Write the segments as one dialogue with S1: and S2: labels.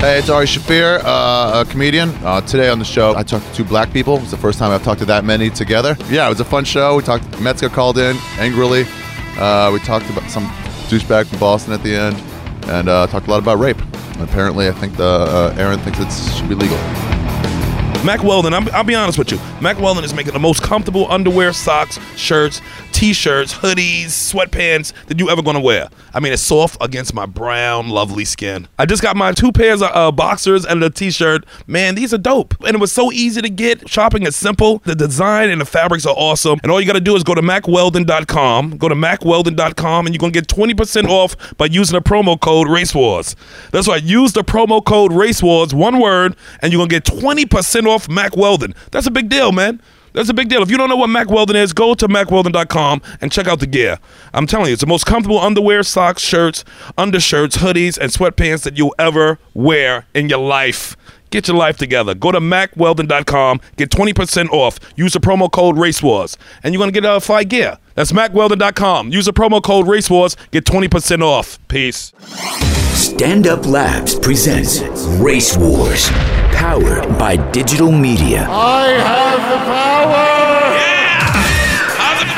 S1: Hey, it's Ari Shafir, uh, a comedian. Uh, today on the show, I talked to two black people. It's the first time I've talked to that many together. Yeah, it was a fun show. We talked. Metzger called in angrily. Uh, we talked about some douchebag from Boston at the end, and uh, talked a lot about rape. Apparently, I think the uh, Aaron thinks it should be legal.
S2: Mac Weldon, I'm, I'll be honest with you. Mac Weldon is making the most comfortable underwear, socks, shirts, t-shirts, hoodies, sweatpants that you ever gonna wear. I mean, it's soft against my brown, lovely skin. I just got my two pairs of uh, boxers and a t-shirt. Man, these are dope, and it was so easy to get. Shopping is simple. The design and the fabrics are awesome, and all you gotta do is go to MacWeldon.com. Go to MacWeldon.com, and you're gonna get 20% off by using the promo code RaceWars. That's right. Use the promo code RaceWars, one word, and you're gonna get 20% off Mac Weldon. That's a big deal, man. That's a big deal. If you don't know what Mac Weldon is, go to MacWeldon.com and check out the gear. I'm telling you, it's the most comfortable underwear, socks, shirts, undershirts, hoodies, and sweatpants that you'll ever wear in your life. Get your life together. Go to MacWeldon.com, get 20% off. Use the promo code RaceWars, and you're going to get a uh, fly gear. That's MacWeldon.com. Use the promo code RaceWars, get 20% off. Peace.
S3: Stand Up Labs presents Race Wars, powered by digital media
S4: I have the power!
S2: How's it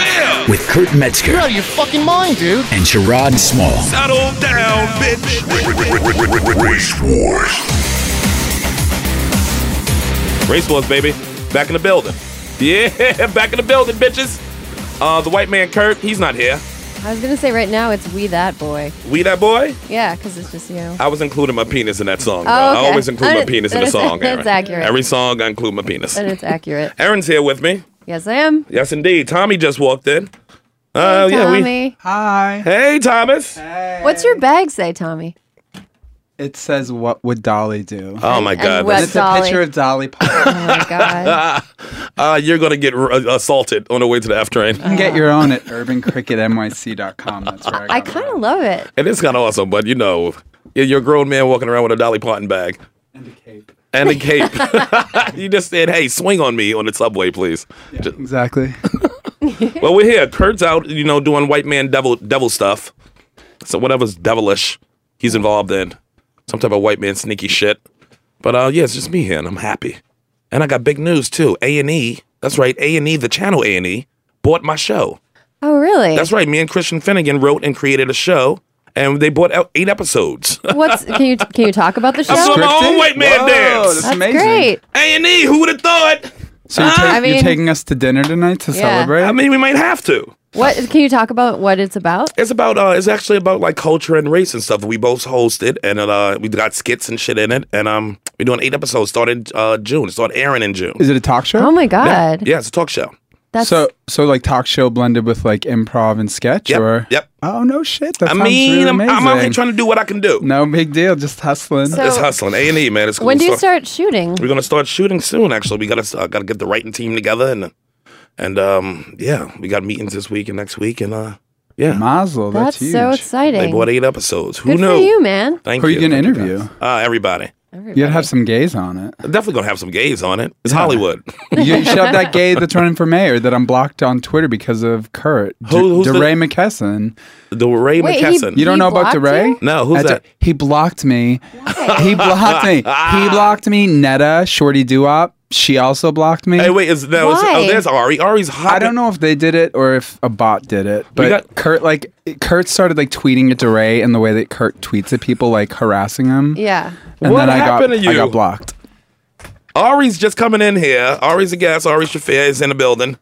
S2: feel?
S3: with Kurt
S4: You're
S3: Metzger
S4: out of your fucking mind, dude.
S3: and Sherrod Small.
S2: Settle down, bitch.
S3: Race Wars.
S2: Race Wars, baby. Back in the building. Yeah, back in the building, bitches. Uh, the white man, Kurt, he's not here.
S5: I was gonna say right now it's we that boy.
S2: We that boy?
S5: Yeah, because it's just you. know.
S2: I was including my penis in that song. though.
S5: Oh,
S2: I
S5: okay.
S2: always include my
S5: That-
S2: penis in
S5: that
S2: a
S5: is-
S2: song. Aaron.
S5: that's accurate.
S2: Every song I include my penis.
S5: And it's accurate.
S2: Aaron's here with me.
S5: Yes, I am.
S2: Yes, indeed. Tommy just walked in. Uh, yeah, we-
S5: Tommy.
S2: Hey, Thomas.
S5: What's your bag say, Tommy?
S6: It says, "What would Dolly do?"
S2: Oh my
S5: And
S2: God.
S5: what-
S2: this-
S6: it's
S5: Uh, Dolly.
S6: a picture of Dolly Parton.
S5: Oh my god.
S2: Uh, you're gonna get r- assaulted on the way to the F train.
S6: you can get your own at urbancricketnyc.com. That's where I, got
S5: I kind of love it.
S2: It is kind of awesome, but you know, you're you're a grown man walking around with a Dolly Parton bag
S6: mine. Cape.
S2: and a cape. you just said, "Hey, swing on me on the subway, please." Ju-
S6: Exactly.
S2: Well, we're here. Kurt's out, you know, doing white man devil devil stuff. So whatever's devilish, he's involved in some type of white man sneaky shit. But uh, yeah, it's just me here, and I'm happy. And I got big news too. A and E. That's right. A and E, the channel A and E, bought my show.
S5: Oh really?
S2: That's right. Me and Christian Finnegan wrote and created a show, and they bought out eight episodes.
S5: What's can you can you talk about the show?
S2: I'm doing my own
S6: Scripted?
S2: white man
S6: Whoa,
S2: dance.
S6: that's
S5: That's
S6: amazing.
S5: great.
S2: A and E. Who would have thought?
S6: So you're,
S5: I
S6: ta-
S5: mean-
S6: you're taking us to dinner tonight to
S5: Yeah.
S6: celebrate?
S2: I mean, we might have to.
S5: What can you talk about? What it's about?
S2: It's about uh, it's actually about like culture and race and stuff. We both hosted and uh, we got skits and shit in it, and um, we're doing eight episodes. Started uh June. It started airing in June.
S6: Is it a talk show?
S5: Oh my god.
S2: Yeah, it's a talk show.
S5: That's
S6: so so like talk show blended with like improv and sketch,
S2: Yep,
S6: or
S2: yep.
S6: Oh no shit! That
S2: I
S6: sounds
S2: mean,
S6: really
S2: I'm,
S6: amazing.
S2: I'm out here trying to do what I can do.
S6: no big deal, just hustling.
S5: So-
S2: It's hustling. A and E, man. It's cool.
S5: when do you
S2: So-
S5: start shooting?
S2: We're gonna start shooting soon. Actually, we gotta uh, gotta get the writing team together and and um yeah, we got meetings this week and next week and uh yeah,
S6: Mazel, that's,
S5: That's so
S6: huge.
S2: they
S5: exciting.
S2: bought eight episodes. Who
S5: Good
S2: knew?
S5: for you, man.
S2: Thank
S6: Who are you gonna
S2: Thank
S6: interview?
S2: guys. Uh, everybody.
S6: you
S5: Everybody.
S6: gotta have some gays on it.
S2: Definitely gonna have some gays on it. It's Hollywood.
S6: You, you should have that gay that's running for mayor that I'm blocked on Twitter because of Kurt. D-
S2: Who- who's the-
S6: DeRay McKesson.
S2: the Ray
S5: Wait, he-
S2: McKesson.
S6: You don't
S5: He
S6: know about
S5: blocked
S6: DeRay?
S5: you?
S2: No, who's
S6: At
S2: that?
S6: He blocked me. He blocked me. He blocked me. Netta, Shorty Duop. She also blocked me.
S2: Hey, wait, is no? it's- oh,
S5: Why?
S2: there's Ari. Ari's hot.
S6: I don't know if they did it or if a bot did it, but
S2: got-
S6: Kurt like Kurt started like tweeting at DeRay in the way that Kurt tweets at people, like harassing him.
S5: Yeah.
S6: And
S2: What
S6: then I got,
S2: happened to
S6: I
S2: you?
S6: got blocked.
S2: Ari's just coming in here. Ari's a guest. Ari Shafir is in the building,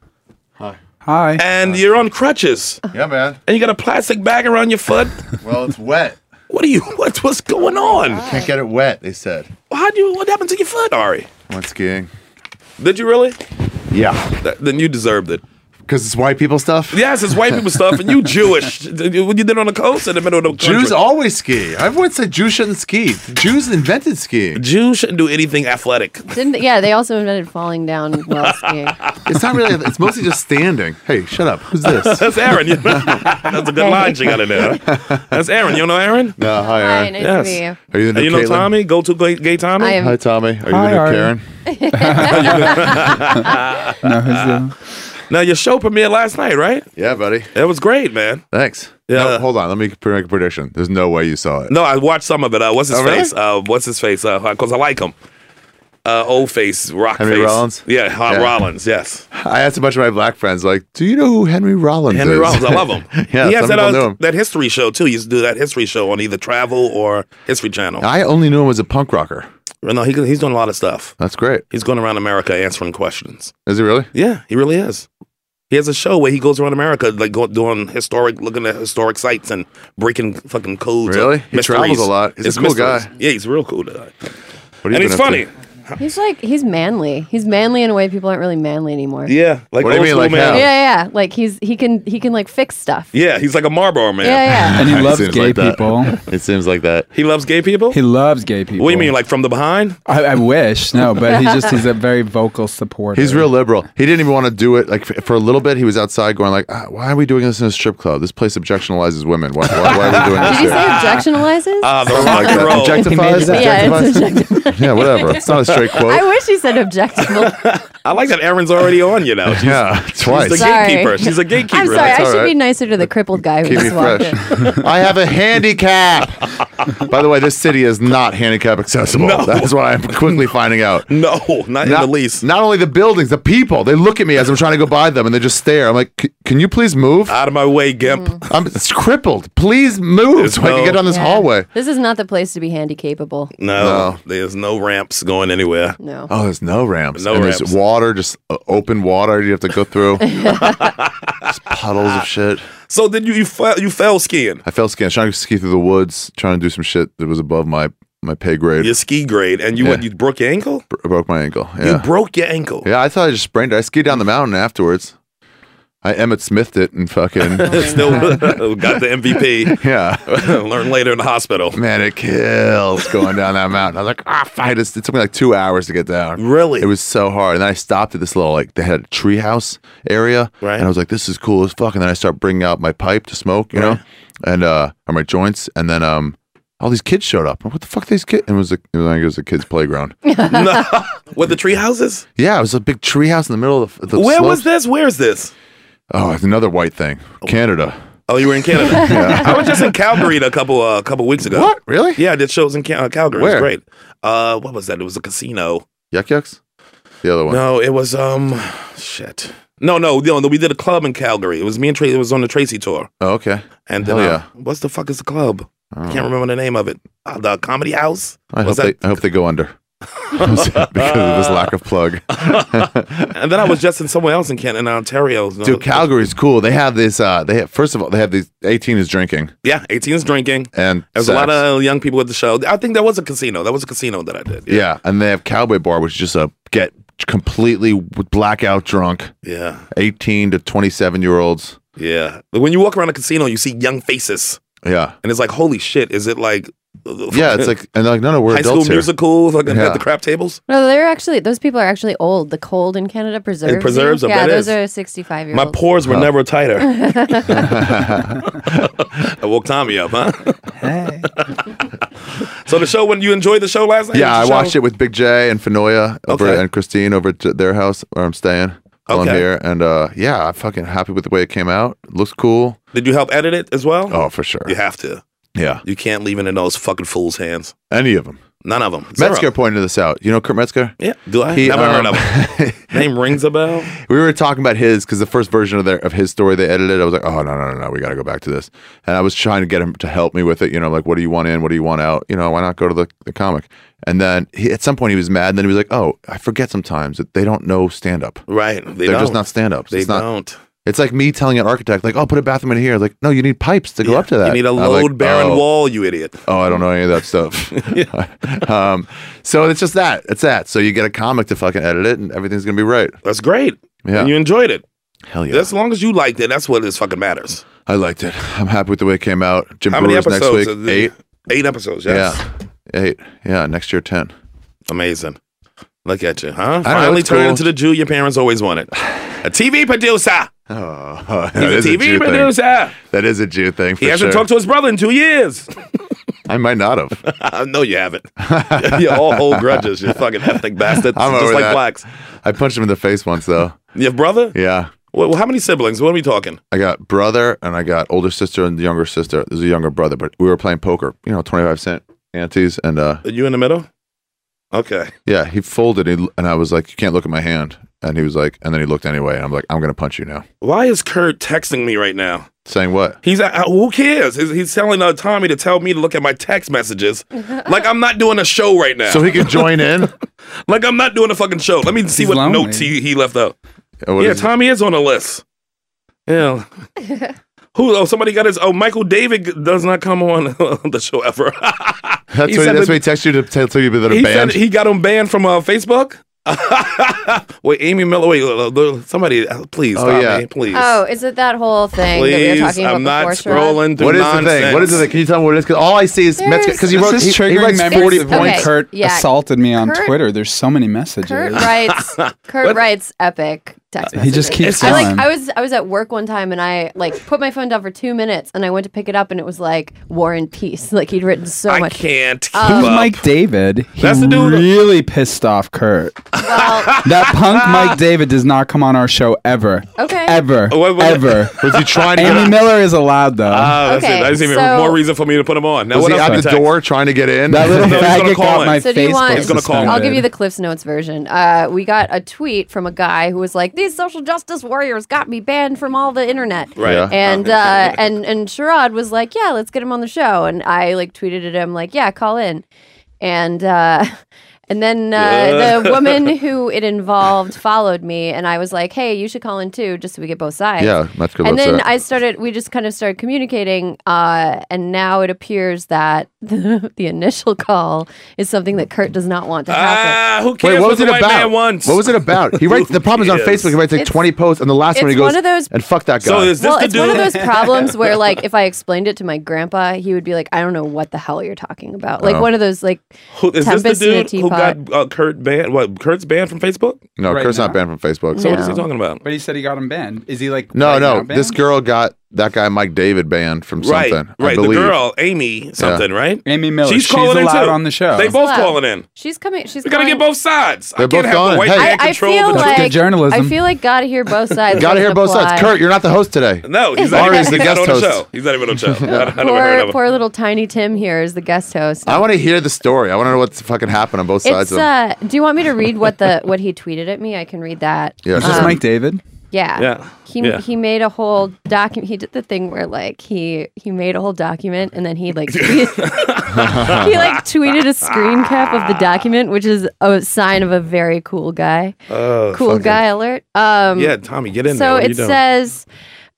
S6: Hi.
S2: and you're on crutches,
S1: Yeah, man.
S2: and you got a plastic bag around your foot.
S1: Well, it's wet.
S2: what are you? What's what's going on?
S1: Can't get it wet. They said.
S2: How'd you? What happened to your foot, Ari?
S1: Went skiing.
S2: Did you really?
S1: Yeah,
S2: Th- then you deserved it.
S1: because it's white people stuff.
S2: Yes, it's white people stuff, and you Jewish. What you did on the coast in the middle of the country.
S1: Jews always ski. I've always said Jews shouldn't ski. Jews invented skiing.
S2: Jews shouldn't do anything athletic.
S5: Didn't, yeah, they also invented falling down while skiing.
S1: It's not really. It's mostly just standing. Hey, shut up. Who's this?
S2: That's Aaron. You know? That's a good line you got in there. That's Aaron. You know Aaron?
S1: No, hi,
S5: Hi,
S1: Aaron.
S5: nice
S2: Yes.
S5: to meet you.
S1: Are you the
S2: And
S1: new
S2: you know
S1: Caitlin?
S2: Tommy? Go to gay, gay Tommy?
S5: I am.
S1: Hi, Tommy. Are you
S6: Hi,
S1: the new
S6: Aaron.
S1: Karen?
S6: no, who's the-
S2: Now your show premiered last night, right?
S1: Yeah, buddy.
S2: It was great, man.
S1: Thanks.
S2: Yeah.
S1: No, hold on. Let me p- make a prediction. There's no way you saw it.
S2: No, I watched some of it. Uh, what's his
S1: Oh, really?
S2: face? Uh, what's his face? Because I like him. Uh, old face, rock
S1: Henry
S2: face.
S1: Rollins?
S2: Yeah, Hot
S1: Yeah.
S2: Rollins. Yes,
S1: I asked a bunch of my black friends, like, do you know who Henry Rollins
S2: Henry
S1: is?
S2: Rollins. I love him.
S1: yeah,
S2: he has
S1: some
S2: that
S1: people knew him.
S2: that history show too. He used to do that history show on either Travel or History Channel.
S1: I only knew him as a punk rocker.
S2: no, he, he's doing a lot of stuff.
S1: That's great.
S2: He's going around America answering questions.
S1: Is he really?
S2: Yeah, he really is. He has a show where he goes around America, like go, doing historic, looking at historic sites and breaking fucking codes.
S1: Really?
S2: of
S1: He travels
S2: mysteries.
S1: a lot. He's a
S2: It's
S1: cool guy.
S2: mysteries. Yeah, he's a real cool guy,
S1: What have
S2: and
S1: you
S2: he's
S1: been up to?
S2: funny.
S5: He's like he's manly. He's manly in a way people aren't really manly anymore.
S2: Yeah, like
S1: What do you
S2: old
S1: mean,
S2: school
S1: like
S2: man.
S1: how?
S5: yeah,
S2: Yeah.
S5: yeah. Like he's he can he can like fix stuff.
S2: he's like a Marlboro man.
S5: yeah. yeah.
S6: And he
S1: It
S6: loves
S1: seems
S6: gay
S1: like that.
S6: people.
S1: It seems like that.
S2: He loves gay people.
S6: He loves gay people.
S2: what do you mean, like from the behind?
S6: I, I wish no, but he just he's a very vocal supporter.
S1: He's real liberal. He didn't even want to do it. Like f- for a little bit, he was outside going like, ah, "Why are we doing this in a strip club? This place objectionalizes women. Why, why, why are we doing this?"
S5: Did
S1: here?"
S5: you say objectionalizes?
S2: Ah, the
S1: Something
S2: rock
S1: like
S2: and
S1: that.
S2: roll.
S1: Objectifies.
S5: Yeah, it's
S1: objectifies? yeah, whatever. It's not a straight
S5: I
S1: quote.
S5: wish he said objectable.
S2: I like that Aaron's already on you now. She's,
S1: Yeah,
S2: she's
S1: twice.
S2: the
S5: Sorry.
S2: gatekeeper. She's a gatekeeper.
S5: I'm sorry.
S1: That's
S5: I
S1: all
S5: should
S1: right.
S5: be nicer to the crippled guy who
S1: Keep me
S5: just walked
S1: fresh.
S5: in.
S1: I have a handicap. By the way, this city is not handicap accessible.
S2: No.
S1: That's what I'm quickly finding out.
S2: No, not, in the least.
S1: Not only the buildings, the people. They look at me as I'm trying to go by them, and they just stare. I'm like, "C- "Can you please move?
S2: Out of my way, Gimp.
S5: Mm-hmm.
S1: I'm it's crippled. Please move
S2: There's
S1: so I
S2: no-
S1: can get on this
S5: Yeah.
S1: hallway."
S5: This is not the place to be handy capable.
S2: No,
S1: No.
S2: there's no ramps going anywhere.
S5: No.
S1: Oh, there's no ramps.
S2: No
S1: and
S2: ramps.
S1: There's water, just uh, open water. You have to go through. just puddles of shit.
S2: So then you you fell, you fell skiing.
S1: I fell scared. Trying to ski through the woods, trying to do some shit that was above my my pay grade.
S2: Your ski grade, and you
S1: Yeah.
S2: what, you broke your ankle.
S1: Bro- broke my ankle.
S2: You
S1: Yeah.
S2: broke your ankle.
S1: yeah, I thought I just sprained it. I skied down the mountain afterwards. I Emmett Smithed it and fucking
S2: Still got the MVP.
S1: yeah.
S2: Learned later in the hospital.
S1: Man, it kills going down that mountain. I was like, ah, fine. It's, it took me like two hours to get down.
S2: Really?
S1: It was so hard. And then I stopped at this little, like, they had a treehouse area.
S2: Right.
S1: And I was like, this is cool as fuck. And then I start bringing out my pipe to smoke, you
S2: Right.
S1: know, and, uh, or my joints. And then, um, all these kids showed up. I'm like, What the fuck? These kids? And it was like, it was, like, it was a kid's playground.
S2: no, with the tree houses.
S1: yeah, it was a big treehouse in the middle of the. the
S2: Where was
S1: slopes.
S2: this? Where is this?
S1: Oh, it's another white thing. Canada.
S2: Oh, you were in Canada. I was just in Calgary a couple uh, couple weeks ago.
S1: What? Really?
S2: Yeah, I did shows in Cal- uh, Calgary. It
S1: Where?
S2: was great. Uh, what was that? It was a casino.
S1: Yuck yucks. The other one.
S2: No, it was um, shit. No, no, no, no. We did a club in Calgary. It was me and Tracy. It was on the Tracy tour.
S1: Oh, okay.
S2: And then,
S1: Hell Oh.
S2: uh, what's the fuck is the club? I can't remember the name of it. Uh, the Comedy House.
S1: I hope,
S2: Was
S1: they,
S2: that-
S1: I hope they go under because of this lack of plug.
S2: and then I was just in somewhere else in Canada, in Ontario.
S1: Dude, Calgary's cool. They have this. Uh, they have, first of all, they have these. Eighteen is drinking
S2: Yeah, 18 is drinking.
S1: and
S2: There's a
S1: sex.
S2: lot of young people at the show. I think that was a casino. That was a casino that I did.
S1: yeah. and they have cowboy bar, which is just a get completely blackout drunk,
S2: Yeah.
S1: eighteen to twenty-seven year olds.
S2: Yeah. When you walk around a casino, you see young faces.
S1: Yeah,
S2: And it's like, holy shit, is it like.
S1: yeah. It's like and they're like no, no, we're
S2: High school
S1: adults here.
S2: musical, fucking
S1: Yeah.
S2: at the crap tables.
S5: No, they're actually those people are actually old. The cold in Canada preserves. you.
S2: preserves them,
S5: Yeah,
S2: that is.
S5: those are 65 year
S2: My
S5: olds.
S2: pores were never tighter. I woke Tommy up, huh?
S6: Hey.
S2: So the show, when you enjoyed the show last night?
S1: Yeah, I watched it with Big J and Fenoya over
S2: Okay.
S1: and Christine over at their house where I'm staying. while I'm
S2: Okay.
S1: here and uh, yeah, I'm fucking happy with the way it came out. Looks cool.
S2: Did you help edit it as well?
S1: Oh, for sure.
S2: You have to.
S1: yeah.
S2: You can't leave it in those fucking fools' hands.
S1: Any of them.
S2: None of them.
S1: Metzger pointed this out. You know Kurt Metzger?
S2: Yeah. Do I?
S1: He,
S2: Never heard
S1: um,
S2: of him. Name rings a bell.
S1: We were talking about his because the first version of their of his story they edited, I was like, oh no no no no, we got to go back to this. And I was trying to get him to help me with it. You know, like what do you want in? What do you want out? You know, why not go to the, the comic? And then he, at some point he was mad. And then he was like, oh, I forget sometimes that they don't know stand up.
S2: Right.
S1: They
S2: They
S1: are just
S2: don't.
S1: not stand ups.
S2: They
S1: It's not.
S2: don't.
S1: It's like me telling an architect, like, oh, put a bathroom in here. Like, no, you need pipes to go up to that.
S2: You need a
S1: I'm like,
S2: load bearing
S1: oh,
S2: wall, you idiot.
S1: Oh, I don't know any of that stuff. um, so it's just that. It's that. So you get a comic to fucking edit it, and everything's gonna be right.
S2: That's great.
S1: Yeah.
S2: And you enjoyed it.
S1: Hell yeah.
S2: As long as you liked it, that's what this fucking matters.
S1: I liked it. I'm happy with the way it came out. Jim
S2: How many
S1: Brewer's next
S2: episodes?
S1: week.
S2: is it?
S1: Eight.
S2: Eight episodes, yes.
S1: Yeah. Eight. Yeah. Next year, 10.
S2: Amazing. Look at you, huh?
S1: know,
S2: Finally
S1: it's
S2: turn
S1: cool.
S2: into the Jew your parents always wanted. A TV producer.
S1: Oh,
S2: He's
S1: that is
S2: a
S1: a
S2: TV
S1: Jew
S2: producer.
S1: thing. That is a Jew thing. For
S2: He hasn't
S1: sure.
S2: talked to his brother in two years.
S1: I might not have.
S2: no, you haven't. you all hold grudges, you fucking ethnic bastards.
S1: I'm
S2: just
S1: over
S2: like
S1: that.
S2: blacks.
S1: I punched him in the face once, though.
S2: Your brother?
S1: Yeah.
S2: Well, how many siblings? What are we talking?
S1: I got brother and I got older sister and younger sister. There's a younger brother, but we were playing poker, you know, 25 cent aunties. And uh,
S2: Are you in the middle? Okay.
S1: yeah, he folded he, and I was like, you can't look at my hand. And he was like, and then he looked anyway. And I'm like, I'm going to punch you now.
S2: Why is Kurt texting me right now?
S1: Saying what?
S2: He's uh, who cares? He's, he's telling uh, Tommy to tell me to look at my text messages. like I'm not doing a show right now.
S1: So he could join in?
S2: like I'm not doing a fucking show. Let me see what
S6: lonely.
S2: notes he, he left out.
S1: What
S2: yeah,
S1: is it?
S2: Tommy is on the list. Yeah. Who? Oh, somebody got his. Oh, Michael David g- does not come on the show ever.
S1: That's,
S2: he
S1: what,
S2: said
S1: that's what
S2: that-
S1: he texted you to tell tell you that they're
S2: he
S1: banned.
S2: said he got him banned from uh, Facebook. wait, Amy Miller. Wait, uh, uh, somebody, uh, please.
S1: Oh,
S2: stop
S1: yeah.
S2: me, please.
S5: Oh, is it that whole thing that we were
S2: please.
S5: talking about
S2: I'm not
S5: before? Sharad?
S2: scrolling through
S1: what is
S2: nonsense.
S1: the thing? What is the thing? Can you tell me what it is? Because all I see is Mets. Because he
S6: This
S1: wrote
S6: is
S1: he, he
S6: triggering
S1: writes
S6: memories
S1: 40
S6: of
S5: It's-
S1: points.
S6: when
S5: okay.
S6: Kurt
S5: yeah.
S6: assaulted me on
S5: Kurt-
S6: Twitter. There's so many messages.
S5: Kurt writes. Kurt writes epic text.
S6: He just
S5: messages.
S6: keeps
S5: I like.
S6: going.
S5: I was. I was at work one time, and I like put my phone down for two minutes, and I went to pick it up, and it was like War and Peace. Like he'd written so
S2: I
S5: much. Um,
S2: can't keep
S6: Who's
S2: up.
S6: Mike David? He
S2: That's the dude-
S6: really pissed off Kurt.
S5: Well,
S6: That punk Mike David does not come on our show ever.
S5: Okay.
S6: Ever.
S2: Oh, wait, wait, wait.
S6: ever.
S1: Was he trying to get
S6: Amy Miller is allowed though.
S2: Ah, that's
S5: Okay,
S2: it. That's even
S5: so-
S2: more reason for me to put him on. Now,
S1: was
S2: what
S1: he
S2: else
S1: at
S2: I
S1: the
S2: text?
S1: door trying to get in?
S6: that little
S2: No, he's gonna
S6: faggot
S2: call
S6: got
S2: in.
S6: my
S5: So do you
S6: Facebook
S5: want- He's
S2: gonna call in.
S5: I'll give
S6: suspended.
S5: you the Cliff's Notes version. Uh, we got a tweet from a guy who was like, "These social justice warriors got me banned from all the internet."
S2: Right.
S1: Yeah.
S5: And uh, and and Sherrod was like, "Yeah, let's get him on the show." And I like tweeted at him like, "Yeah, call in." And uh, and then uh, the woman who it involved followed me, and I was like, "Hey, you should call in too, just so we get both sides."
S1: Yeah, much good.
S5: And
S1: luck to
S5: then
S1: that.
S5: I started. We just kind of started communicating, uh, and now it appears that the, initial call is something that Kurt does not want to happen.
S2: Ah, who cares
S1: Wait, what was
S2: the
S1: it
S2: white
S1: about?
S2: man wants?
S1: What was it about? He writes the problem is on
S2: Yes.
S1: Facebook. He writes like
S5: It's-
S1: twenty posts, and the last one
S5: it's
S1: he goes
S5: one of those-
S1: and fuck that guy.
S2: So is this
S5: well,
S2: the
S5: it's one of
S2: dude?
S5: those problems where, like, if I explained it to my grandpa, he would be like, "I don't know what the hell you're talking about." Like
S1: Oh.
S5: one of those, like,
S2: who, is this the
S5: Tempest in a
S2: dude who
S5: teapot.
S2: got uh, Kurt banned? What? Kurt's banned from Facebook?
S1: no,
S6: Right
S1: Kurt's
S6: now.
S1: not banned from Facebook.
S2: So
S1: So
S2: what is he talking about?
S6: But he said he got him banned. Is he like
S1: no,
S6: right
S1: no,
S6: now banned?
S1: this girl got that guy Mike David banned from
S2: Right,
S1: something. I
S2: right. The
S1: believe.
S2: girl, Amy, something, right?
S6: Amy Miller.
S2: She's
S6: She's,
S2: calling in
S6: allowed
S2: too.
S6: on the show.
S2: They both
S5: Wow.
S2: calling in.
S5: she's coming. She's
S2: We gotta get
S5: going-
S2: both sides. I
S1: They're both
S2: can't have the
S1: gone.
S2: white
S1: Hey.
S2: man
S5: I, I
S2: control
S5: feel
S2: the
S5: like
S6: good journalism.
S5: I feel like gotta hear both sides.
S1: Gotta hear both
S5: doesn't
S1: sides.
S5: apply.
S1: Kurt, you're not the host today.
S2: No, he's not,
S1: Ari's the
S2: even, he's not
S1: guest
S2: on the
S1: host.
S2: show. He's not even on the show. I, I never heard of
S5: Poor,
S2: him.
S5: poor little tiny Tim here is the guest host.
S1: I want to hear the story. I want to know what's fucking happened on both sides
S5: It's
S1: of them.
S5: uh, do you want me to read what the what he tweeted at me? I can read that.
S1: Yeah,
S6: Is this Mike David?
S5: Yeah.
S2: Yeah.
S5: He
S2: Yeah.
S5: he made a whole document. He did the thing where like he he made a whole document and then he like tweet- he like tweeted a screen cap of the document, which is a sign of a very cool guy.
S2: Oh,
S5: cool guy alert. Um,
S2: yeah, Tommy, get in there.
S5: so
S2: What are you
S5: it
S2: doing?
S5: says,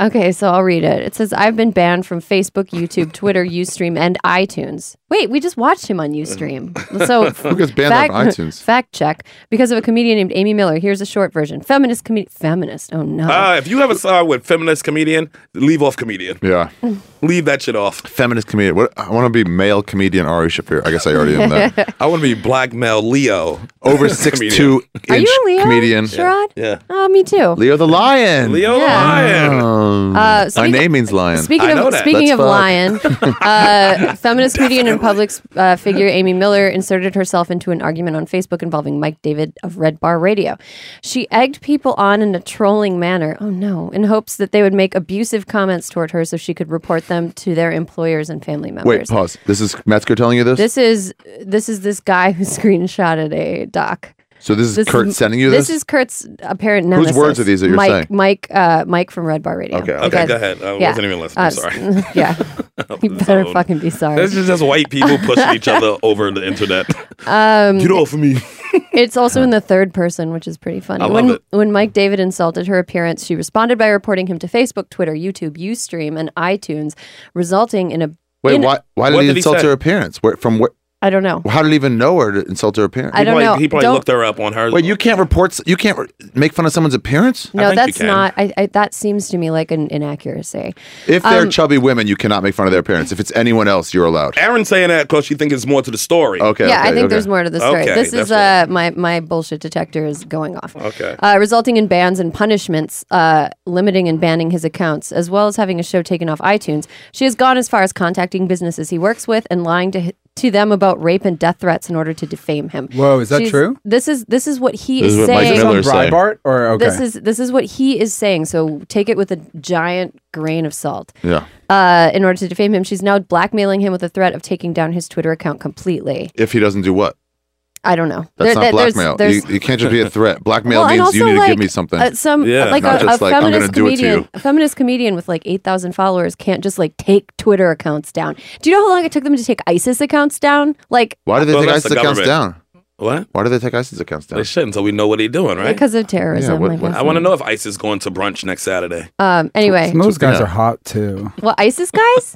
S5: okay, so I'll read it. It says, I've been banned from Facebook, YouTube, Twitter, Ustream, and iTunes. Wait, we just watched him on Ustream. So who
S1: gets banned on iTunes?
S5: Fact check because of a comedian named Amy Miller. Here's a short version. Feminist comedian. Feminist. Oh no.
S2: Uh, if you have a side with feminist comedian, leave off comedian.
S1: yeah.
S2: Leave that shit off.
S1: Feminist comedian. What, I want to be male comedian Ari Shafir. I guess I already am that.
S2: I want to be black male Leo.
S1: Over six
S2: Comedian.
S1: two
S5: Are
S1: inch
S5: you a Leo?
S1: comedian.
S5: Sherrod?
S2: Yeah.
S5: Oh, me too.
S1: Leo the lion.
S2: Leo
S5: Yeah.
S2: Lion.
S1: Um,
S5: Uh,
S1: my
S5: speak-
S1: name means lion.
S5: Speaking
S2: I know
S5: of
S2: that.
S5: speaking
S1: Let's
S5: of
S1: fuck.
S5: lion, uh, feminist comedian and public uh, figure Amy Miller inserted herself into an argument on Facebook involving Mike David of Red Bar Radio. She egged people on in a trolling manner. Oh no! In hopes that they would make abusive comments toward her, so she could report them to their employers and family
S1: Wait,
S5: members.
S1: pause. This is Metzger telling you this?
S5: This is this is this guy who screenshotted a doc.
S1: so this is
S5: This
S1: Kurt sending you this?
S5: This is Kurt's apparent nemesis.
S1: words are these that you're
S5: Mike,
S1: saying?
S5: Mike, uh, Mike from Red Bar Radio.
S1: Okay, okay,
S2: Okay,
S5: Because-
S2: go ahead. I
S5: yeah.
S2: wasn't even listening.
S5: Uh,
S2: I'm sorry.
S5: yeah. you better
S2: old.
S5: fucking be sorry.
S2: This is just white people pushing each other over the internet. Um, Get off of me.
S5: It's also in the third person, which is pretty funny.
S2: I love
S5: when
S2: it.
S5: when Mike David insulted her appearance, she responded by reporting him to Facebook, Twitter, YouTube, Ustream, and iTunes, resulting in a
S1: Wait,
S5: in-
S1: why, why did
S2: What
S1: he
S2: did he
S1: insult
S2: say?
S1: her appearance? Where, from where,
S5: I don't know.
S1: How did he even know her to insult her appearance?
S5: I don't
S2: Probably-
S5: know.
S2: He probably
S5: Don't-
S2: looked her up on her.
S1: Wait, you can't report. s- You can't re- make fun of someone's appearance.
S5: No,
S2: think you
S5: that's
S2: can.
S5: not. I, I, that seems to me like an inaccuracy.
S1: If they're
S5: Um,
S1: chubby women, you cannot make fun of their appearance. If it's anyone else, you're allowed.
S2: Aaron's saying that because she thinks it's more to the story.
S1: Okay.
S5: yeah, I
S1: okay,
S5: think
S1: okay.
S5: there's more to the story.
S2: Okay,
S5: this is uh,
S2: that's
S5: my my bullshit detector is going off.
S2: Okay.
S5: Uh, resulting in bans and punishments, uh, limiting and banning his accounts, as well as having a show taken off iTunes. She has gone as far as contacting businesses he works with and lying to hi- to them about rape and death threats in order to defame him.
S6: Whoa, is that
S5: She's-
S6: true?
S5: This is this is what he
S7: This
S5: is,
S7: is what Mike
S5: saying.
S7: Miller
S6: It's on
S7: saying.
S6: Breitbart or okay.
S5: This is this is what he is saying. So take it with a giant grain of salt.
S1: Yeah.
S5: Uh, in order to defame him, she's now blackmailing him with the threat of taking down his Twitter account completely.
S1: If he doesn't do what?
S5: I don't know.
S1: That's
S5: There-
S1: not
S5: there- there's-
S1: blackmail.
S5: there's-
S1: you, you can't just be a threat. Blackmail
S5: Well, and
S1: means you
S5: also,
S1: need to
S5: like,
S1: give me something.
S5: uh, some
S7: Yeah,
S5: like
S1: not
S5: a,
S1: just
S5: a
S1: like, I'm gonna
S5: feminist
S1: do it to
S5: comedian,
S1: you.
S5: a feminist comedian with like eight thousand followers can't just like take Twitter accounts down. Do you know how long it took them to take ISIS accounts down? Like
S1: Why do they
S2: Well,
S1: take
S2: that's
S1: ISIS
S2: the
S1: accounts
S2: government.
S1: down?
S2: What?
S1: Why do they take ISIS accounts down?
S2: They shouldn't until we know what he's doing, right?
S5: because of terrorism.
S1: Yeah, what-
S5: I,
S1: what-
S5: guess.
S2: I want to know if ICE is going to brunch next Saturday.
S5: Um, anyway,
S6: Some of those guys
S1: Yeah.
S6: are hot too.
S5: well, ISIS guys?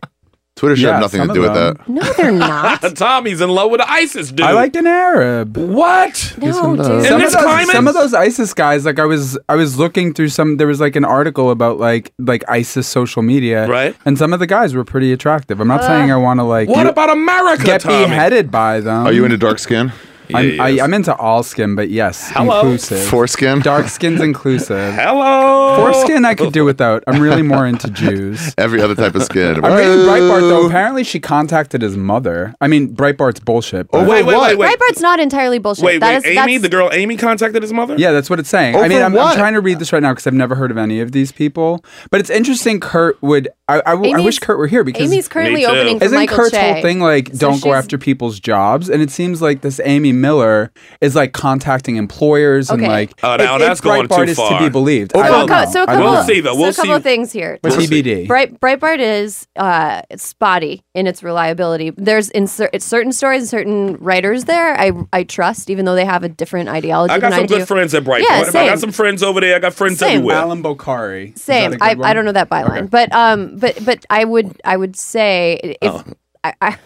S1: Twitter should
S6: Yeah,
S1: have nothing
S6: some
S1: to
S6: of
S1: do with
S6: them.
S1: that.
S5: No, they're not.
S2: Tommy's in love with the ISIS dude.
S6: I liked an Arab.
S2: what?
S5: no,
S1: of
S5: dude.
S1: those.
S2: In
S6: Some of,
S2: this
S6: those,
S2: climate?
S6: some of those ISIS guys, like I was, I was looking through some. There was like an article about like like ISIS social media,
S2: Right.
S6: And some of the guys were pretty attractive. I'm not saying I want to like
S2: What
S6: you-
S2: about America,
S6: get
S2: Tommy?
S6: beheaded by them.
S1: Are you into dark skin?
S6: I'm,
S2: Yeah,
S6: I,
S2: yes.
S6: I'm into all skin, but yes,
S2: Hello.
S6: inclusive.
S1: Foreskin?
S6: Dark skin's inclusive.
S2: Hello.
S6: Foreskin, I could do without. I'm really more into Jews.
S1: Every other type of skin.
S6: I'm reading Breitbart though. Apparently, she contacted his mother. I mean, Breitbart's bullshit.
S1: Oh,
S6: but-
S2: Wait, wait,
S1: What?
S2: wait, wait.
S5: Breitbart's not entirely bullshit.
S2: Wait,
S5: That
S2: wait. Amy,
S5: is- that's-
S2: the girl Amy contacted his mother?
S6: Yeah, that's what it's saying.
S2: Oh,
S1: Over
S6: I mean, I'm, I'm
S1: what?
S6: trying to read this right now because I've never heard of any of these people. But it's interesting. Kurt would. I, I, w- I wish
S5: Amy's-
S6: Kurt were here because
S5: Amy's currently
S2: Me too.
S5: opening for
S6: isn't
S5: Michael
S6: Kurt's
S5: Che.
S6: whole thing like
S5: So
S6: don't go
S5: she's-
S6: after people's jobs? And it seems like this Amy Miller is like contacting employers and
S5: Okay.
S6: like
S2: Oh, now
S6: if-
S2: that's
S6: if
S2: going too
S6: Breitbart is to
S2: far.
S6: be believed.
S2: Well,
S6: I
S5: So a,
S6: don't
S5: cou-
S6: know.
S5: so a
S6: I don't
S5: couple,
S2: We'll
S6: know.
S2: see, though. We'll
S5: so a couple
S2: see.
S5: of things here.
S6: But
S2: We'll see.
S6: TBD.
S5: Bright, Breitbart is uh, it's spotty in its reliability. There's in cer- it's certain stories, certain writers there I I trust, even though they have a different ideology.
S2: I got
S5: than
S2: some
S5: I do.
S2: good friends at Bright
S5: Yeah,
S2: Point. I
S5: same.
S2: got some friends over there. I got friends
S5: Same.
S2: everywhere.
S6: Alan Bokhari. Is
S5: Same.
S6: that a
S5: I,
S6: good
S5: I don't
S6: one?
S5: know that byline,
S6: Okay.
S5: but um, but but I would I would say if.
S2: Oh.
S5: I, I,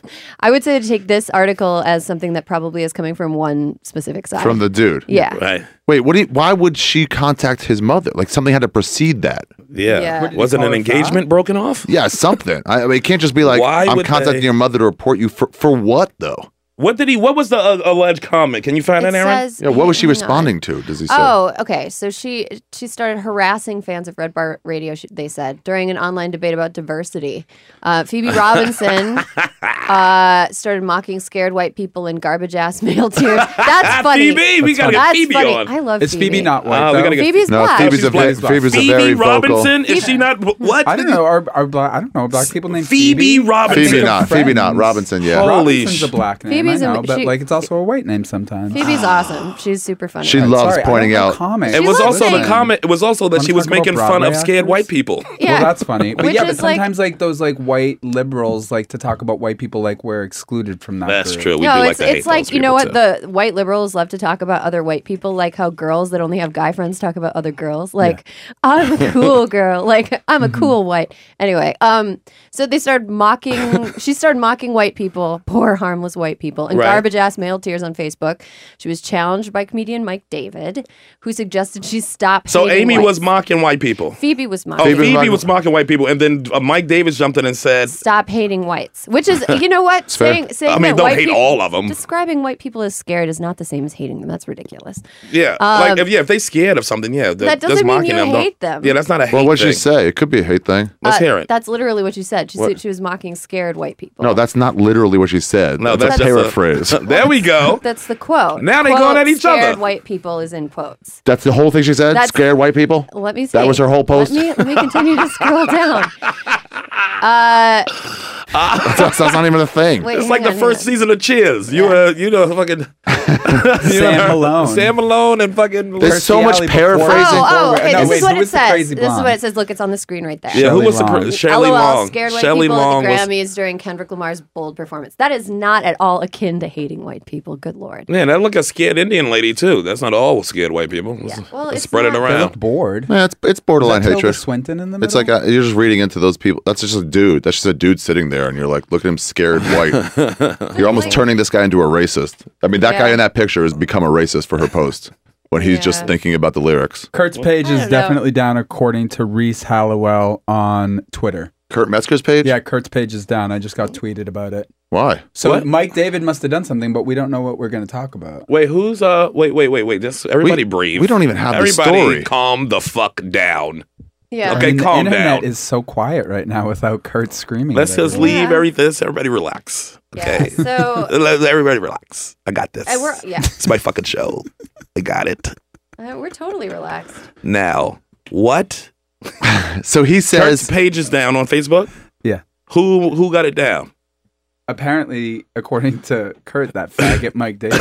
S5: I would say to take this article as something that probably is coming from one specific side.
S1: From the dude.
S5: yeah.
S2: Right.
S1: Wait, what do you, why would she contact his mother? Like something had to precede that.
S2: Yeah.
S5: Yeah. What did
S2: Wasn't
S6: you
S2: an
S6: call it, Tom?
S2: engagement broken off?
S1: Yeah, something. I, I mean, it can't just be like,
S2: Why
S1: I'm
S2: would
S1: contacting
S2: they-
S1: your mother to report you for, for what, though?
S2: What did he? What was the uh, alleged comment? Can you find
S5: It
S2: that, Aaron?
S5: says-
S1: Yeah, what was she
S5: hang on.
S1: responding to? Does he say?
S5: Oh, okay. So she she started harassing fans of Red Bar Radio. She, they said during an online debate about diversity, uh, Phoebe Robinson uh, started mocking scared white people in garbage ass male tears. That's funny.
S2: Phoebe, we gotta get
S5: That's
S2: Phoebe
S5: funny.
S2: on.
S5: I love
S6: It's
S5: Phoebe.
S6: Phoebe not white.
S2: Ah, we
S6: though.
S2: gotta get
S5: Phoebe's
S1: no,
S5: black.
S1: Phoebe's a,
S2: She's
S1: ve-
S2: black.
S1: Phoebe's a very
S2: Phoebe
S1: vocal. Hmm.
S2: Robinson. Is she not? wh- What?
S6: I don't know. Are, are black? I don't know. Black people named
S2: Phoebe
S6: Phoebe.
S2: Robinson.
S1: Phoebe not. Phoebe not.
S6: Friends.
S1: Robinson, yeah.
S2: Holy
S6: Robinson's
S2: sh-
S6: a black name.
S5: Phoebe's a-
S6: I know, but
S5: she-
S6: like it's also a white name sometimes.
S5: Phoebe's awesome. She's super funny.
S1: She
S6: I'm
S1: loves
S6: sorry, I
S1: pointing
S6: don't know
S1: out-
S6: comics.
S2: It
S5: She
S2: was
S5: loves
S2: also the
S5: it.
S2: comment. It was also that
S6: Wanna
S2: she was
S6: talk about
S2: making fun of
S6: Broadway
S2: scared
S6: actors?
S2: white people.
S5: yeah.
S6: Well, that's funny. But
S5: Which
S6: yeah, but
S5: is, like-
S6: sometimes like, those like white liberals like to talk about white people like we're excluded from that.
S2: That's
S6: group.
S2: true. We
S5: no,
S2: do like
S5: it's
S2: to hate
S5: it's like
S2: those
S5: you know
S2: people,
S5: what
S2: too.
S5: the white liberals love to talk about other white people, like how girls that only have guy friends talk about other girls. Like I'm a cool girl, like I'm
S2: Mm-hmm.
S5: a cool white. Anyway, um, so they started mocking. she started mocking white people, poor harmless white people, and
S2: Right.
S5: garbage ass male tears on Facebook. She was challenged by comedian Mike David, who suggested she stop.
S2: So
S5: hating
S2: Amy
S5: whites.
S2: was mocking white people.
S5: Phoebe was
S2: Oh,
S5: mocking.
S2: Phoebe,
S1: Phoebe
S2: was mocking white people, and then uh, Mike Davis jumped in and said,
S5: Stop hating whites, which is you know what
S1: fair.
S5: saying saying
S2: I mean,
S5: that
S2: don't
S5: white
S2: hate
S5: peop-
S2: all of 'em.
S5: Describing white people as scared is not the same as hating them. That's ridiculous.
S2: "Yeah, like if, yeah, if they scared of something, yeah,
S5: Um, That
S2: that's
S5: doesn't mean
S2: mocking
S5: you
S2: them, don't-
S5: hate them.
S2: Yeah, that's not a hate
S1: well, what'd
S2: thing.
S1: she say? It could be a hate thing.
S2: Let's hear it.
S5: Uh, That's literally what she said. She
S1: What?
S5: said she was mocking scared white people.
S1: No, that's not literally what she said.
S2: No,
S1: that's,
S2: that's
S1: a
S2: just a-
S1: paraphrase.
S2: there we go.
S5: that's the quote.
S2: Now they
S5: Quote,
S2: going at each
S5: scared
S2: other."
S5: white people is in quotes.
S1: that's the whole thing she said.
S5: That's-
S1: Scared white people.
S5: Let me see.
S1: That was her whole post?
S5: Let me, let me continue to scroll down. Uh,
S1: that's, that's not even a thing.
S5: wait,
S2: It's
S5: hang
S2: like
S5: on,
S2: the
S5: hang
S2: first
S5: on.
S2: season of Cheers. You were, you know, fucking you
S6: Sam
S2: know,
S6: Malone.
S2: Sam Malone, and fucking.
S1: There's so much
S6: Kirstie Alley before-
S1: paraphrasing.
S5: Oh, oh,
S6: Forward.
S5: okay.
S6: No,
S5: this
S6: wait,
S5: is
S6: who
S5: what it
S6: was the
S5: says.
S6: crazy
S5: This is
S6: blonde?
S5: what it says. Look, it's on the screen right there.
S2: yeah, who
S6: Shelley
S2: was the
S6: Long.
S2: per- Shelley
S5: LOL,
S2: Long?
S5: scared white
S2: Shelley
S5: people
S2: Long
S5: at the
S2: was.
S5: Grammys during Kendrick Lamar's bold performance. That is not at all akin to hating white people. Good lord.
S2: Man, that look a scared Indian lady too. That's not all scared white people. Let's-
S5: Yeah. Well,
S2: let's
S5: it's
S2: spread it
S5: not-
S6: They
S2: around.
S6: look bored.
S1: Yeah, it's, it's borderline
S6: Is that Tilda
S1: hatred.
S6: Swinton in the middle.
S1: It's like a, you're just reading into those people. That's just a dude. That's just a dude sitting there, and you're like, look at him, scared white. you're almost turning this guy into a racist. I mean, that
S5: Yeah.
S1: guy in that picture has become a racist for her post when he's just
S5: Yeah.
S1: thinking about the lyrics.
S6: Kurt's page
S5: I
S6: is
S5: don't know.
S6: definitely down according to Reese Hallowell on Twitter.
S1: Kurt Metzger's page.
S6: Yeah, Kurt's page is down. I just got tweeted about it.
S1: Why?
S6: So
S2: Oh. What?
S6: Mike David must have done something, but we don't know what we're going to talk about.
S2: Wait, who's uh? Wait, wait, wait, wait. Just everybody breathe.
S1: we don't even have the
S2: everybody
S1: story.
S2: calm the fuck down.
S5: Yeah.
S2: Okay,
S6: the
S2: calm
S6: internet
S2: down.
S6: is so quiet right now without Kurt screaming.
S2: Let's
S1: Hmm.
S6: at
S2: just
S6: everyone.
S2: leave
S5: Yeah.
S2: everything. Everybody relax.
S5: Yeah,
S2: Okay.
S5: so-
S2: Let- let everybody relax. I got this.
S5: And we're- yeah.
S2: It's my fucking show. I got it.
S5: Uh, we're totally relaxed.
S2: Now, what?
S1: So he
S2: Kurt's
S1: says,
S2: page is down on Facebook.
S6: Yeah.
S2: Who who got it down?
S6: Apparently, according to Kurt, that faggot Mike David.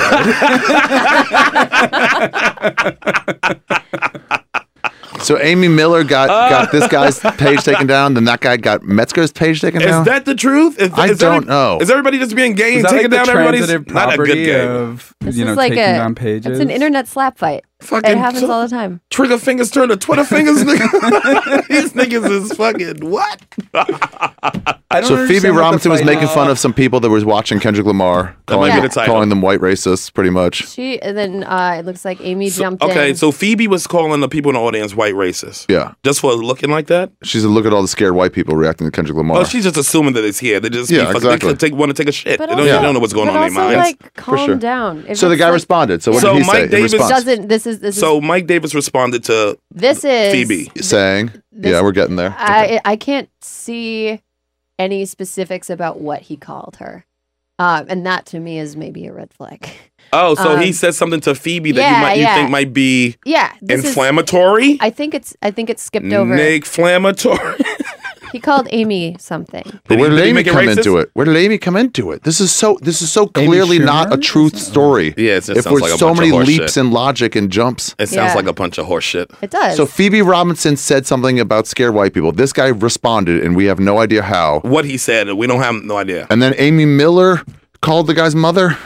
S1: so Amy Miller got got this guy's page taken down, then that guy got Metzger's page taken
S2: Is
S1: down.
S2: that the truth? Is,
S1: I
S2: is
S1: don't
S2: every-
S1: know.
S2: Is everybody just being gay
S6: Is
S2: and
S6: that
S2: taking
S6: like the
S2: down everybody's
S6: transitive
S2: not a good
S6: property
S2: game?
S6: of
S5: This
S6: you know
S5: is like
S6: taking
S5: a
S6: down pages?
S5: It's an internet slap fight.
S2: Fucking
S5: it happens
S2: so-
S5: all the time.
S2: Trigger fingers turn to Twitter fingers. nigga. These niggas is fucking what?
S6: I don't
S1: So Phoebe
S6: understand what the
S1: Robinson was
S6: fight
S1: making
S6: is.
S1: fun of some people that was watching Kendrick Lamar, calling,
S5: might be
S1: them-
S2: the title.
S1: calling them white racists, pretty much.
S5: She and then uh, it looks like Amy jumped
S2: okay,
S5: in.
S2: so Phoebe was calling the people in the audience white racists.
S1: Yeah,
S2: Just for looking like that?
S1: she's a look at all the scared white people reacting to Kendrick Lamar.
S2: Oh, she's just assuming that it's here. They just
S1: Yeah,
S2: be fuck-
S1: exactly.
S2: they could take, want to take a shit.
S5: but
S2: they,
S5: also,
S2: don't, they don't know what's going
S5: but
S2: on in their
S5: also,
S2: minds.
S5: Like, calm
S1: sure.
S5: down. If
S1: so the
S5: it's
S1: guy
S5: like-
S1: responded. So what
S2: So
S1: did he
S2: Mike
S1: say in
S2: Davis-
S1: response?
S5: Doesn't this is this
S2: so
S5: is
S2: Mike Davis responded to
S5: this is
S2: Phoebe.
S1: saying,
S5: this-
S1: "Yeah, we're getting there."
S5: I I can't see any specifics about what he called her, um, and that to me is maybe a red flag.
S2: Oh, so
S5: Um,
S2: he said something to Phoebe that
S5: yeah,
S2: you might you
S5: yeah.
S2: think might be
S5: Yeah, this is.
S2: inflammatory?
S5: I think it's I think it's skipped over.
S2: Inflammatory.
S5: He called Amy something.
S1: But
S2: Did
S1: where did
S2: he- did he
S1: Amy
S2: make it
S1: come
S2: racist?
S1: into it? Where did Amy come into it? This is so. This is so
S6: Amy
S1: clearly
S6: Schumer?
S1: not a true story.
S2: Yeah, it just
S1: if
S2: sounds
S1: we're
S2: like a
S1: so
S2: bunch of
S1: many
S2: horse
S1: leaps
S2: shit.
S1: and logic and jumps.
S2: It sounds
S5: Yeah.
S2: like a bunch of horse shit.
S5: It does.
S1: So Phoebe Robinson said something about scared white people. This guy responded, and we have no idea how.
S2: What he said, we don't have no idea.
S1: And then Amy Miller called the guy's mother.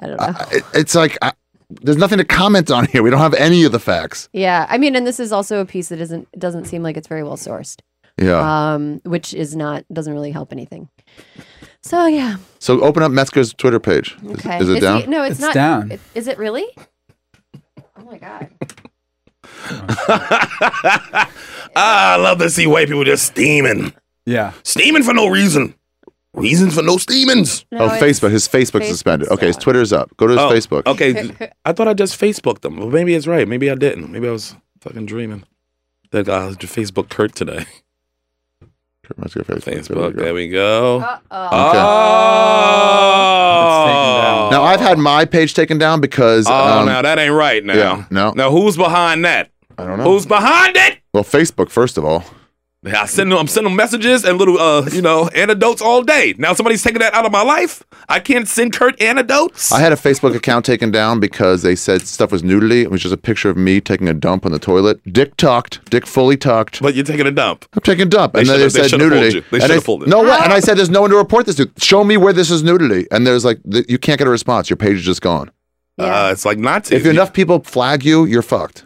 S5: I don't know.
S1: It, it's like I, there's nothing to comment on here. We don't have any of the facts.
S5: yeah, I mean, and this is also a piece that isn't it doesn't seem like it's very well sourced,
S1: Yeah.
S5: um, which is not doesn't really help anything. So yeah,
S1: so open up Metzger's Twitter page. Is-
S5: okay.
S1: Is, it
S5: he-
S1: down?
S5: no, it's,
S6: It's
S5: not
S6: down.
S5: it- Is it really? Oh my god.
S2: Ah, I love to see white people just steaming.
S6: Yeah.
S2: Steaming for no reason. Reasons for no steamings.
S5: No,
S1: Oh,
S5: it's-
S1: Facebook. His Facebook
S5: Facebook's
S1: suspended. Okay, his
S5: down.
S1: Twitter's up. Go to his
S2: Oh,
S1: Facebook.
S2: Okay. I thought I just Facebooked them. Well, maybe it's right. Maybe I didn't. Maybe I was fucking dreaming. That guy Facebook Kurt today.
S1: Metzger Facebook. There we
S2: Facebook.
S1: go.
S2: There we go.
S5: Uh-oh.
S1: Okay.
S2: Oh.
S1: Now I've had my page taken down because
S2: Oh,
S1: um,
S2: now that ain't right. Now,
S1: yeah, no.
S2: Now who's behind that?
S1: I don't know.
S2: Who's behind it?
S1: well, Facebook first of all.
S2: I send them, I'm sending them messages and little, uh, you know, anecdotes all day. Now somebody's taking that out of my life. I can't send Kurt anecdotes.
S1: I had a Facebook account taken down because they said stuff was nudity. It was just a picture of me taking a dump on the toilet, dick tucked, dick fully tucked.
S2: but you're taking a dump.
S1: I'm taking a dump,
S2: They
S1: and then they
S2: should've- they
S1: said
S2: should've
S1: nudity.
S2: pulled you. They
S1: And I-
S2: should've pulled it.
S1: No way. And I said, "There's no one to report this to. Show me where this is nudity." And there's like, th- you can't get a response. Your page is just gone.
S5: Yeah.
S2: Uh, it's like Nazis.
S1: If enough people flag you, you're fucked.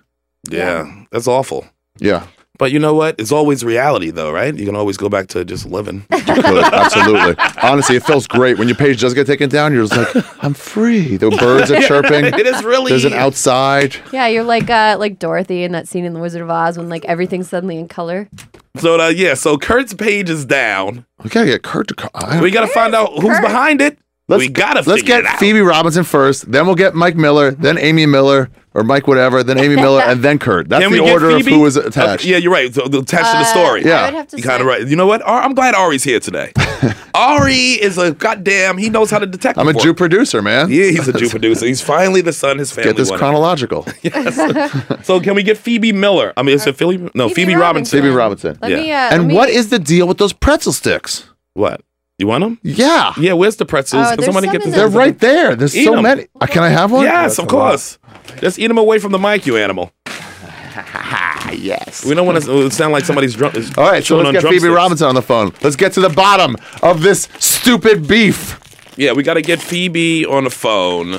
S2: yeah, that's awful.
S1: Yeah,
S2: But you know what? It's always reality, though, right? You can always go back to just living.
S1: you could, absolutely. Honestly, it feels great when your page does get taken down. You're just like, "I'm free." The birds are chirping.
S2: it is really.
S1: There's an outside.
S5: Yeah, you're like uh, like Dorothy in that scene in The Wizard of Oz when like everything's suddenly in color.
S2: So uh, yeah, so Kurt's page is down.
S1: We gotta get Kurt to. co- I
S2: We gotta find out who's
S5: Kurt?
S2: behind it.
S1: Let's-
S2: we gotta.
S1: Let's
S2: figure
S1: get
S2: it out.
S1: Phoebe Robinson first, then we'll get Mike Miller, then Amy Miller, or Mike whatever, then Amy Miller, and then Kurt. That's
S2: Can
S1: the
S2: we get
S1: order of
S2: Phoebe?
S1: who was attached.
S2: Okay, yeah, you're right. So, the attached to the
S5: Uh,
S2: story.
S1: Yeah.
S5: I would have to
S2: You kind
S5: say-
S2: of right. You know what? Ar- I'm glad Ari's here today. Ari is a goddamn. He knows how to detect.
S1: I'm a
S2: work.
S1: Jew producer, man.
S2: Yeah, he's a Jew producer. He's finally the son his family
S1: Get this
S2: wanted.
S1: chronological.
S2: so can we get Phoebe Miller? I mean,
S5: Uh,
S2: is it Phoebe? No, Phoebe, Robinson.
S1: Phoebe Robinson.
S5: Let
S2: Yeah.
S5: me, uh, let
S1: and
S5: me-
S1: what is the deal with those pretzel sticks?
S2: What? You want them?
S1: Yeah.
S2: Yeah. Where's the pretzels?
S5: Oh,
S2: Can
S5: there's
S2: somebody
S5: some
S2: get
S5: in
S2: this?
S1: They're right there. There's
S2: Eat
S1: so
S2: 'em.
S1: many. Uh, can I have one?
S2: Yes, of course. Just eat them away from the mic, you animal. yes. We don't want to sound like somebody's drunk. is
S1: All right, so
S2: chewing
S1: let's
S2: on
S1: get Phoebe
S2: drumsticks.
S1: Robinson on the phone. Let's get to the bottom of this stupid beef.
S2: Yeah, we got to get Phoebe on the phone.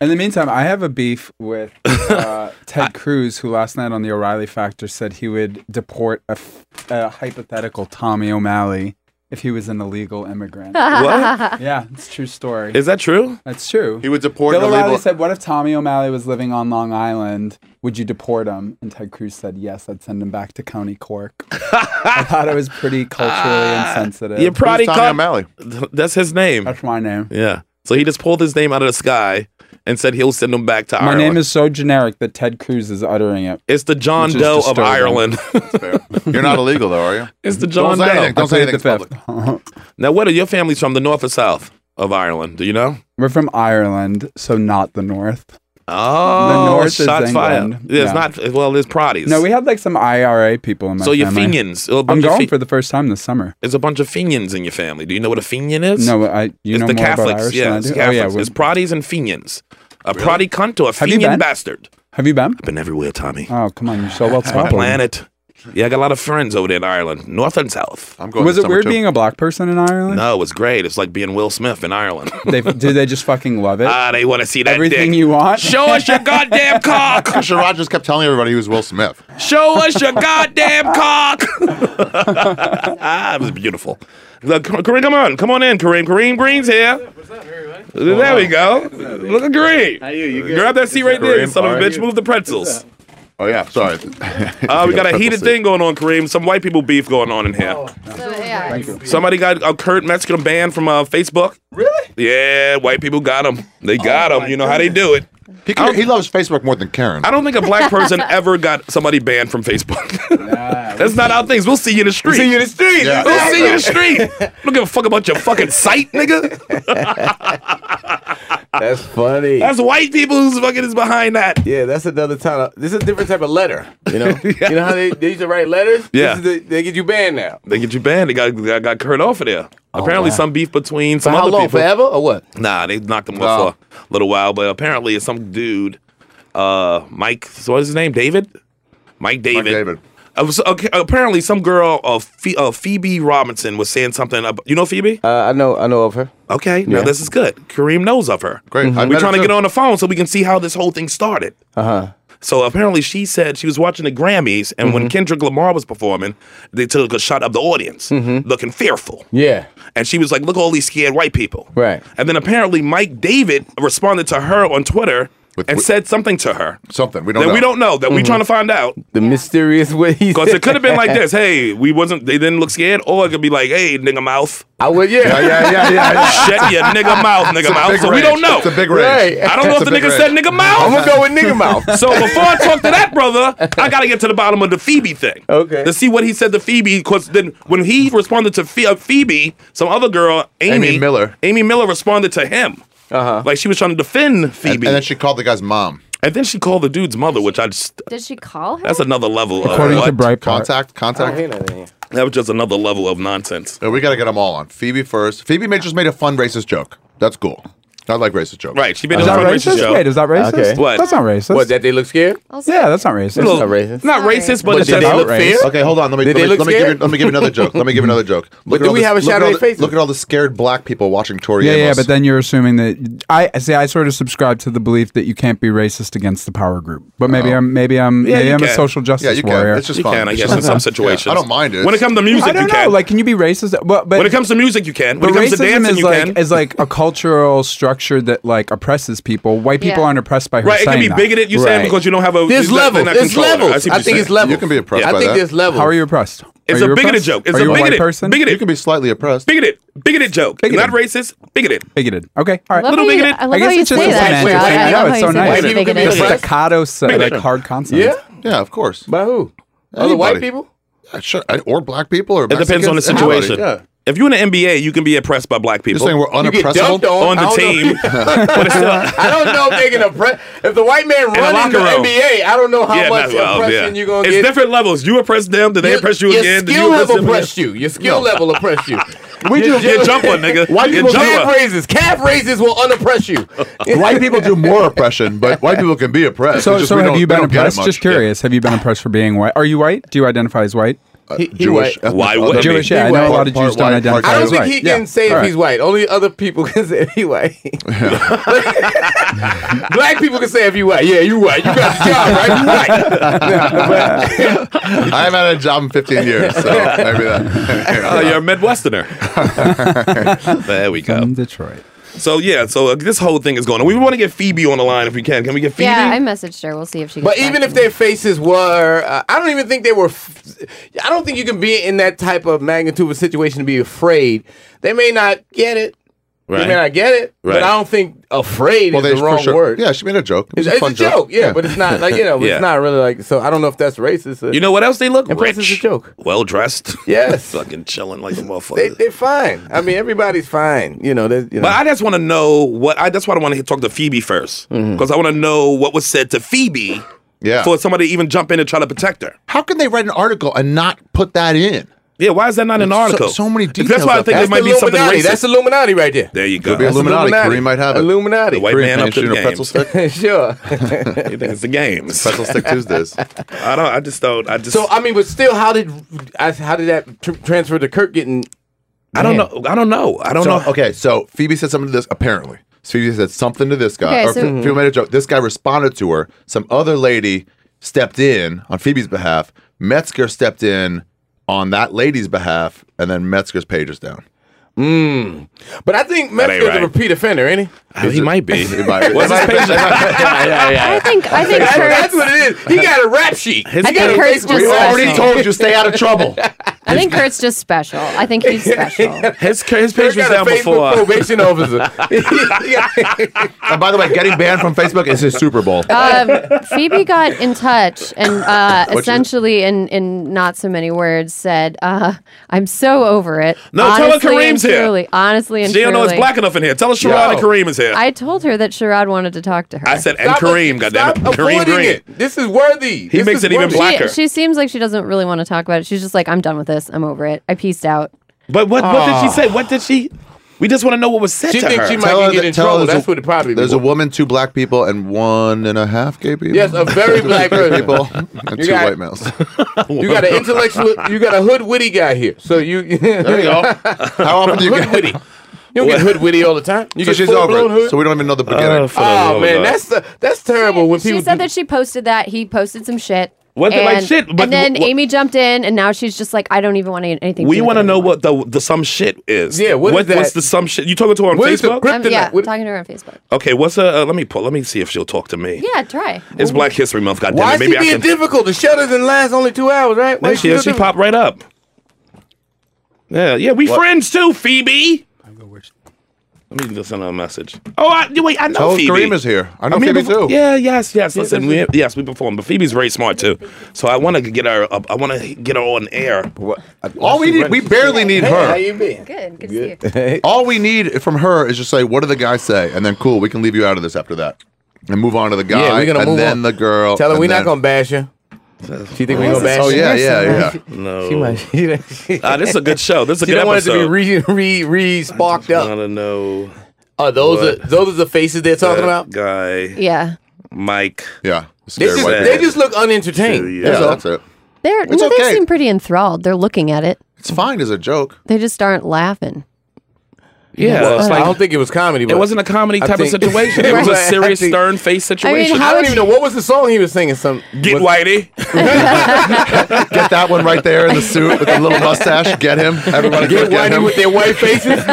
S6: In the meantime, I have a beef with uh, Ted Cruz, who last night on the O'Reilly Factor said he would deport a, f- a hypothetical Tommy O'Malley if he was an illegal immigrant.
S2: What?
S6: yeah, it's a true story.
S2: Is that true?
S6: That's true.
S1: would deport
S6: Bill O'Reilly said, "What if Tommy O'Malley was living on Long Island? Would you deport him?" And Ted Cruz said, "Yes, I'd send him back to County Cork." I thought it was pretty culturally
S1: Ah,
S6: insensitive.
S2: You're probably
S1: Tommy
S2: caught-
S1: O'Malley?
S2: That's his name.
S6: That's my name.
S2: Yeah. So he just pulled his name out of the sky and said he'll send them back to
S6: My
S2: Ireland.
S6: name is so generic that Ted Cruz is uttering it.
S2: It's the John
S6: Which is
S2: Doe of
S6: disturbing.
S2: Ireland.
S1: You're not illegal though, are you?
S2: it's the John
S1: Don't say
S2: Doe.
S1: anything. Don't
S6: I
S1: say
S6: plead
S1: anything.
S6: the
S1: It's
S6: fifth.
S2: Now, where are your families from? The north or south of Ireland? Do you know?
S6: We're from Ireland, so not the North.
S2: Oh,
S6: The north is
S2: shots fired.
S6: England.
S2: Yeah, It's
S6: Yeah.
S2: not. Well, there's proddies.
S6: No, we had like some IRA people in my
S2: so your
S6: family.
S2: fenians. a
S6: I'm
S2: bunch of
S6: going
S2: fe-
S6: for the first time this summer.
S2: There's a bunch of fenians in your family. Do you know what a fenian is?
S6: No, I you
S2: it's
S6: know
S2: the
S6: more
S2: Catholics.
S6: about Irish
S2: yeah,
S6: than I
S2: it's
S6: do.
S2: Catholics.
S6: Oh yeah, we-
S2: it's proddies and fenians. A proddy cunt or a
S6: Have you
S2: fenian
S6: been?
S2: bastard.
S6: have you been?
S2: Been everywhere, Tommy.
S6: Oh come on, you're so well
S2: My
S6: spoken.
S2: planet. Yeah, I got a lot of friends over there in Ireland, north and south.
S1: I'm going.
S6: Was
S1: this
S6: it
S1: summer,
S6: weird
S1: too.
S6: being a black person in Ireland?
S2: No, it's great. It's like being Will Smith in Ireland.
S6: They, do they just fucking love it?
S2: ah, they want to see that
S6: Everything
S2: dick.
S6: you want.
S2: Show us your goddamn cock.
S1: Mr. Rogers kept telling everybody he was Will Smith.
S2: Show us your goddamn cock. ah, it was beautiful. Look, Kareem, come on, come on in, Kareem. Kareem Green's here. There we go. Look at Green. How
S8: you? You good?
S2: Grab that seat right there, you
S1: Kareem,
S2: son of a
S1: how are
S2: bitch.
S1: you?
S2: Move the pretzels.
S1: Oh yeah, sorry.
S2: Uh, we got a
S1: Purple
S2: heated
S1: seat.
S2: thing going on, Kareem. Some white people beef going on in here.
S5: So, yeah.
S2: Somebody got a Kurt Mexican banned from uh, Facebook. Really? Yeah, white people got him. They
S8: Oh
S2: got him. You know how they do it.
S1: He, can- he loves Facebook more than Karen.
S2: I don't think a black person ever got somebody banned from Facebook. That's not our things. We'll see you in the street.
S8: See you in the street.
S1: Yeah.
S2: We'll see you in the street. I don't give a fuck about your fucking site, nigga.
S8: That's funny.
S2: That's white people who's fucking is behind that.
S8: yeah, that's another time. of- This is a different type of letter. You know, you know how they, they used to write letters.
S2: Yeah.
S8: This is the, they get you banned now.
S2: They get you banned. They got got, got Kurt off of there.
S8: Oh,
S2: apparently, some beef between
S8: For
S2: some
S8: how
S2: other
S8: long?
S2: people.
S8: Forever or what?
S2: Nah, they knocked him
S1: Wow.
S2: off for a little while, but apparently it's some dude, uh, Mike. So what's his name? David. Mike David.
S1: David.
S2: I was- Uh, okay, apparently, some girl, uh, Phe- uh, Phoebe Robinson, was saying something. About, you know Phoebe?
S8: Uh, I know. I know of her.
S2: Okay, now
S8: Yeah.
S2: this is good. Kareem knows of her.
S1: Great. I
S2: We're
S1: met her
S2: trying to
S1: too. Uh-huh.
S2: get on the phone so we can see how this whole thing started.
S8: Uh huh.
S2: So apparently, she said she was watching the Grammys, and
S1: Mm-hmm.
S2: when Kendrick Lamar was performing, they took a shot of the audience
S1: Mm-hmm.
S2: looking fearful.
S8: Yeah.
S2: And she was like, look at all these scared white people.
S8: Right.
S2: And then apparently Mike David responded to her on Twitter
S1: With-
S2: and
S1: with-
S2: said something to her
S1: something we don't.
S2: that
S1: know. Mm-hmm.
S2: we don't know, that we're trying to find out.
S8: The mysterious way he.
S2: Because it could have been like this, hey, we wasn't, they didn't look scared. Or it could be like, hey, nigga mouth,
S8: I would. Yeah.
S1: Yeah, yeah, yeah, yeah. yeah.
S2: shut your nigga mouth, nigga mouh.
S1: Big
S2: So we
S1: range.
S2: don't know.
S1: It's a big range.
S8: Right.
S2: I don't know
S1: it's
S2: if
S1: a
S2: the
S1: big
S2: nigga
S1: range.
S2: said nigga
S8: I'm
S2: mouth.
S8: gonna go with nigga mouth.
S2: So before I talk to that brother, I gotta get to the bottom of the Phoebe thing.
S8: Okay.
S2: To see what he said to Phoebe, because then when he responded to Phe- uh, Phoebe, some other girl, Amy,
S1: Amy Miller.
S2: Amy Miller responded to him. Uh huh. Like she was trying to defend Phoebe,
S1: And, and then she called the guy's mom.
S2: she called the dude's mother, which I just
S5: Did she call her?
S2: that's another level. Of
S6: According to
S2: what?
S6: Breitbart.
S1: Contact,
S2: Oh,
S1: contact.
S2: that was just another level of nonsense.
S1: Yeah, Uh, we got to get them all on. Phoebe first. Phoebe made, just made a fun racist joke. That's cool. I like racist jokes.
S2: Right? She made
S6: Is
S2: a
S6: that
S2: racist
S6: racist?
S2: joke.
S6: Wait, is that racist?
S8: Okay.
S2: What?
S6: That's not racist.
S8: What? That they look scared?
S5: Also-
S6: yeah, that's not racist.
S2: Little-
S8: That's not racist.
S2: It's not
S5: Sorry.
S2: racist, but,
S8: But
S2: it's
S8: did
S2: just
S8: they look
S6: outrage.
S8: fair?
S1: Okay, hold on. Let me
S8: Did they
S1: let me,
S8: look
S1: let me give you,
S8: scared?
S1: let me give you another joke. Let me give you another joke. Look
S8: But
S1: at
S8: do
S1: all
S8: we
S1: the-
S8: have a
S1: look
S8: shot
S1: at
S8: at
S1: all
S8: their
S1: the-
S8: faces?
S1: Look at all the scared black people watching Tori
S6: yeah, yeah,
S1: Amos.
S6: but then you're assuming that I see. I sort of subscribe to the belief that you can't be racist against the power group, but maybe I'm maybe I'm maybe
S2: Oh. you
S6: I'm
S2: can.
S6: a social
S1: yeah,
S6: justice
S1: you
S6: warrior.
S1: can. It's just
S2: You
S1: fun.
S2: can, I
S1: It's
S2: guess,
S1: just
S2: in some
S1: fun.
S2: situations.
S1: I don't mind it.
S2: When it comes to music,
S6: I don't
S2: you
S6: know.
S2: can.
S6: Like, can you be racist? Well, but
S2: when it comes to music, you can. When it
S6: but
S2: comes to
S6: racism
S2: dancing,
S6: is
S2: you
S6: like
S2: can.
S6: is like a cultural structure that like oppresses people. White people
S5: Yeah.
S6: aren't oppressed by her
S2: Right, it can
S6: saying
S2: be
S6: that.
S2: bigoted. You saying
S8: Right.
S2: because you don't have a
S8: There's
S2: you're not-
S8: levels.
S2: you're not
S8: There's
S2: controlling her.
S8: levels.
S2: see what
S8: I
S2: you're
S8: think
S2: saying.
S8: it's levels.
S1: You can be oppressed
S8: I
S1: by
S8: think
S1: that.
S8: there's levels.
S6: How are you oppressed?
S2: It's
S6: Are
S2: a
S6: you
S2: bigoted
S6: oppressed?
S2: joke. It's
S6: Are
S2: a
S6: you a
S2: bigoted-
S6: white person?
S2: bigoted-
S1: You can be slightly oppressed.
S2: bigoted, bigoted joke.
S6: Bigoted.
S2: Not racist, bigoted.
S6: Bigoted. Okay. All right.
S5: I love
S2: Little
S5: how you-
S2: bigoted.
S5: I love
S6: I guess
S5: how you
S6: it's just
S5: say
S6: a
S5: that.
S6: semantic
S5: Josh.
S6: thing. No,
S5: I love
S6: it's
S5: how
S6: so
S5: you
S6: nice.
S5: say
S8: Maybe we could be
S5: bigoted.
S8: a
S5: Just-
S6: Staccato, so, like hard concepts.
S8: Yeah.
S1: Yeah, of course.
S8: By who? Other
S1: Anybody.
S8: white people?
S1: Yeah, sure. I- Or black people or
S2: It depends on the
S1: Mexicans, anybody.
S2: situation.
S8: Yeah.
S2: If you're in the NBA, you can be oppressed by black
S1: You're
S2: people
S1: saying we're
S8: You get dumped
S1: unoppressible?
S2: on
S8: on,
S2: the
S8: I don't know if
S2: team.
S8: you-
S2: but it's still,
S8: I don't know if they can oppress. If the white man
S2: the
S8: runs
S2: locker
S8: the
S2: room.
S8: NBA, I don't know how
S2: yeah,
S8: much
S2: not, well,
S8: oppression
S2: yeah.
S8: you're gonna
S2: It's
S8: get.
S2: different levels. You oppress them, then they oppress you
S8: your
S2: again. then
S8: skill
S2: you
S8: level
S2: them again.
S8: oppressed you. Your skill level oppressed you.
S1: We
S8: Your-
S1: do-
S2: Get jumper, nigga.
S8: White
S2: Get
S8: people calf
S2: jumper.
S8: raises. Calf raises will unoppress you.
S1: White people do more oppression, but white people can be oppressed.
S6: So,
S1: It's just
S6: so
S1: we
S6: have
S1: don't-
S6: you
S1: they
S6: been
S1: don't get it
S6: oppressed?
S1: much.
S6: Just curious. Have you been oppressed for being white? Are you white? Do you identify as white?
S2: Uh,
S8: He- he
S1: Jewish.
S8: white.
S2: Why
S1: ethnic-
S2: would
S1: other
S2: they be?
S6: Jewish. Yeah, I know a lot of
S1: Part- part white,
S6: Jews don't
S1: part
S6: identify
S8: I don't
S6: as
S1: He's
S8: think
S6: white.
S8: he
S6: Yeah.
S8: can say if
S6: All right.
S8: he's white. Only other people can say if he's white. Black people can say if you white. Yeah, you white. You got the job, right? You white.
S1: I haven't had a job in 15 years, so maybe that.
S2: Oh, you're a Midwesterner. there we go.
S6: From Detroit.
S2: So yeah, so uh, this whole thing is going on. We want to get Phoebe on the line if we can. Can we get Phoebe?
S5: Yeah, I messaged her. We'll see if she.
S8: but
S5: gets back
S8: even
S5: to
S8: if
S5: me.
S8: their faces were, uh, I don't even think they were. F- I don't think you can be in that type of magnitude of situation to be afraid. They may not get it. I
S2: Right.
S8: mean, I get it,
S2: Right.
S8: but I don't think afraid
S1: Well, they
S8: is the
S1: for
S8: wrong
S1: sure-
S8: word.
S1: Yeah, she made a joke. It was
S8: It's,
S1: a
S8: it's
S1: fun
S8: a joke, yeah, but it's not like you know,
S2: Yeah.
S8: it's not really like. So I don't know if that's racist.
S2: You know what else they look?
S8: And
S2: Rich.
S8: plus it's a joke.
S2: Well dressed.
S8: Yes.
S2: Fucking chilling like a motherfucker.
S8: they they're fine. I mean, everybody's fine. You know, they- you know.
S2: But I just want to know what I. That's why I want to talk to Phoebe first because I want to know what was said to Phoebe
S1: Yeah.
S2: for somebody to even jump in and try to protect her.
S1: How can they write an article and not put that in?
S2: Yeah, why is that not an
S1: so-
S2: article?
S1: so many
S2: That's why I
S1: details out
S2: think there
S8: that's
S2: might be something
S8: Illuminati.
S2: racist.
S8: That's Illuminati right there.
S2: there you go.
S1: Could be
S2: That's-
S1: Illuminati. Kareem might have it.
S8: Illuminati.
S2: The white
S1: Korean
S2: man up to
S1: shooting
S2: the
S1: a pretzel
S2: games.
S1: stick.
S8: sure.
S2: You think it's the games?
S1: pretzel stick Tuesdays.
S2: I don't. I just don't. I just.
S8: so I mean, but still, how did I, how did that tr- transfer to Kirk getting?
S2: I don't know. I don't know.
S8: Oh,
S2: I don't
S1: So,
S2: know.
S1: okay, so Phoebe said something to this, apparently. Phoebe said something to this guy.
S5: Okay,
S1: or
S5: so-
S1: Phoebe made a joke. This guy responded to her. Some other lady stepped in on Phoebe's behalf. Metzger stepped in on that lady's behalf, and then Metzger's page is down.
S8: But I think
S2: ain't
S8: Metzger's
S2: right.
S8: a repeat offender, ain't he?
S2: Uh, he might be.
S1: It might-
S2: What's his page?
S5: I think I think
S8: That's
S5: Kurt's,
S8: what it is. He got a rap sheet.
S5: I think Kurt's just
S1: we already
S5: special.
S1: told you stay out of trouble.
S5: I think Kurt's just special. I think he's special.
S2: His, his
S8: Kirk
S2: page was
S8: got a
S2: down
S8: Facebook
S2: before.
S8: probation officer. He got-
S1: and by the way, getting banned from Facebook is his Super Bowl.
S5: um, Phoebe got in touch and uh,
S1: you-
S5: essentially, in in not so many words, said, uh, "I'm so over it."
S2: No, tell her
S5: Honestly and
S2: Kareem's here.
S5: Truly, honestly and
S2: She don't know it's
S5: truly.
S2: black enough in here. Tell us Sharad and
S1: Yo.
S2: Kareem is here. I,
S5: I told her that Sherrod wanted to talk to her.
S2: said and Kareem. Goddamn it,
S8: Stop
S2: Kareem
S8: avoiding
S2: Green.
S8: it. This is worthy. This
S2: makes
S8: is
S2: it even
S8: worthy.
S2: black-
S5: she,
S2: blacker.
S5: she seems like she doesn't really want to talk about it. She's just like, "I'm done with this. I'm over it. I pieced out."
S2: But what, what did she say? What did she? We just want to know what was said
S8: She
S2: to
S8: thinks
S2: her.
S8: she might
S1: Tell her
S8: get
S1: that-
S8: in
S1: tell her
S8: trouble.
S1: there's
S8: That's
S1: a-
S8: what the probably
S1: There's a
S8: was.
S1: woman, two black people, and one and a half gay people.
S8: Yes, a very black person.
S1: people and
S8: You
S1: two
S8: got-
S1: white males.
S8: You got an intellectual. You got a hood witty guy here. So you.
S1: There you go. How often do you
S8: hood
S1: get?
S8: witty. You don't get hood witty all the time. You
S1: So
S8: get
S1: she's
S8: full
S1: over
S8: blown
S1: it.
S8: hood.
S1: So we don't even know the beginning.
S2: Oh, for the love
S8: oh
S2: of
S8: man,
S2: God.
S8: that's the, that's terrible when people.
S5: she said
S8: do-
S5: that she posted that he posted some shit.
S2: What the-
S5: and,
S2: like, shit, but
S5: and then
S2: wh- wh-
S5: Amy jumped in, and now she's just like, "I don't even want to anything."
S2: we
S5: want
S2: want
S5: to
S2: to know what the the some shit is.
S8: Yeah, what is that?
S2: What's the some shit? You talking to her on
S8: What is the
S2: Facebook?
S8: grip-
S5: I'm, yeah,
S8: kryptonite. What-
S5: talking to her on Facebook.
S2: okay, what's uh, uh? Let me pull. Let me see if she'll talk to me.
S5: Yeah, try.
S2: It's Black History Month. Goddamn
S8: Why
S2: it!
S8: is
S2: Maybe
S8: she
S2: I
S8: being
S2: can.
S8: difficult? The shutter doesn't last only two hours, right? Why
S2: There
S8: is
S2: she is.
S8: so
S2: She popped right up. Yeah, yeah. We friends too, Phoebe. Let me just send her a message. Oh, I, wait. I know
S1: Tell us
S2: Phoebe.
S1: Kareem is here. I know Phoebe
S2: befo-
S1: too.
S2: Yeah, yes, yes. Listen, we, yes, we perform, but Phoebe's very smart too. So I want to get her. Up, I want to get her on air.
S8: difficult?
S1: All we need, we barely need
S8: Hey, how
S1: her.
S8: you been?
S5: Good, good to see you.
S8: Good.
S1: All we need from her is just say, "What did the guy say?" And then, cool, we can leave you out of this after that, and move on to the guy,
S8: we're gonna
S1: and
S8: move
S1: then
S8: on.
S1: the girl.
S8: Tell her
S1: and
S8: we're
S1: then-
S8: not gonna bash her. She think
S5: Why
S8: we gonna
S5: is it
S8: bash her?
S1: Oh yeah, yeah, yeah.
S2: No,
S8: She might. She,
S2: Ah, this is a good show. This is a
S8: she
S2: good
S8: don't want it
S2: episode.
S8: to be re re re sparked
S2: I
S8: up.
S2: don't know.
S8: Oh, those
S2: What?
S8: are those are the faces they're talking
S2: That
S8: about.
S2: guy,
S5: Yeah,
S2: Mike.
S1: Yeah.
S8: They
S1: Scary
S8: just,
S1: white
S2: bad.
S8: they
S1: people.
S8: just look unentertained. Uh,
S2: Yeah.
S1: yeah,
S8: That's all.
S1: that's it.
S5: they're
S1: It's
S5: no,
S1: okay.
S5: they seem pretty enthralled. They're looking at it.
S1: It's fine as a joke.
S5: They just aren't laughing.
S2: Yeah, it's
S8: I
S2: like,
S8: don't think it was comedy. But
S2: it wasn't a comedy
S8: I
S2: type
S8: think-
S2: of situation. It was a
S8: Right.
S2: serious,
S8: I think-
S2: stern face situation.
S5: mean,
S8: I
S5: how
S8: don't
S5: would
S8: even know what was the song he was singing. Some
S2: Get
S8: was-
S2: whitey.
S1: Get that one right there in the suit with the little mustache. Get him. Everybody go
S8: Get
S1: get
S8: whitey
S1: him.
S8: with their white faces.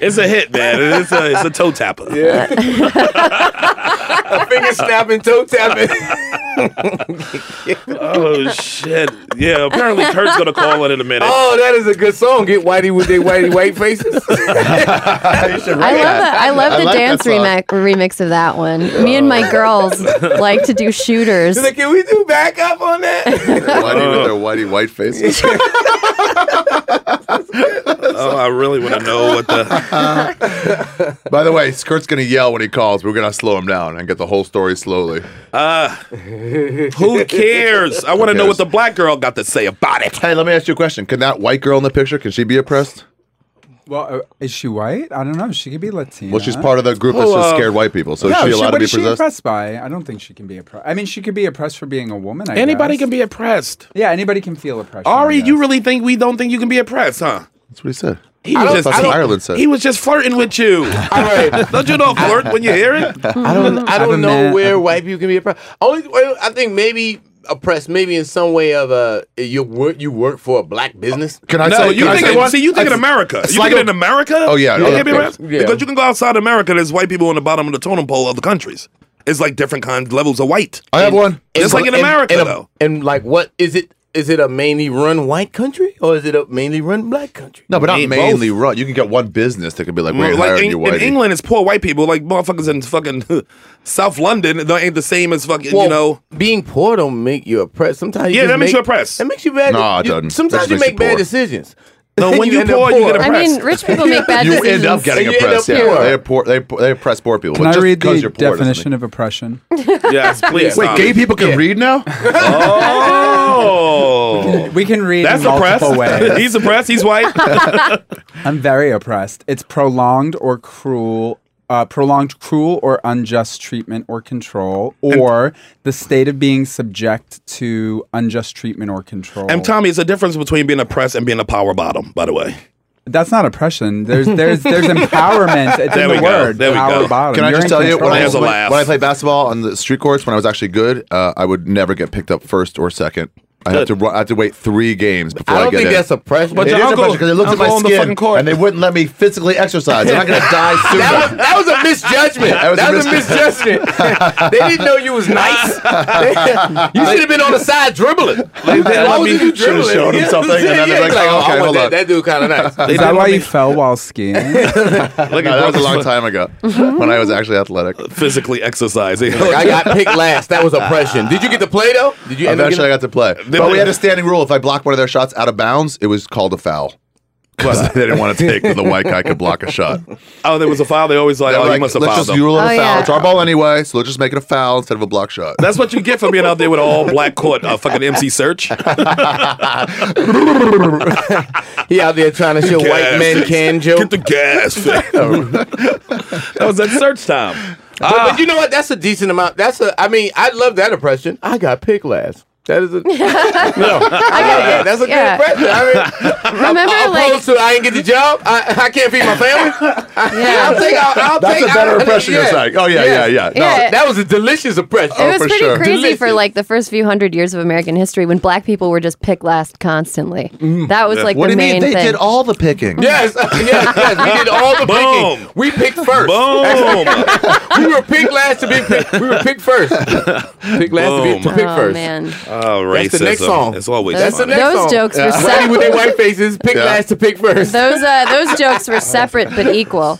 S2: It's a hit, man. It's a it's a toe tapper. Yeah.
S8: Finger snapping, toe tapping.
S2: Oh shit. Yeah. Apparently, Kurt's gonna call it in a minute.
S8: Oh, that is a good song. Get whitey with their whitey white faces.
S5: I love that. I love
S1: I
S5: the
S1: like that
S5: dance
S1: song.
S5: remix, remix of that one. Me and my girls like to do shooters.
S8: Like, Can we do backup on that?
S1: Whitey with their whitey white faces.
S2: oh, I really want to know what the.
S1: By the way, Skirt's gonna yell when he calls. We're gonna slow him down and get the whole story slowly.
S2: Who cares? I want to know
S1: cares?
S2: what the black girl got to say about it.
S1: Hey, let me ask you a question. Can that white girl in the picture? Can she be oppressed?
S6: Well, uh, is she white? I don't know. She could be Latina.
S1: Well, she's part of the group that's
S2: Well,
S1: just
S2: uh,
S1: scared white people. So is
S6: No,
S1: she
S6: she,
S1: allowed
S6: what
S1: to be
S6: is she
S1: possessed?
S6: oppressed by? I don't think she can be oppressed. I mean, she could be oppressed for being a woman. I
S2: Anybody
S6: guess.
S2: can be oppressed.
S6: Yeah, anybody can feel oppression. I
S2: Ari, you
S6: guess.
S2: really think we don't think you can be oppressed, huh?
S1: That's what he said.
S2: He
S1: I
S2: was
S1: don't-
S2: just
S1: that's
S2: I
S1: what
S2: don't-
S1: Ireland said.
S2: He was just flirting with you.
S8: All right.
S2: don't you know flirt when you hear it?
S8: I don't. I
S6: I've
S8: don't
S6: been
S8: know
S6: mad-
S8: where
S6: I've-
S8: white people can be oppressed. Only well, I think maybe oppressed, maybe in some way of uh, you work you work for a black business.
S1: Can I
S2: No,
S1: say?
S2: you
S1: can I
S2: think
S1: say
S2: in, see, you think in
S1: I-
S2: America. You
S1: like
S2: think in
S1: a-
S2: America?
S1: Oh, yeah,
S2: You
S1: yeah,
S2: can't be
S1: of
S2: oppressed?
S8: course. Yeah.
S2: Because you can go outside America, there's white people on the bottom of the totem pole of the countries. It's like different kind levels of white.
S1: I have one.
S2: Just like in America,
S8: and,
S2: though.
S8: And like, what is it? is it a mainly run white country or is it a mainly run black country?
S1: No, but not
S2: Ain't
S1: mainly run. You can get one business that can be like, we're
S2: like
S1: hiring
S2: in,
S1: you,
S2: in
S1: Whitey.
S2: England, it's poor white people. Like motherfuckers in fucking South London, they ain't the same as fucking
S8: Well,
S2: you know.
S8: being poor don't make you oppressed. Sometimes you
S2: Yeah,
S8: just
S2: that makes
S8: make-
S2: you oppressed.
S8: That makes you bad.
S1: No, it
S8: you-
S1: doesn't. That
S8: Sometimes
S1: just
S8: you
S1: makes
S8: make
S1: you
S8: bad
S1: poor.
S8: decisions.
S2: No,
S8: And
S2: when you
S8: end up
S2: poor, you get
S5: I mean, rich people make bad
S1: you
S5: decisions.
S1: end up getting
S8: You end
S1: oppressed.
S8: up
S1: Yeah,
S8: poor.
S1: they, poor, they, they oppress poor people.
S6: Can
S1: but
S6: I
S1: just
S6: read
S1: because
S6: the
S1: you're poor doesn't
S6: definition of oppression?
S2: Yes, please.
S1: Wait,
S2: Tommy.
S1: gay people can read now?
S2: Oh,
S6: We can read
S2: that's
S6: in multiple
S2: oppressed.
S6: ways.
S2: he's oppressed. He's white.
S6: I'm very oppressed. It's prolonged or cruel, uh, prolonged cruel or unjust treatment or control, or the state of being subject to unjust treatment or control.
S2: and Tommy, it's a difference between being oppressed and being a power bottom. By the way,
S6: That's not oppression. There's there's there's empowerment. It's
S2: There
S6: in
S2: we
S6: the
S2: go.
S6: word.
S2: There we
S6: power
S2: go.
S6: bottom.
S1: Can I
S6: You're
S1: just
S6: in
S1: tell you, when
S6: control.
S1: I,
S2: There's a
S1: when,
S2: laugh.
S1: when I played basketball on the street courts, when I was actually good, uh, I would never get picked up first or second. I had to run, I had to wait three games before
S8: I
S1: I,
S8: don't
S1: get
S8: think
S1: in.
S8: that's oppression.
S1: It is
S8: It is
S1: oppression because they looked at
S2: uncle
S1: my
S2: on the fucking
S1: skin
S2: court.
S1: and they wouldn't let me physically exercise. I'm not going to die
S8: That was,
S1: soon.
S8: that was a misjudgment.
S1: That
S8: That
S1: was
S8: was,
S1: a
S8: a misjudgment. they didn't know you was nice. you should have been on the side dribbling.
S2: Like, they
S8: Why
S2: let
S8: was
S2: me-
S8: you
S2: should've
S8: dribbling?
S1: showed him
S8: Yeah,
S1: something, and then they're
S8: yeah,
S1: like, oh, okay,
S8: I want
S1: hold
S8: that.
S1: on.
S8: That dude kind of nice.
S2: They
S6: Is that
S2: didn't
S6: why
S2: let
S6: you
S2: me-
S6: fell while skiing?
S2: Like
S1: No, that was a long time ago when I was actually athletic.
S2: Physically exercising.
S8: I got picked last. That was oppression. Did you get to play though? Did you end up
S1: Eventually, I
S8: getting-
S1: got to play. But we had a standing rule: if I blocked one of their shots out of bounds, it was called a foul. 'Cause they didn't want to take that the white guy could block a shot.
S2: oh, there was a foul. They always like,
S1: They're
S2: oh,
S1: like,
S2: you must have
S1: let's
S2: fouled
S1: just
S2: them.
S1: rule it a
S5: Oh,
S1: foul.
S5: yeah.
S1: It's our ball anyway, so let's just make it a foul instead of a block shot.
S2: That's what you get for being out there with all black court, uh, fucking MC Search.
S8: He out there trying to show white men can joke.
S2: Get the gas. fix. that was at search time.
S8: But, but you know what? That's a decent amount. That's a. I mean, I love that impression. I got picked last. That is a. no, Yeah, that's a
S5: yeah.
S8: good impression. I mean,
S5: Remember,
S8: I'm
S5: like-
S8: opposed to I ain't get the job. I, I can't feed my family. I,
S5: Yeah.
S8: I'll take. I'll, I'll
S1: That's a
S8: take-
S1: better
S8: I- I-
S1: impression. It's like, oh yeah, yeah,
S8: Yes.
S1: yeah. No,
S5: Yeah.
S8: That was a delicious impression.
S5: It was
S1: oh, for
S5: pretty
S1: sure.
S5: crazy for
S8: Delicious.
S5: like the first few hundred years of American history when black people were just picked last constantly. That was like
S1: Mm, what do
S5: the
S1: you
S5: main
S1: mean? They
S5: thing.
S1: did all the picking.
S8: Yes, yes, yes. We did all the
S2: Boom.
S8: picking. We picked first.
S2: Boom.
S8: We were picked last to be picked. We were picked first. Picked last to
S2: Boom.
S8: be to pick
S5: oh
S8: first.
S5: man,
S2: Oh, racism.
S8: That's the next song.
S2: It's always
S8: That's the
S2: funny.
S8: next
S5: those
S8: song.
S5: jokes were
S8: Whitey with
S5: separate.
S8: their white faces. Pick
S1: Yeah.
S8: last to pick first.
S5: those uh, those jokes were separate but equal.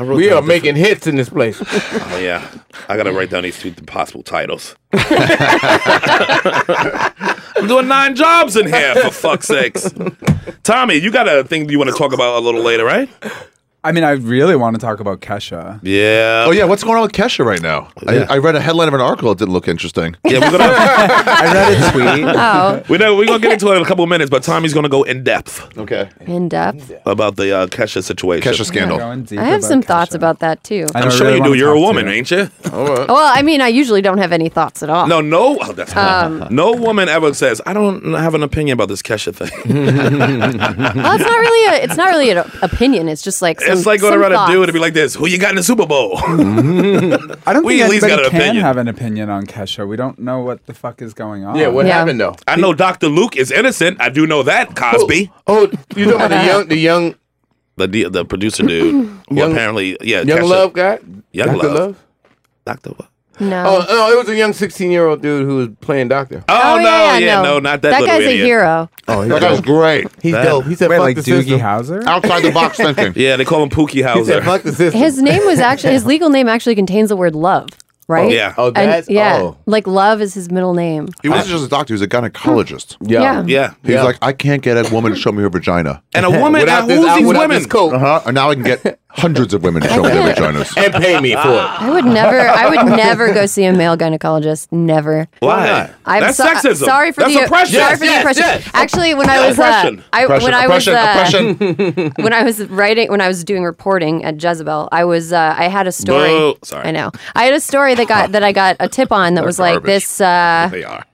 S8: We are making hits in this place.
S2: Oh, yeah. I got to write down these two possible titles. I'm doing nine jobs in here, for fuck's sakes. Tommy, you got a thing you want to talk about a little later, right?
S6: I mean, I really want to talk about Kesha.
S2: Yeah.
S1: Oh yeah, what's going on with Kesha right now?
S2: Yeah.
S1: I, I read a headline of an article. It didn't look interesting.
S2: Yeah, we're gonna
S6: I read a tweet.
S5: Oh,
S2: we know, we're gonna get into it in a couple of minutes, but Tommy's gonna go in depth
S1: Okay.
S5: in depth.
S2: about the uh, Kesha situation.
S1: Kesha scandal.
S6: Going deep
S5: I have
S6: about
S5: some thoughts
S6: Kesha.
S5: about that too.
S6: I
S2: I'm
S6: don't
S2: sure
S6: really
S2: you do.
S6: wanna
S2: You're a
S6: talk to
S2: woman,
S6: you.
S2: ain't you?
S5: Well, I mean, I usually don't have any thoughts at all.
S2: No, no. Oh, that's
S5: Um,
S2: no woman ever says I don't have an opinion about this Kesha thing.
S5: Well, it's not really a, it's not really an opinion. It's just like some,
S2: it's like going
S5: some
S2: around a dude
S5: thoughts.
S2: and be like this: Who you got in the Super Bowl?
S6: I don't
S2: We
S6: think
S2: at least
S6: anybody
S2: got an
S6: can
S2: opinion.
S6: have an opinion on Kesha. We don't know what the fuck is going on.
S8: Yeah, what
S5: Yeah.
S8: happened though?
S2: I know Dr. Luke is innocent. I do know that Cosby,
S8: Oh, you talking about the young, the young,
S2: the the, the producer dude, who
S8: Young-
S2: apparently yeah,
S8: young
S2: Kesha-
S8: love guy?
S2: Young
S8: Doctor
S2: Love.
S8: Love.
S2: Doctor. What?
S5: no.
S2: Um,
S8: Oh no, it was a young sixteen-year-old dude who was playing doctor.
S2: Oh, no, yeah, no. not that.
S5: That
S2: little
S5: guy's
S2: idiot.
S5: a hero.
S8: Oh, he's
S1: That guy was great.
S8: He's
S2: That-
S8: dope. He said,
S6: Wait,
S8: "Fuck
S6: like
S8: the
S6: Doogie
S8: system."
S6: Howser?
S2: Uh,
S1: Outside the box thinking.
S2: Yeah, they call him Pookie
S8: He said,
S2: Hauser.
S8: "Fuck the system."
S5: His name was actually his legal name actually contains the word love, right?
S2: yeah.
S8: Oh,
S5: And-
S8: that's
S5: yeah,
S8: oh.
S5: like love is his middle name.
S1: He wasn't just a doctor. He was a gynecologist.
S5: Yeah.
S2: Yeah.
S1: He
S8: Yeah.
S1: was like, I can't get a woman to show me her vagina.
S2: And a woman.
S8: Without
S2: now,
S8: this,
S2: who's
S8: out-
S2: these
S8: without
S2: women?
S8: this coat,
S1: Uh-huh. And now I can get hundreds of women to show me their vaginas.
S8: and pay me for it.
S5: I would never, I would never go see a male gynecologist. Never.
S2: Why?
S5: I'm
S2: That's
S5: so-
S2: sexism.
S5: Sorry for
S2: That's
S5: the
S2: oppression.
S5: Sorry for the
S8: Yes, yes,
S5: oppression.
S8: yes.
S5: Actually, when I was uh,
S2: Oppression.
S5: I,
S1: Oppression,
S5: when I was
S1: oppression,
S5: uh,
S1: oppression.
S5: when I was writing, when I was doing reporting at Jezebel, I was uh, I had a story.
S2: Boo. Sorry.
S5: I know. I had a story that got that I got a tip on that was like
S1: garbage.
S5: this. Uh,
S1: They are.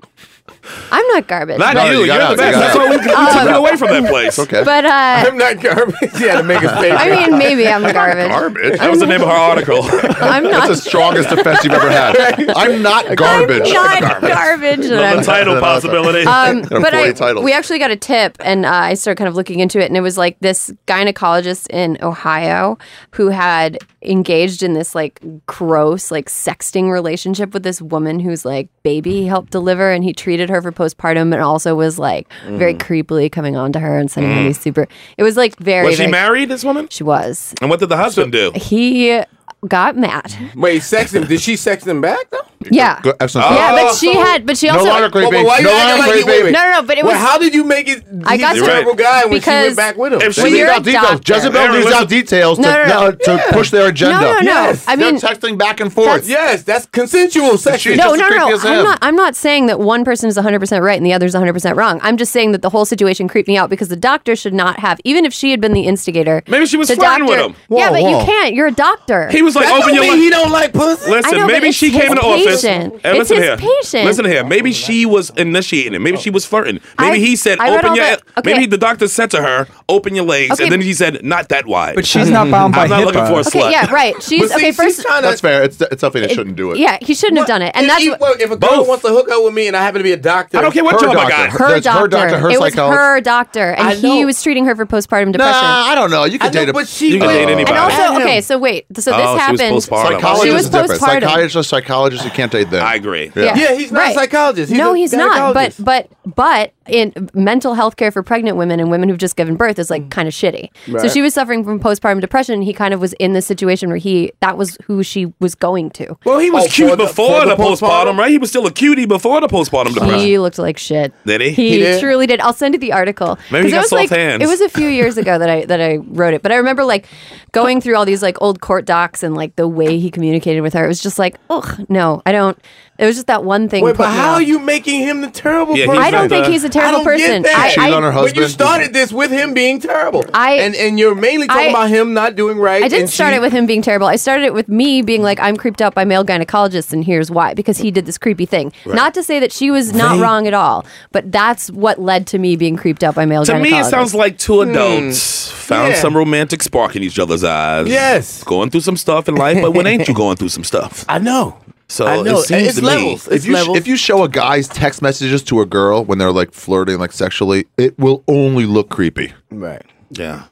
S5: I'm not garbage.
S2: Not
S5: but,
S1: you
S2: you. You're
S1: got out,
S2: the
S1: you
S2: best.
S1: got
S2: That's
S1: out.
S2: why we, we took you away from that place.
S1: Okay.
S5: but uh,
S8: I'm not garbage. yeah, to make a statement.
S5: I mean, maybe I'm garbage.
S1: garbage.
S2: That was the name of her article.
S5: I'm
S1: That's
S5: not.
S1: the strongest defense you've ever had. I'm not garbage.
S5: I'm not garbage. and I'm
S2: Another title possibility.
S5: Um,
S1: a
S5: but
S1: forty
S5: I,
S1: title.
S5: we actually got a tip, and uh, I started kind of looking into it, and it was like this gynecologist in Ohio who had engaged in this like gross, like sexting relationship with this woman whose like baby he helped deliver, and he treated her her for postpartum, and also was like very
S1: Mm.
S5: creepily coming on to her and sending her these super. It was like very.
S2: Was she
S5: very-
S2: married, this woman?
S5: She was.
S2: And what did the husband do?
S5: He got mad.
S1: Mm-hmm.
S8: Wait, sex him? Did she sex him back though?
S5: Yeah.
S1: Good, excellent.
S5: Yeah, but she had. But she also.
S1: creepy.
S8: Well, why you
S1: No uh,
S8: acting
S1: oh, longer
S8: like
S1: creepy.
S8: you- wait, wait.
S5: No, no, no. But it was.
S8: well, how did you make it?
S5: I
S8: he's
S5: got
S8: a
S5: to-
S8: terrible guy when she
S5: because-
S8: went back with him.
S2: If
S1: They
S2: she-
S1: leave
S5: you're
S1: out
S5: a
S1: details.
S5: doctor.
S1: Jezebel
S2: Aaron,
S1: leaves
S2: listen-
S1: out details
S5: No,
S1: to,
S5: no, no.
S1: to push their agenda.
S5: no, no, no.
S8: Yes,
S5: I mean,
S1: They're texting back and forth.
S5: That's-
S8: Yes, that's consensual sex.
S1: She's
S5: no,
S1: just
S5: no,
S1: as
S5: no.
S1: creepy
S5: no.
S1: as him.
S5: I'm not. I'm not saying that one person is 100 percent right and the other is 100 percent wrong. I'm just saying that the whole situation creeped me out because the doctor should not have, even if she had been the instigator.
S2: Maybe she was
S5: the
S2: flirting
S5: doctor-
S2: with him.
S5: yeah,
S1: Whoa,
S5: but
S1: whoa.
S5: you can't. You're a doctor.
S2: He was like,
S8: That
S2: open
S8: don't
S2: your
S8: mean
S2: li-
S8: he don't like pussy.
S2: Listen,
S5: I know, but
S2: maybe
S5: it's
S2: she
S5: his
S2: came into office.
S5: patient.
S2: And
S5: It's
S2: listen
S5: his
S2: here.
S5: patient.
S2: Listen here. Maybe she was initiating it. Maybe she was flirting. Maybe
S5: I-
S2: he said,
S5: I read
S2: "Open
S5: all
S2: your."
S5: that- okay.
S2: Maybe the doctor said to her, "Open your legs,"
S5: Okay.
S2: and then he said, "Not that wide."
S6: But she's not bound by
S2: I'm not looking
S6: HIPAA.
S2: for a slut.
S5: Okay, yeah, right. She's
S8: But see,
S5: okay.
S8: she's
S5: First,
S8: trying to-
S1: That's fair. It's, it's something they shouldn't do it.
S5: yeah, he shouldn't have done it, and
S8: If
S5: that's
S8: he-
S5: what-
S8: well, if a girl
S2: Both.
S8: wants to hook up with me and I happen to be a doctor,
S2: I don't care what
S1: Her
S2: job
S1: doctor.
S2: I got.
S5: her
S1: That's
S5: doctor.
S1: her doctor, her
S5: it was
S1: psychologist.
S5: her doctor, and
S8: I
S5: he
S8: know.
S5: was treating her for postpartum
S1: Nah,
S5: depression.
S1: I don't know. You
S8: I
S1: could
S8: know,
S1: date a
S8: but she
S2: You can
S8: went-
S2: date anybody.
S5: and
S8: At
S5: also,
S8: him.
S5: okay, so wait. So this
S2: Oh, she was postpartum.
S5: happened. She
S1: Psychologist
S5: was
S1: is different.
S5: postpartum.
S1: Psychiatrist, psychologist, you can't date them.
S2: I agree.
S1: Yeah.
S8: Yeah, he's not a psychologist. He's
S5: no,
S8: a
S5: he's not. But
S8: gynecologist.
S5: but but in mental health care for pregnant women and women who've just given birth is
S8: Mm.
S5: like kind of shitty. So
S8: Right.
S5: she was suffering from postpartum depression. And he kind of was in this situation where he that was who she was going to.
S2: Well, he was
S8: Oh,
S2: cute
S8: for the-
S2: before
S8: for
S2: the,
S8: the
S2: postpartum,
S8: postpartum?
S2: right? He was still a cutie before the postpartum depression.
S5: He looked like shit.
S2: Did he?
S5: He,
S8: He did?
S5: truly did. I'll send you the article.
S2: Maybe he
S5: 'Cause it
S2: got
S5: was
S2: soft
S5: like,
S2: hands.
S5: It was a few years ago that I that I wrote it, but I remember like going through all these like old court docs and like the way he communicated with her. It was just like, oh no, I don't. It was just that one thing.
S8: Wait,
S5: put
S8: but
S5: me
S8: how
S5: off.
S8: are you making him the terrible
S2: Yeah, he's
S8: person?
S5: I don't
S2: Like,
S5: think
S2: uh,
S5: he's a terrible
S8: I don't
S5: person.
S8: Get that.
S5: I,
S1: Cheated
S5: I-
S1: on her
S8: But you
S1: husband.
S8: started this with him being terrible.
S5: I-
S8: and and you're mainly talking
S5: I-
S8: about him not doing right.
S5: I didn't
S8: and
S5: start
S8: she-
S5: it with him being terrible. I started it with me being like, I'm creeped out by male gynecologists, and here's why because he did this creepy thing. Not to say that she was not wrong at all, but that's what led to me being creeped out by male
S2: To
S5: gynecologists.
S2: me, it sounds like two adults found
S8: Yeah.
S2: some romantic spark in each other's eyes.
S8: Yes.
S2: Going through some stuff in life, but when ain't you going through some stuff?
S8: I know.
S2: So
S8: I know.
S2: it seems
S8: it's
S2: to
S8: levels.
S2: me.
S8: It's
S1: if you,
S8: levels.
S1: if you show a guy's text messages to a girl when they're like flirting like sexually, it will only look creepy.
S8: right.
S2: Yeah.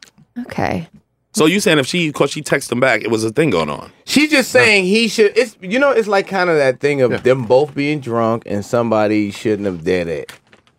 S5: okay.
S2: So you saying if she, cause she texted him back, it was a thing going on.
S8: She's just saying he should. It's you know, it's like kind of that thing of them both being drunk and somebody shouldn't have did it.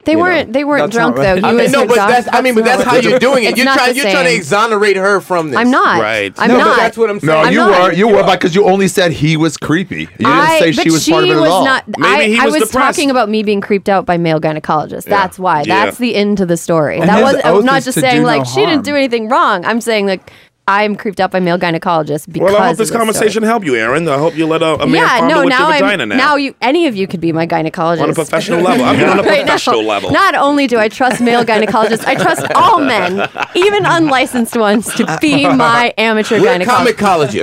S5: They
S8: know,
S5: weren't. they weren't
S6: that's
S5: drunk
S6: not
S5: though.
S6: right.
S5: You
S8: I mean,
S5: as
S8: no,
S5: a
S8: but
S5: doc-
S8: that's. I mean, but that's
S5: not
S8: how
S5: what-
S8: you're doing it.
S5: It's
S8: You're
S5: not
S8: trying.
S5: the
S8: You're trying to
S5: same.
S8: exonerate her from this.
S5: I'm not.
S2: Right.
S5: I'm
S8: No,
S5: not.
S8: but that's what I'm saying.
S1: No,
S5: I'm
S1: you
S5: not.
S1: were you were because you only said he was creepy. You didn't
S5: I,
S1: say
S5: but
S1: she was part of it
S5: was
S1: at all.
S5: Not, I,
S2: Maybe he
S5: I
S2: was
S5: was
S2: depressed.
S5: talking about me being creeped out by male gynecologists. That's why.
S2: Yeah.
S5: That's the end to the story.
S6: And
S5: that
S6: his
S5: was. I'm
S6: oath
S5: not
S6: is
S5: just
S6: to do
S5: saying
S6: no
S5: like she
S6: harm.
S5: didn't do anything wrong. I'm saying like I'm creeped out by male gynecologists because.
S2: Well, I hope
S5: of
S2: this
S5: story.
S2: conversation help you, Aaron. I hope you let a, a man
S5: Yeah,
S2: fondle
S5: no.
S2: with
S5: Now
S2: your
S5: I'm.
S2: vagina
S5: Now.
S2: now.
S5: you, any of you could be my gynecologist
S2: on a professional level. I mean, on a
S5: Right now,
S2: professional level.
S5: Not only do I trust male gynecologists, I trust all men, even unlicensed ones, to be my amateur
S8: We're
S5: gynecologist.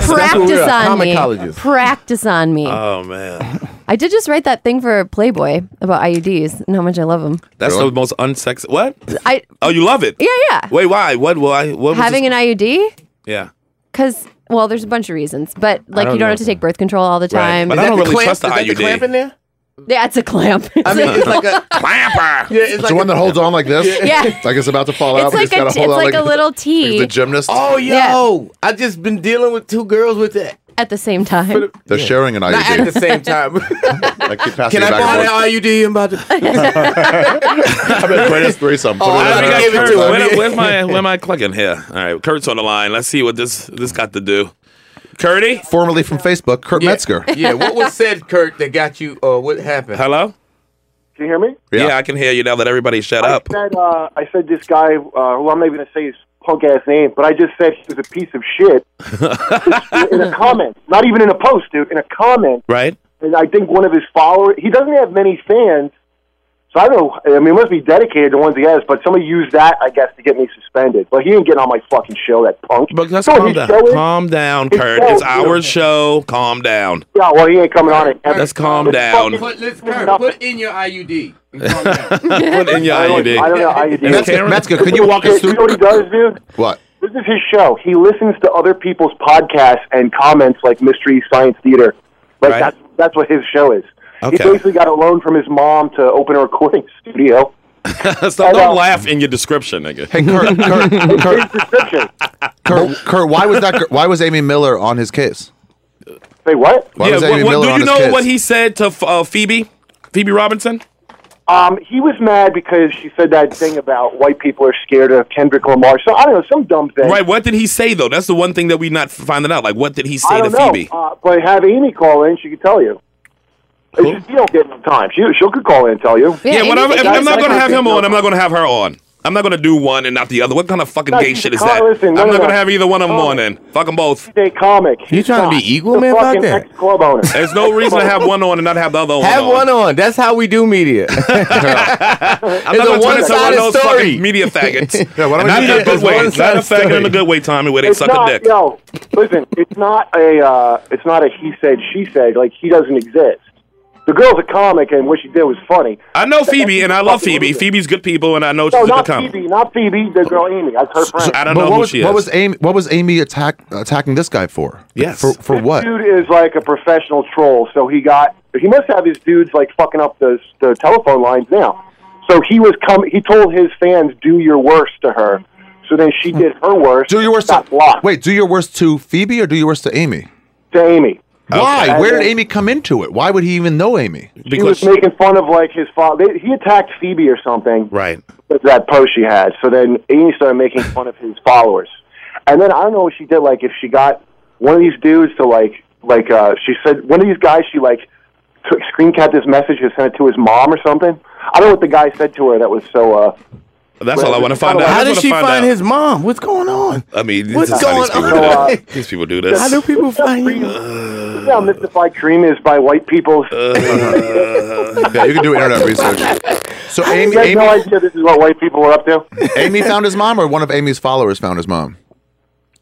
S8: comicologists. That's what
S5: Practice
S8: we are,
S5: on me.
S8: comicologists.
S5: Practice on me.
S2: oh man,
S5: I did just write that thing for Playboy about IUDs and how much I love them.
S2: that's
S1: Really?
S2: the most unsexy. What?
S5: I
S2: Oh, you love it?
S5: yeah yeah.
S2: Wait, why? What? Why? What? Was
S5: Having
S2: this?
S5: an IUD
S2: yeah.
S5: because well, there's a bunch of reasons, but like you don't have to take birth control all the time.
S2: But I
S8: Is that
S2: don't
S8: the
S2: really
S8: clamp-
S2: trust the
S8: is that
S2: IUD.
S8: clamp in there?
S5: yeah, it's a clamp.
S8: I mean, it's like a.
S2: Clamper.
S8: Yeah, it's
S1: It's
S8: like
S1: the one
S8: a-
S1: that holds on like this.
S5: Yeah.
S1: like it's about to fall out.
S5: It's
S1: but
S5: like
S1: it's
S5: a
S1: gotta
S5: it's
S1: hold out
S5: like a little T
S1: the gymnast.
S8: Oh yo!
S5: Yeah.
S8: I just been dealing with two girls with that.
S5: at the same time.
S1: They're sharing an
S8: Not at the
S1: IUD.
S8: same time.
S1: I keep passing
S8: Can I
S1: it
S8: buy
S1: back
S8: that IUD? I'm about to.
S1: and forth. I'm greatest threesome. Put
S8: Oh,
S1: it in
S8: I
S1: there.
S8: already gave it
S2: Kurt,
S8: to him.
S2: where- where's my where am I clicking here? All right, Kurt's on the line. Let's see what this this got to do. Curdy,
S1: Formerly from Facebook, Kurt Metzger.
S8: yeah. What was said, Kurt? That got you? Or what happened?
S2: hello.
S9: Can you hear me?
S1: Yeah.
S2: I can hear you now that everybody shut
S9: I
S2: up.
S9: said, uh, I said this guy, uh, who I'm not even going to say his punk ass name, but I just said he was a piece of shit in a comment. Not even in a post, dude, in a comment.
S2: Right?
S9: And I think one of his followers, he doesn't have many fans. So I don't know. I mean, it must be dedicated to ones he has, but somebody used that, I guess, to get me suspended. But he ain't getting on my fucking show, that punk.
S2: But let's
S10: Oh,
S9: So
S2: calm
S9: his
S2: down.
S9: show is-
S2: Calm down,
S9: His
S2: Kurt.
S9: show is-
S2: It's our show. Calm down.
S9: Yeah, well, he ain't coming on it.
S2: Let's calm
S9: It's
S2: down.
S9: fucking-
S8: Put, let's, Kurt, put in your IUD. and calm down.
S2: Put in your
S9: I don't, I don't
S2: IUD.
S9: know how you do
S2: That's
S9: it.
S1: Metzger,
S2: Karen?
S1: Metzger, could you walk us
S9: You
S1: through
S9: know what he does, dude?
S1: what?
S9: This is his show. He listens to other people's podcasts and comments like Mystery Science Theater. Like
S2: Right.
S9: that's that's what his show is. He
S2: Okay.
S9: basically got a loan from his mom to open a recording studio.
S2: Stop, don't
S9: Hello.
S2: laugh in your description, nigga.
S1: Hey, Kurt, Kurt, Kurt,
S9: Description.
S1: Kurt, Kurt, why was that? Why was Amy Miller on his case?
S9: Say what?
S1: Why was
S2: what,
S1: Amy
S2: what-
S1: Miller
S2: do
S1: on
S2: you
S1: his
S2: know
S1: case?
S2: what he said to uh, Phoebe? Phoebe Robinson?
S10: Um, he was mad because she said that thing about white people are scared of Kendrick Lamar. So I don't know, some dumb thing.
S2: Right. What did he say though? That's the one thing that we not finding out. Like, what did he
S10: I
S2: say to
S10: don't know.
S2: Phoebe?
S10: Uh, but have Amy call in; she could tell you. Cool. She don't get time. She she could call in and tell you.
S2: Yeah, whatever. If I'm not gonna have him on, I'm not gonna have her on. I'm not gonna do one and not the other. What kind of fucking
S10: No,
S2: gay
S10: she's a
S2: shit is
S10: con-
S2: that?
S10: listen, no,
S2: I'm
S10: no,
S2: not
S10: no.
S2: gonna have either one of them on then. Fuck them both.
S10: Day comic.
S8: You trying to
S10: He's
S8: be equal,
S10: a
S8: man? Fuck
S10: fucking
S8: that.
S10: Club owner.
S2: There's no reason to have one on and not have the other one
S8: Have
S2: on.
S8: one on. That's how we do media.
S2: I'm not
S8: It's a
S2: gonna turn into one
S8: one-sided
S2: of those
S8: story.
S2: fucking media faggots.
S1: Yeah, why don't
S2: Not
S1: we
S2: in
S1: do
S2: a
S1: that?
S2: good way.
S8: one-sided
S2: Not a faggot in
S8: story.
S2: a good way, Tommy, where they
S10: it's
S2: suck
S10: not,
S2: a dick.
S10: Yo, listen, it's not a uh, it's not a he said she said. Like he doesn't exist. The girl's a comic, and what she did was funny.
S2: I know Phoebe and I love
S10: Fucking
S2: Phoebe.
S10: idiot.
S2: Phoebe's good people and I know she's
S10: No,
S2: a good
S10: not
S2: comic.
S10: Phoebe, not Phoebe. The girl Amy, that's her friend.
S2: I don't
S1: But
S2: know
S1: what
S2: who
S1: was
S2: she is.
S1: what was Amy what was Amy attack attacking this guy for?
S2: Yes.
S1: For for what?
S10: Dude is like a professional troll, so he got he must have his dudes like fucking up the the telephone lines now. So he was come. He told his fans, "Do your worst" to her. So then she did her worst.
S1: Do your worst
S10: Got
S1: to
S10: blocked.
S1: wait. Do your worst to Phoebe or do your worst to Amy?
S10: to Amy.
S1: Why?
S10: And
S1: Where did
S10: then-
S1: Amy come into it? Why would he even know Amy?
S10: He was
S2: Because
S10: making fun of like his father. He attacked Phoebe or something.
S2: right.
S10: with that post she had. So then Amy started making fun of his followers, and then I don't know what she did. Like if she got one of these dudes to like like uh, she said one of these guys she like took screen capped his message and sent it to his mom or something. I don't know what the guy said to her that was so. uh
S2: That's all I want to find out. I
S8: How
S2: just
S8: did
S2: wanna
S8: she find,
S2: out.
S8: his mom? What's going on?
S2: I mean, this
S8: What's
S2: is how these
S8: going
S2: people
S8: on?
S2: do this. These people do this.
S8: How do people find him?
S10: You know how mystified Kareem is by white people.
S1: Yeah, you can do internet research. So Amy,
S10: you have no
S1: Amy,
S10: idea this is what white people were up to.
S1: Amy found his mom, or one of Amy's followers found his mom.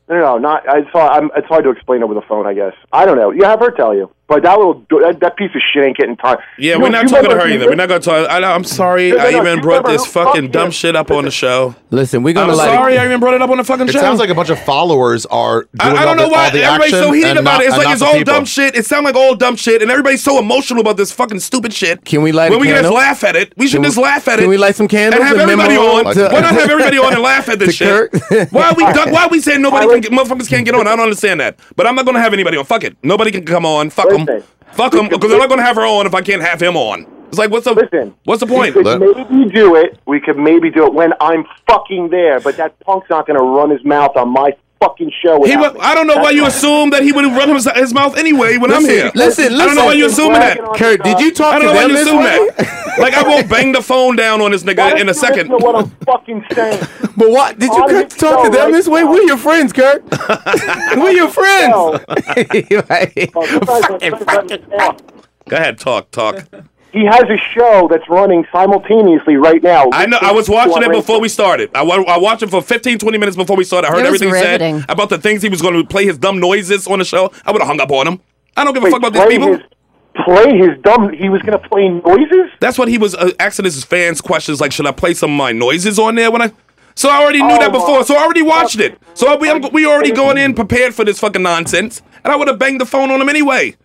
S10: No, no, not. It's hard, I'm, it's hard to explain over the phone, I guess. I don't know. You have her tell you, but that little that, that piece of shit ain't getting time.
S2: Yeah,
S10: You-
S2: we're not
S10: you
S2: talking to
S10: remember-
S2: her either. We're not going to talk. I, I'm sorry
S10: No, no,
S2: I
S10: no,
S2: even
S10: you
S2: brought
S10: remember
S2: this
S10: who- fuck
S2: fucking dumb
S10: you.
S2: shit up on the show.
S8: Listen, we're
S2: I'm
S8: gonna let
S2: sorry
S8: it.
S2: I even brought it up on the fucking
S1: It
S2: show.
S1: sounds like a bunch of followers are. Doing
S2: I, I
S1: all
S2: don't know
S1: the,
S2: why
S1: all the
S2: everybody's so
S1: action
S2: heated
S1: and
S2: about
S1: not-
S2: it. It's
S1: and
S2: like
S1: not
S2: it's
S1: the
S2: all
S1: people.
S2: dumb shit. It sounds like all dumb shit, and everybody's so emotional about this fucking stupid shit.
S8: Can we light a
S2: When we can just
S8: candle?
S2: laugh at it, we should
S8: Can we-
S2: just laugh at it.
S8: can we light some candles
S2: and have
S8: and
S2: everybody
S8: memo
S2: on?
S8: to-
S2: Why not have everybody on and laugh at this
S8: to
S2: shit?
S8: Kirk?
S2: Why are we duck- why are we saying nobody can get, motherfuckers can't get on? I don't understand that. But I'm not gonna have anybody on. Fuck it. Nobody can come on. Fuck them.
S10: Listen.
S2: Fuck them. Because I'm not gonna have her on if I can't have him on. It's like what's the
S10: Listen.
S2: what's the point?
S10: We could
S1: Let-
S10: maybe do it. We could maybe do it when I'm fucking there. But that punk's not going to run his mouth on my fucking show.
S2: He
S10: without
S2: would,
S10: me.
S2: I don't know why you assume that he would run his, his mouth anyway when I'm here.
S8: listen,
S2: I don't know why
S8: listen.
S2: you assuming that.
S10: Wagging on
S8: Kurt, did you talk
S2: I
S8: to
S2: don't know why
S8: them
S2: you
S8: this
S2: assume
S8: way?
S2: that. Like I won't bang the phone down on this
S10: Why
S2: nigga
S10: don't
S2: in
S10: you
S2: a second.
S10: listen to what I'm fucking saying.
S8: But what did you
S10: All
S8: Kirk,
S10: this
S8: talk to
S10: show
S8: them this
S10: right
S8: way?
S10: now.
S8: We're your friends, Kurt. We're your
S10: No.
S8: friends. Like,
S10: Oh, you guys are so fucking wrong.
S2: Go ahead, talk, talk.
S10: He has a show that's running simultaneously right now.
S2: I know. I was watching it before we started. I, wa- I watched it for 15, 20 minutes before we started. I heard
S5: It was
S2: everything he
S5: riveting.
S2: said about the things he was going to play his dumb noises on the show. I would have hung up on him. I don't give a
S10: Wait,
S2: fuck about these
S10: play
S2: people.
S10: his play his dumb. He was going to play noises.
S2: That's what he was uh, asking his fans questions like, should I play some of my noises on there when I? So I already knew
S10: Oh,
S2: that before.
S10: my-
S2: So I already watched it. So I- we I'm, we already going in prepared for this fucking nonsense, and I would have banged the phone on him anyway.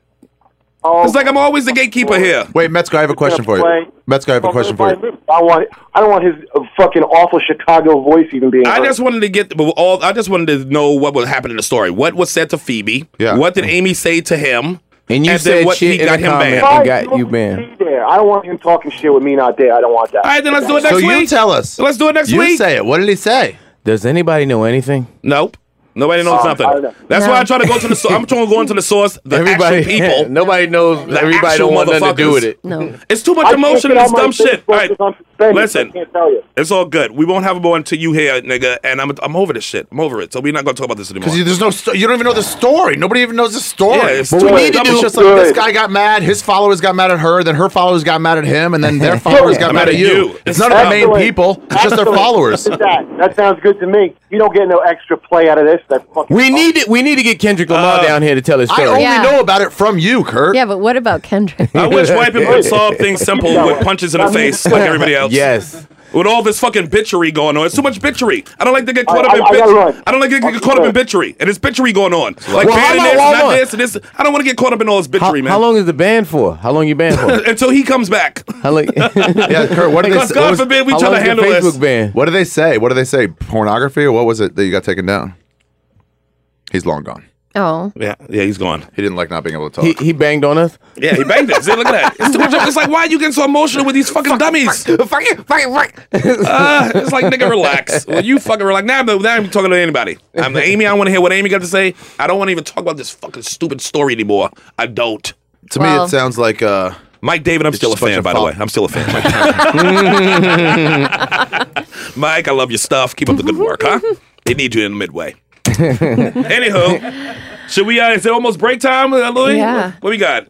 S10: Oh,
S2: It's like I'm always the gatekeeper here.
S1: Wait, Metzger, I have a question for you.
S10: play- Oh,
S1: Metzger, I have a question for you.
S10: I want. I don't want his uh, fucking awful Chicago voice even being.
S2: I
S10: heard.
S2: just wanted to get but all. I just wanted to know what would happen in the story. What was said to Phoebe?
S1: Yeah.
S2: What did Amy say to him?
S8: And you
S2: then
S8: said shit in the comment.
S2: All
S8: I
S10: Why
S8: got
S10: don't
S8: you banned.
S10: be There. I don't want him talking shit with me not there. I don't want that.
S2: right, then let's do it next
S1: So
S2: week.
S1: you tell us.
S2: Let's do it next
S1: you
S2: week.
S1: say it. What did he say?
S8: Does anybody know anything?
S2: nope. Nobody knows
S10: Oh, I
S2: nothing.
S10: don't know.
S2: That's why I try to go to the. source. I'm trying to go into the source. The
S8: Everybody,
S2: actual people.
S8: nobody knows. Everybody
S2: actual
S8: don't want nothing to do
S2: motherfuckers.
S8: with it.
S5: No.
S2: It's too
S10: I
S2: much
S10: can't
S2: emotion in
S10: get
S2: this
S10: on my
S2: dumb shit. All
S10: Facebook
S2: right.
S10: because I'm suspended, so
S2: Listen.
S10: I can't tell you.
S2: It's all good. We won't have him on until you here, nigga. And I'm I'm over this shit. I'm over it. So we're not gonna talk about this anymore.
S1: Because there's no. Sto- you don't even know the story. Nobody even knows the story.
S2: Yeah, it's
S1: But
S2: too
S1: we
S2: much
S1: need to
S2: double
S1: do. It's just like
S10: story.
S1: this guy got mad. His followers got mad at her. Then her followers got mad at him. And then their followers got mad at you. It's none of the main
S10: Excellent.
S1: people. It's just their
S10: Excellent.
S1: followers.
S10: Look at That. that sounds good to me. You don't get no extra play out of this. That's fucking
S8: We need it. We need to get Kendrick
S2: Uh,
S8: Lamar down here to tell his
S1: I
S8: story.
S1: only
S5: Yeah.
S1: know about it from you, Kurt.
S5: Yeah, but what about Kendrick?
S2: I wish white people would solve things simple with punches in the face like everybody else.
S8: Yes.
S2: With all this fucking bitchery going on, it's too much bitchery. I don't like to get caught
S10: I-
S2: up in
S10: I- I gotta run.
S2: bitch. I don't like to get caught up in bitchery, and it's bitchery going on. Like
S8: Well,
S2: banning
S8: how
S2: this,
S8: long-
S2: not
S8: how
S2: this, and this. I don't want to get caught up in all this
S8: How,
S2: bitchery, man.
S8: how long is the ban for? How long you banned for?
S2: Until he comes back.
S8: How long?
S1: Yeah, Kurt. What did they?
S2: Because
S1: Say?
S2: God
S1: What, was-
S2: forbid we
S8: How
S2: try
S8: long
S2: to
S8: is your
S2: handle
S8: Facebook
S2: this.
S8: ban?
S1: what did they say? What did they say? Pornography or what was it that you got taken down? He's long gone.
S5: Oh.
S2: Yeah, yeah, he's gone.
S1: He didn't like not being able to talk.
S8: He, he banged on us.
S2: Yeah, he banged it. See, look at that. It's, too much. it's like, why are you getting so emotional with these fucking dummies?
S8: Fuck it, fuck it, fuck it.
S2: Uh, it's like, nigga, relax. Well, you fucking relax. Now, I'm- now I'm talking to anybody. I'm the Amy. I want to hear what Amy got to say. I don't want to even talk about this fucking stupid story anymore. I don't.
S1: to me,
S5: Well-
S1: it sounds like uh,
S2: Mike David, I'm still a
S1: just a bunch
S2: fan,
S1: of
S2: by the
S1: fol-
S2: way. I'm still a fan. Mike, I love your stuff. Keep up the good work, huh? They need you in the midway. Anywho, should we? Uh, is it almost break time, uh, Louis?
S5: Yeah.
S2: What we got?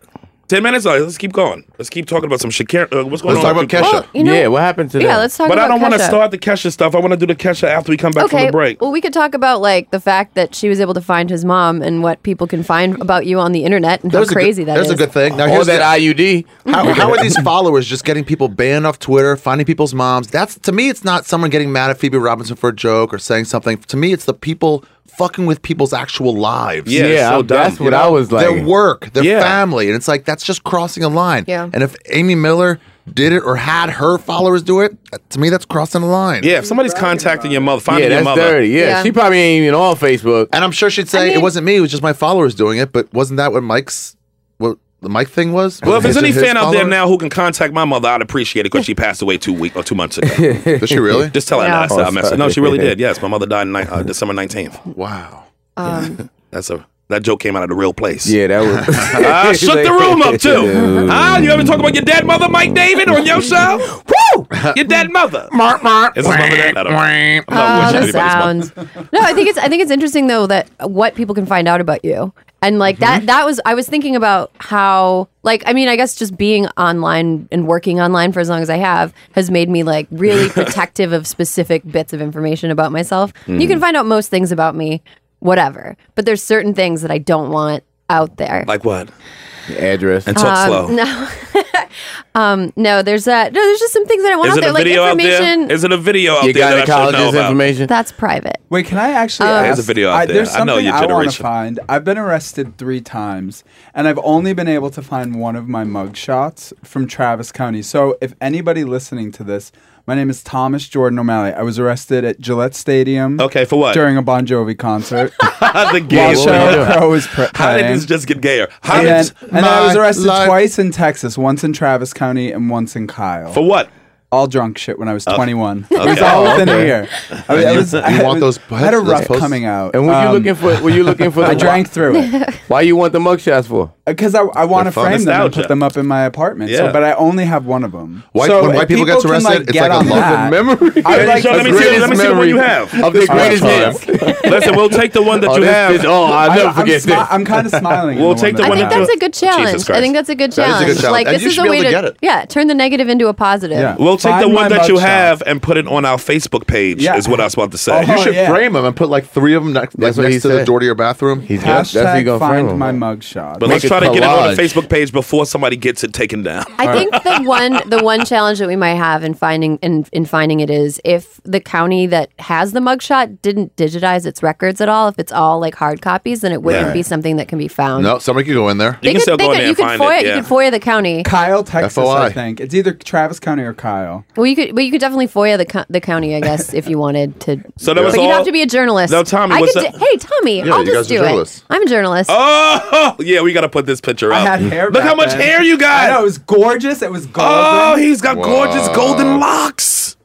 S2: Ten minutes. All right, let's keep going. Let's keep talking about some Shakira. Uh, what's going
S1: let's
S2: on?
S1: talk about Kesha.
S5: Well, you know,
S8: yeah, what happened to that?
S5: yeah, let's talk
S2: But
S5: Oh, about
S2: I don't want to
S5: Kesha.
S2: start the Kesha stuff. I want to do the Kesha after we come back from
S5: Okay.
S2: the break.
S5: Well, we could talk about like the fact that she was able to find his mom and what people can find about you on the internet and
S1: There's
S5: how crazy
S1: a good,
S5: that
S1: there's
S5: is.
S1: a good thing. Now
S8: All
S1: here's
S8: that
S1: the-
S8: IUD.
S1: how, how are these followers just getting people banned off Twitter, finding people's moms? That's to me, it's not someone getting mad at Phoebe Robinson for a joke or saying something. To me, it's the people fucking with people's actual lives.
S2: Yeah, it's
S8: Yeah,
S2: so
S8: I-
S2: dumb,
S8: that's
S2: you
S8: what I was like.
S1: their work, their
S2: Yeah.
S1: family, and it's like that's just crossing a line.
S5: Yeah.
S1: And if Amy Miller did it or had her followers do it, to me, that's crossing the line.
S2: Yeah, if somebody's contacting your mother, finding
S8: yeah,
S2: your
S8: that's
S2: mother.
S8: dirty. Yeah.
S5: Yeah.
S8: she probably ain't even on Facebook.
S1: And I'm sure she'd say
S5: I mean-
S1: it wasn't me; it was just my followers doing it. But wasn't that what Mike's what the Mike thing was?
S2: Well, if there's
S1: His-
S2: any
S1: his
S2: fan out there
S1: followers?
S2: now who can contact my mother, I'd appreciate it because she passed away two week or two months ago.
S1: Does she really?
S2: Just tell her
S5: Yeah.
S2: I said I messed up. No, she really
S8: sorry.
S2: did. Yes, my mother died ni- uh, December 19th.
S1: wow.
S5: Um,
S2: That's a that joke came out of the real place.
S8: Yeah, that was.
S2: I shook the room up too. Huh? You ever talk about your dead mother, Mike David, on your show? Woo! Your dead mother. Mark, mark. Is his mother dead? I don't know. I'm not
S5: oh,
S2: wishing
S5: the
S2: anybody's mother-
S5: sounds. no, I think it's I think it's interesting though that what people can find out about you. And like
S2: Mm-hmm.
S5: that that was I was thinking about how like I mean I guess just being online and working online for as long as I have has made me like really protective of specific bits of information about myself. You
S2: Mm.
S5: can find out most things about me whatever, but there's certain things that I don't want out there.
S2: Like what?
S8: address.
S2: And talk slow.
S5: No. um, no, there's that. No, there's just some things that I want
S2: Is
S5: out
S2: it
S5: there,
S2: a
S5: like
S2: video out
S5: information.
S2: there? Is it a video out
S8: Your
S2: there that I should know
S8: gynecologist
S2: about?
S8: information.
S5: that's private.
S6: Wait, can I actually ask?
S2: There's a video out
S6: I,
S2: there.
S6: There's
S2: I know
S6: something I,
S2: your
S6: want to
S2: generation.
S6: find. I've been arrested three times, and I've only been able to find one of my mugshots from Travis County. So, if anybody listening to this, my name is Thomas Jordan O'Malley. I was arrested at Gillette Stadium.
S2: Okay, for what?
S6: During a Bon Jovi concert.
S2: the
S6: While
S2: gay
S6: Sheryl Crow was pre-
S2: How did
S6: playing.
S2: this just get gayer? How
S6: and,
S2: did
S6: and I was
S1: my
S6: arrested
S1: life-
S6: twice in Texas, once in Travis County and once in Kyle.
S2: for what?
S6: all drunk shit when I was 21. It was
S2: Okay.
S6: all
S1: Oh,
S6: within a
S1: okay.
S6: year. I, mean, I
S1: you-
S6: was,
S1: you
S6: I
S1: want
S6: was-
S1: those-
S6: I had a
S1: those
S6: rough
S1: posts?
S6: coming out.
S8: And were you
S6: Um,
S8: looking for? Were you looking for? The
S6: I drank through it
S8: Why you want the mugshots for?
S6: because I, I want to
S1: They're fun.
S6: frame them and
S2: Nostalgia.
S6: put them up in my apartment.
S2: Yeah.
S6: So, but I only have one of them.
S1: White-
S6: so
S1: when white
S6: if
S1: people gets
S6: can,
S1: arrested, it's
S6: get
S1: like a
S6: on
S1: law.
S6: that,
S8: memory.
S6: I like
S2: Show- let me
S6: the
S2: see. Let me
S6: greatest
S2: see the one you
S8: memory
S2: have.
S8: Of the
S6: This
S8: greatest
S6: lifetime.
S8: hits.
S2: Listen, we'll take the one that you
S8: this
S2: have.
S8: bitch- oh, I'll never
S6: I'm
S8: forget
S6: smi-
S8: this.
S6: I'm kind of smiling.
S2: We'll
S6: in the
S2: take the
S6: one
S5: I
S2: one
S5: think
S6: that-
S2: that-
S5: that's a good challenge. I
S2: Christ.
S5: think that's a
S1: That
S5: good
S1: is a
S5: challenge.
S1: good challenge.
S5: Like
S1: And
S5: this
S1: you
S5: is
S1: should
S5: a
S1: be
S5: way
S1: able
S5: to,
S1: to get it.
S5: yeah, turn the negative into a positive.
S6: Yeah.
S2: We'll take
S6: Find
S2: the one
S6: my
S2: that you
S6: mugshot.
S2: have and put it on our Facebook page.
S6: Yeah.
S2: Is what I was about to say.
S6: Oh,
S1: You should
S6: yeah.
S1: frame them and put like three of them next, like,
S8: That's what he
S1: next to the
S8: said.
S1: door to your bathroom. He's
S8: That's- that's what you
S6: Hashtag
S8: gonna frame
S6: find
S8: them
S6: my
S8: with.
S6: mugshot.
S2: but
S8: Make
S2: let's
S8: a
S2: try to get it on the
S8: collage.
S2: Facebook page before somebody gets it taken down.
S5: I think the one the one challenge that we might have in finding in, in finding it is if the county that has the mugshot didn't digitize its records at all, if it's all like hard copies, then it wouldn't be something that can be found.
S1: no, somebody could go in there.
S2: You can still go in there
S5: you
S2: and
S5: could
S2: find
S5: FOIA,
S2: it, yeah.
S5: you could FOIA the county.
S6: Kyle, Texas,
S1: FOI.
S6: I think. It's either Travis County or Kyle.
S5: Well, you could, but you could definitely FOIA the, co- the county, I guess, if you wanted to.
S2: So that was
S5: but you'd
S2: all-
S5: have to be a journalist.
S2: No, Tommy,
S5: I
S2: what's
S5: could
S2: that-
S5: do- hey, Tommy,
S1: Yeah,
S5: I'll
S1: you guys
S5: just
S1: are
S5: do it.
S1: journalists.
S5: I'm a journalist.
S2: oh yeah, we got to put this picture up.
S6: I had hair.
S2: Look
S6: back
S2: how much
S6: then.
S2: hair you
S6: I
S2: got.
S6: know it was gorgeous. It was golden.
S2: Oh, he's got
S1: Wow.
S2: gorgeous golden locks.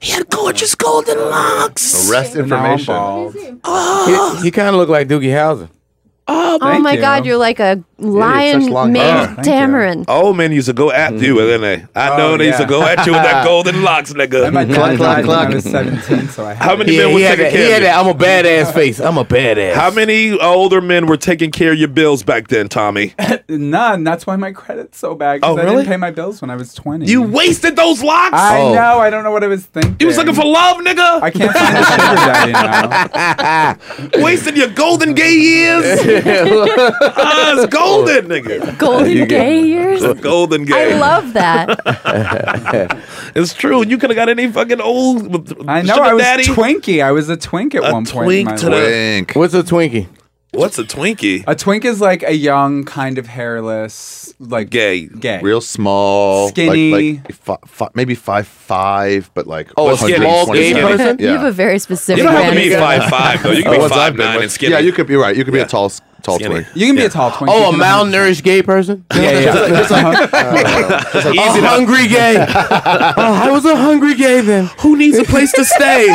S2: He had gorgeous golden locks.
S1: Arrest
S6: Now I'm
S1: information.
S6: bald.
S8: He, kind of looked like Doogie Howser.
S5: oh
S6: Thank
S5: my
S6: you.
S5: God, you're like a lion
S1: such long hair.
S5: made
S6: Thank you.
S5: tamarind.
S2: Old men used to go at you, didn't they? I
S6: Oh,
S2: know they used to
S6: yeah.
S2: go at you with that golden locks, nigga.
S6: And my dad
S1: Clack, clack,
S6: died when I
S1: clack.
S6: was 17, so I had
S2: How
S6: it.
S2: many
S8: Yeah,
S2: men
S8: he
S2: was
S8: had,
S2: taking
S8: that,
S2: care
S8: he
S2: of
S8: had
S2: you?
S8: that. I'm a badass face. I'm a badass.
S2: How many older men were taking care of your bills back then, Tommy?
S6: None. That's why my credit's so bad.
S2: Oh,
S6: Because I
S2: really?
S6: didn't pay my bills when I was 20.
S2: You wasted those locks.
S6: I know. I don't know what I was thinking.
S2: you was looking for love, nigga.
S6: I can't find a sugar daddy now.
S2: Wasting your golden gay years. Ah, it's golden, nigga.
S5: Golden gay years.
S2: Golden gay.
S5: I love that.
S2: It's true. You could have got any fucking old. with-
S6: I know.
S2: sugar
S6: I was
S2: daddy.
S6: Twinkie. I was a twink at
S2: A
S6: one point. in
S2: twink
S6: my
S2: to
S6: life.
S2: the-
S1: Wink.
S8: What's a Twinkie?
S2: What's a Twinkie?
S6: A twink is like a young, kind of hairless, like
S2: Gay.
S6: gay.
S1: Real small,
S6: Skinny.
S1: like, like fi- fi- maybe five five, but like
S8: Oh, a
S2: skinny,
S1: 120
S2: skinny
S1: pounds.
S8: person?
S5: You have a
S1: Yeah.
S5: very specific.
S2: You don't have to
S5: fantasy.
S2: be five five though. You can
S1: The
S2: be
S6: Oh,
S1: ones I've
S2: five
S1: Oh, been
S2: nine
S1: with.
S2: and skinny.
S1: Yeah, you could be right. You could be
S2: Yeah.
S1: a tall, s- Tall
S2: See any-
S1: twig.
S6: You can be a tall twink. You
S8: Oh, a
S6: can-
S8: malnourished gay person?
S6: Yeah, yeah, yeah.
S8: Easy hungry gay. Oh, I was a hungry gay then.
S2: Who needs a place to stay?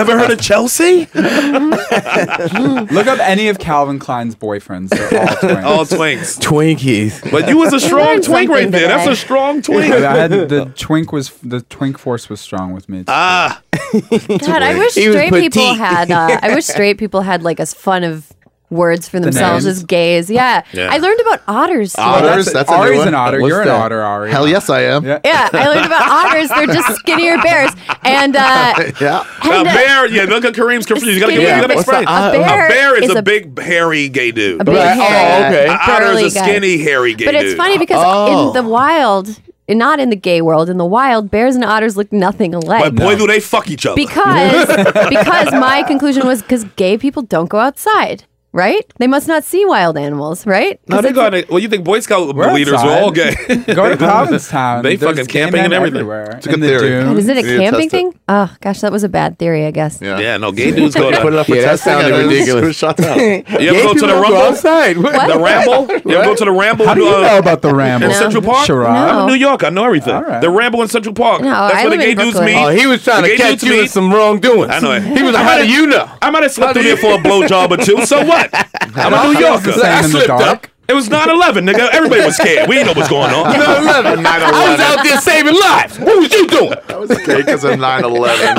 S2: Ever heard of Chelsea?
S6: Look up any of Calvin Klein's boyfriends. They're all twins.
S2: All twinks.
S8: Twinkies.
S2: But you was a strong
S5: Learned
S2: twink right
S5: something
S2: there. That's
S5: today.
S2: a strong twink.
S6: I had the twink was the twink force was strong with me.
S2: Ah,
S5: God, I wish
S8: He was
S5: straight people
S8: petite.
S5: had. Uh, I wish straight people had like as fun of words for themselves
S6: names?
S5: as gays. Yeah.
S2: Yeah.
S5: I learned about otters. today.
S1: Otters? That's a new
S6: Ari's
S1: one.
S6: an otter.
S8: What's
S6: You're an
S8: that?
S6: otter, Ari.
S1: Hell yes, I am.
S6: Yeah.
S5: Yeah, I learned about otters. They're just skinnier bears, and uh,
S1: Yeah.
S2: a
S5: and, uh,
S2: bear. Yeah, look at Kareem's confused. You gotta, give- you
S5: Skinny
S2: gotta
S5: bear.
S2: explain.
S5: A
S2: A
S5: bear
S2: bear is,
S5: is
S2: a,
S5: a-
S2: big, hairy gay dude.
S5: a big
S8: Right. Oh,
S5: hairy,
S8: okay.
S2: An otter
S5: burly
S2: is a
S5: guy.
S2: skinny, hairy gay
S5: But
S2: dude.
S5: it's funny because
S8: Oh.
S5: in the wild, not in the gay world, in the wild, bears and otters look nothing alike.
S2: But boy, do they fuck each other.
S5: because because my conclusion was because gay people don't go outside, right? They must not see wild animals, right?
S2: no, they got it. Well, you think Boy Scout
S6: We're
S2: leaders are
S6: outside.
S2: all gay?
S6: Go to Provincetown.
S2: They
S6: There's
S2: fucking
S6: gay
S2: camping
S6: men
S2: and everything.
S6: Everywhere.
S1: a good
S6: In the
S1: theory.
S6: dunes.
S5: God, is it a
S1: Yeah, you
S5: camping
S1: test it.
S5: thing? Oh gosh, that was a bad theory, I guess.
S2: yeah, no, gay dudes go
S8: Put it
S2: to
S8: up yeah, that sounded ridiculous.
S1: Shut down.
S2: You ever go to the Rumble?
S8: outside.
S2: The Ramble? You ever go to the Ramble?
S6: How do you
S2: uh,
S6: know about the ramble?
S2: in Central Park?
S6: Sherrod?
S2: I'm in New York. I know everything.
S6: All right.
S2: The Ramble in Central Park.
S5: No,
S2: That's
S5: I
S2: where the
S5: live
S2: gay
S5: in
S2: dudes
S5: Brooklyn.
S2: meet.
S8: Oh, he was trying
S2: The
S8: to
S2: gay
S8: catch
S2: dudes
S8: you in
S2: meet-
S8: some wrongdoings.
S2: I know it.
S8: He was like, how do you know?
S2: I might have slept through there for a blowjob or two. So what? I'm a New
S6: It's the
S2: Yorker.
S6: same
S2: I
S6: in the
S2: slipped
S6: dark.
S2: up. It was 9 11, nigga. Everybody was scared. We didn't know what's going on.
S8: I was out there saving lives. What was you doing?
S1: That was gay because of 9 11.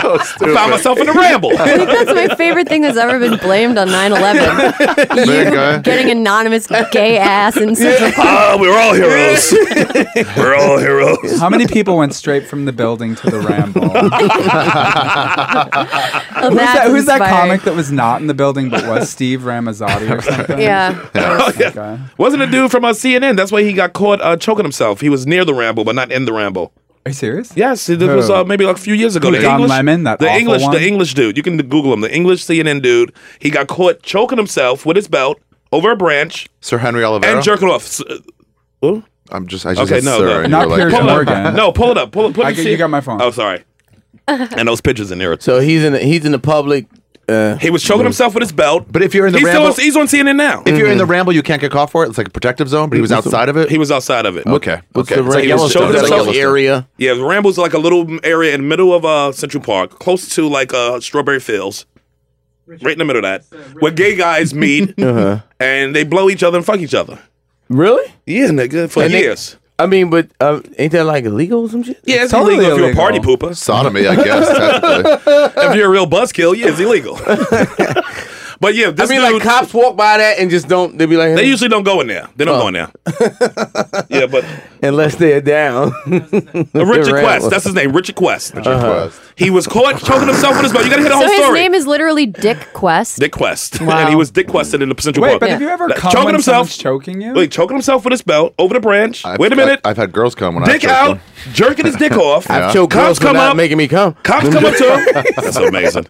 S1: so stupid.
S2: Found myself in the ramble.
S5: I think that's my favorite thing that's ever been blamed on 9-11.
S1: There you go.
S5: Getting anonymous gay ass in Central Park.
S2: Ah, we're all heroes. we're all heroes.
S6: How many people went straight from the building to the ramble?
S5: Oh,
S6: who's
S5: that's
S6: that, who's that
S5: inspiring.
S6: comic that was not in the building but was Steve Ramazzotti or something?
S5: Yeah.
S2: Oh, yeah.
S6: Okay.
S2: Wasn't a dude from uh, CNN. That's why he got caught uh, choking himself. He was near the ramble, but not in the ramble.
S6: Are you serious?
S2: Yes, it was uh, maybe like a few years ago.
S6: Who,
S2: The
S6: Don
S2: English,
S6: Lemon, that
S2: the
S6: awful
S2: English,
S6: one?
S2: the English dude. You can Google him. The English CNN dude. He got caught choking himself with his belt over a branch
S1: Sir Henry Oliveira.
S2: and jerking off. S-
S1: I'm just, I just
S2: Okay,
S1: said
S2: no,
S1: sir,
S2: no.
S1: and you
S6: Not
S1: were like,
S6: Pierce
S1: yeah.
S2: Pull it up.
S6: Morgan.
S2: No, pull it up. Pull it. Pull it
S6: I
S2: to
S6: get-
S2: see
S6: you
S2: it.
S6: got my phone.
S2: Oh, sorry. and those pictures in there.
S8: So he's in the, he's in the public. Uh,
S2: He was choking himself with his belt.
S1: Mm-hmm. But if you're in the
S2: he's, still
S1: ramble-
S2: on- he's on CNN now.
S1: If you're in the ramble, you can't get caught for it. It's like a protective zone, but he was outside of it.
S2: he was outside of it.
S1: okay.
S8: what's
S1: okay.
S8: the
S1: It's like
S8: ring?
S1: Yellowstone.
S2: showed
S1: It's like
S2: themselves
S1: Yellowstone.
S8: area.
S2: Yeah, the Ramble's like a little area in the middle of uh, Central Park, close to like uh, Strawberry Fields, right in the middle of that, where gay guys meet and they blow each other and fuck each other.
S8: Really?
S2: Yeah, nigga, for
S8: And they-
S2: years.
S8: I mean, but uh, ain't that like illegal or some shit?
S2: yeah, it's
S6: totally
S2: illegal, if you're a
S6: illegal.
S2: party pooper. Uh.
S1: Sodomy, I guess. technically.
S2: if you're a real buzzkill, yeah, it's illegal. but yeah,
S8: I
S2: this
S8: mean,
S2: dude,
S8: like cops walk by that and just don't. They be like,
S2: they usually don't go in there. They don't go in there. yeah, but
S8: unless they're down.
S2: Richard
S8: right.
S2: Quest, that's his name, Richard Quest.
S1: Request.
S2: He was caught choking himself with his belt. You gotta hear the
S5: So
S2: whole
S5: his
S2: story.
S5: name is literally Dick Quest.
S2: Dick Quest, and
S5: Wow.
S2: he was Dick Quested in the Central
S6: Wait,
S2: Park.
S6: but have you ever
S2: Like,
S6: come
S2: choking
S6: when
S2: himself?
S6: someone's choking you?
S2: Wait, choking himself with his belt over the branch.
S1: I've-
S2: Wait a minute.
S1: I, have had girls come when
S2: dick
S1: I
S2: out, jerking his dick off.
S8: I've choked girls for
S2: come
S8: not
S2: up.
S8: making me come.
S2: Cops come up to him. That's amazing.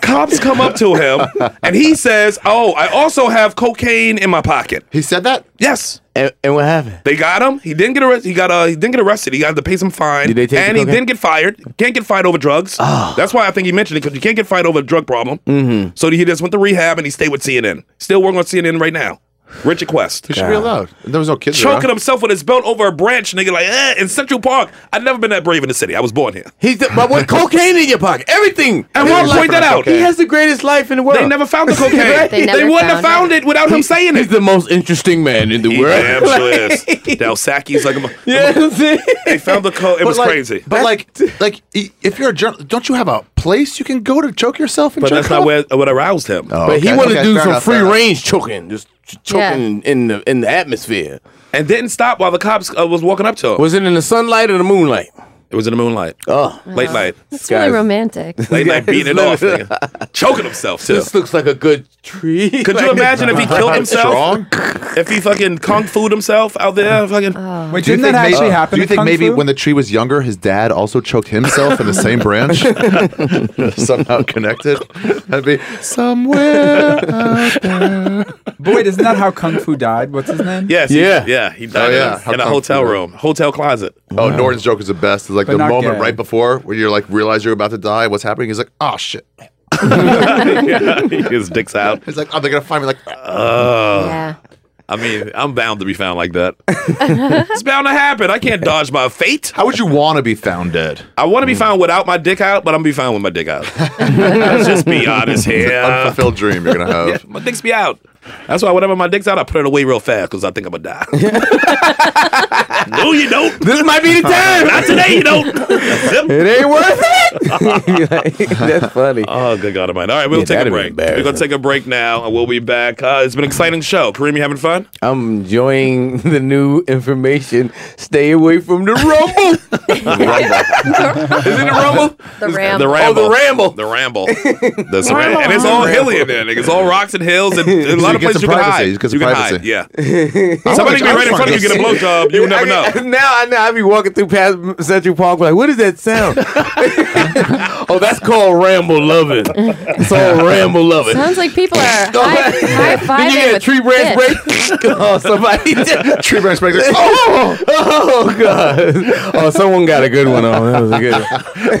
S2: Cops come up to him, and he says, "Oh, I also have cocaine in my pocket."
S1: He said that.
S2: Yes,
S8: And, and what happened?
S2: they got him. He didn't get arrested. He got uh, he didn't get arrested. He got to pay some fine,
S8: Did they take
S2: and
S8: the
S2: he
S8: cocaine?
S2: didn't get fired. Can't get fired over drugs. That's why I think he mentioned it because you can't get fired over a drug problem. Mm-hmm. So he just went to rehab and he stayed with CNN. Still working on CNN right now. Richard Quest.
S1: You should be allowed. There was no kids
S2: choking
S1: around.
S2: himself with his belt over a branch, nigga, like eh, in Central Park. I've never been that brave in the city. I was born here.
S8: He's the, but with cocaine in your pocket, everything.
S2: And we'll
S8: Like,
S2: point that out.
S8: He has the greatest life in the world.
S2: They never found the cocaine.
S5: They
S2: they
S5: never
S2: wouldn't have
S5: found
S2: found it, without him saying
S8: He's
S2: it.
S8: the most interesting man in the
S2: He
S8: world.
S2: damn sure is. Dalsaki's like, a-
S8: Yeah, that's it.
S2: they found the coke. It was
S1: like,
S2: crazy.
S1: But like, like i- if you're a journalist, don't you have a place you can go to choke yourself? And
S2: But
S1: jerk
S2: that's not
S1: off?
S2: where what aroused him.
S1: Oh,
S8: But he
S1: okay,
S8: wanted
S1: okay,
S8: to do
S1: fair
S8: some
S1: enough,
S8: free
S1: fair enough.
S8: range choking, just ch- choking
S5: Yeah.
S8: in- in the in the atmosphere.
S2: And didn't stop while the cops uh, was walking up to him.
S8: Was it in the sunlight or the moonlight?
S2: It was in the moonlight.
S8: Oh,
S2: Late night.
S5: It's really
S8: guys.
S5: romantic.
S2: Late night beating it off.
S8: literally-
S2: nigga. Choking himself too.
S8: this looks like a good tree.
S2: Could you
S8: Like-
S2: imagine if he killed himself?
S1: Strong.
S2: If he fucking kung fu'd himself out there? Fucking.
S6: Wait,
S1: Do you think
S6: didn't that
S1: maybe-
S6: actually happen?
S1: Do you
S6: in
S1: think
S6: Kung
S1: maybe
S6: Fu?
S1: when the tree was younger, his dad also choked himself in the same branch? Somehow connected. That'd be somewhere. out there.
S6: But wait, isn't that how Kung Fu died? What's his name?
S2: Yes. he-
S8: Yeah.
S2: yeah. He
S1: Oh,
S2: died
S1: yeah.
S2: in a-
S1: How
S2: in a
S1: come-
S2: hotel room, hotel closet.
S1: Oh, Norton's joke is the best. It's like
S6: But
S1: the
S6: not
S1: moment
S6: gay.
S1: right before where you're like realize you're about to die. What's happening? He's like, oh shit.
S2: His dick's out.
S1: It's like, oh, they're gonna find me. Like,
S2: Uh,
S5: Yeah.
S2: I mean, I'm bound to be found like that. it's bound to happen. I can't dodge my fate.
S1: how would you want to be found dead?
S2: I want
S1: Mm.
S2: to be found without my dick out, but I'm gonna be found with my dick out. Let's just be honest here.
S1: Unfulfilled dream you're gonna have.
S2: Uh, Yeah, my dick's be out. That's why whenever my dick's out, I put it away real fast because I think I'm gonna die. no, you don't.
S8: This might be the time.
S2: Not today, you don't. Zip.
S8: It ain't worth it. That's funny.
S2: Oh, good God of mine. All right, we'll
S8: Yeah,
S2: take a
S8: that'd be
S2: break. We're going to take a break now, and we'll be back. Uh, it's been an exciting show. Kareem, you having fun?
S8: I'm enjoying the new information. Stay away from the rumble.
S2: Is it a rumble?
S5: The ram.
S2: The ramble.
S8: Oh, the ramble.
S2: The ramble. That's right. And it's all hilly in there, nigga. It's all rocks and hills and, and a lot
S1: You
S2: of
S1: get
S2: places
S1: some
S2: you can
S1: privacy.
S2: hide.
S1: You get some
S2: you can
S1: privacy.
S2: hide, yeah. Somebody can be right in front of you, get a blowjob. You would never know.
S8: I- Now I know. I be walking through past Central Park, like, what is that sound? oh, that's called ramble loving. It's all ramble loving.
S5: Sounds like people are high, high
S8: Did Oh. you
S5: fiving
S8: get a
S5: with
S8: tree branch
S5: fists.
S8: break? oh, somebody.
S1: Tree branch breakers. Oh,
S8: oh God. Oh, someone got a good one on. That was a good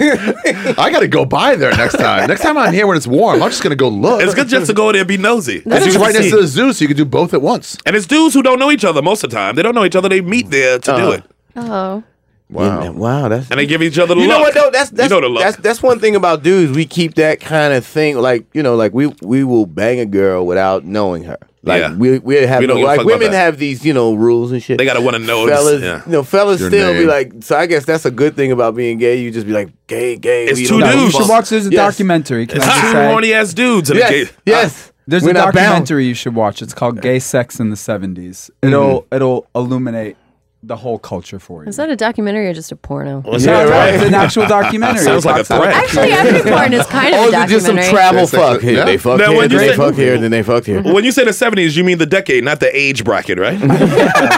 S8: one.
S1: I gotta go by there next time. Next time I'm here when it's warm, I'm just gonna go look.
S2: It's good just to go in there and be nosy.
S1: It's
S2: You
S1: just
S2: can
S1: right next
S2: see.
S1: to the zoo, so you can do both at once.
S2: And it's dudes who don't know each other most of the time. They don't know each other. They meet there to
S8: Uh-huh.
S2: do it.
S5: Oh.
S1: Wow.
S8: Wow, that's
S2: And they give each other the
S8: You
S2: look.
S8: know what though? That's that's,
S2: you know the look.
S8: that's that's one thing about dudes. We keep that kind of thing. Like you know, like we we will bang a girl without knowing her. Like
S2: Yeah.
S8: we we have
S2: We don't
S8: no-
S2: give a
S8: like
S2: fuck about
S8: women
S2: that.
S8: have these you know rules and shit.
S2: They gotta wanna know it's-
S8: Fellas,
S2: yeah.
S8: you know, fellas
S1: Your
S8: still be
S1: name.
S8: like. So I guess that's a good thing about being gay. You just be like gay, gay.
S2: It's
S8: we
S2: two
S8: don't give a
S2: dudes.
S6: You
S8: fuck.
S6: should watch. There's a
S8: Yes.
S6: documentary. Can I just
S2: Two
S6: say?
S2: horny ass dudes. in a
S8: Yes,
S2: case.
S8: yes.
S6: There's
S8: We're
S6: a
S8: not bound.
S6: documentary you should watch. It's called "Gay Sex in the Mm-hmm. '70s." It'll it'll illuminate the whole culture for you.
S5: Is that a documentary or just a porno?
S6: yeah, right. It's an actual documentary.
S2: Sounds
S6: It
S2: like a
S6: talks about-
S2: threat.
S5: Actually, every porn is kind of
S8: Or
S5: a
S8: is it just some
S5: documentary.
S8: travel
S1: Yes, that's
S8: fuck?
S1: it.
S8: Here,
S1: Yeah.
S8: they fucked
S2: Now,
S8: here,
S2: when you
S8: then they
S2: say-
S8: fucked here, then they fucked here.
S2: When you say the 70s, you mean the decade, not the age bracket, right?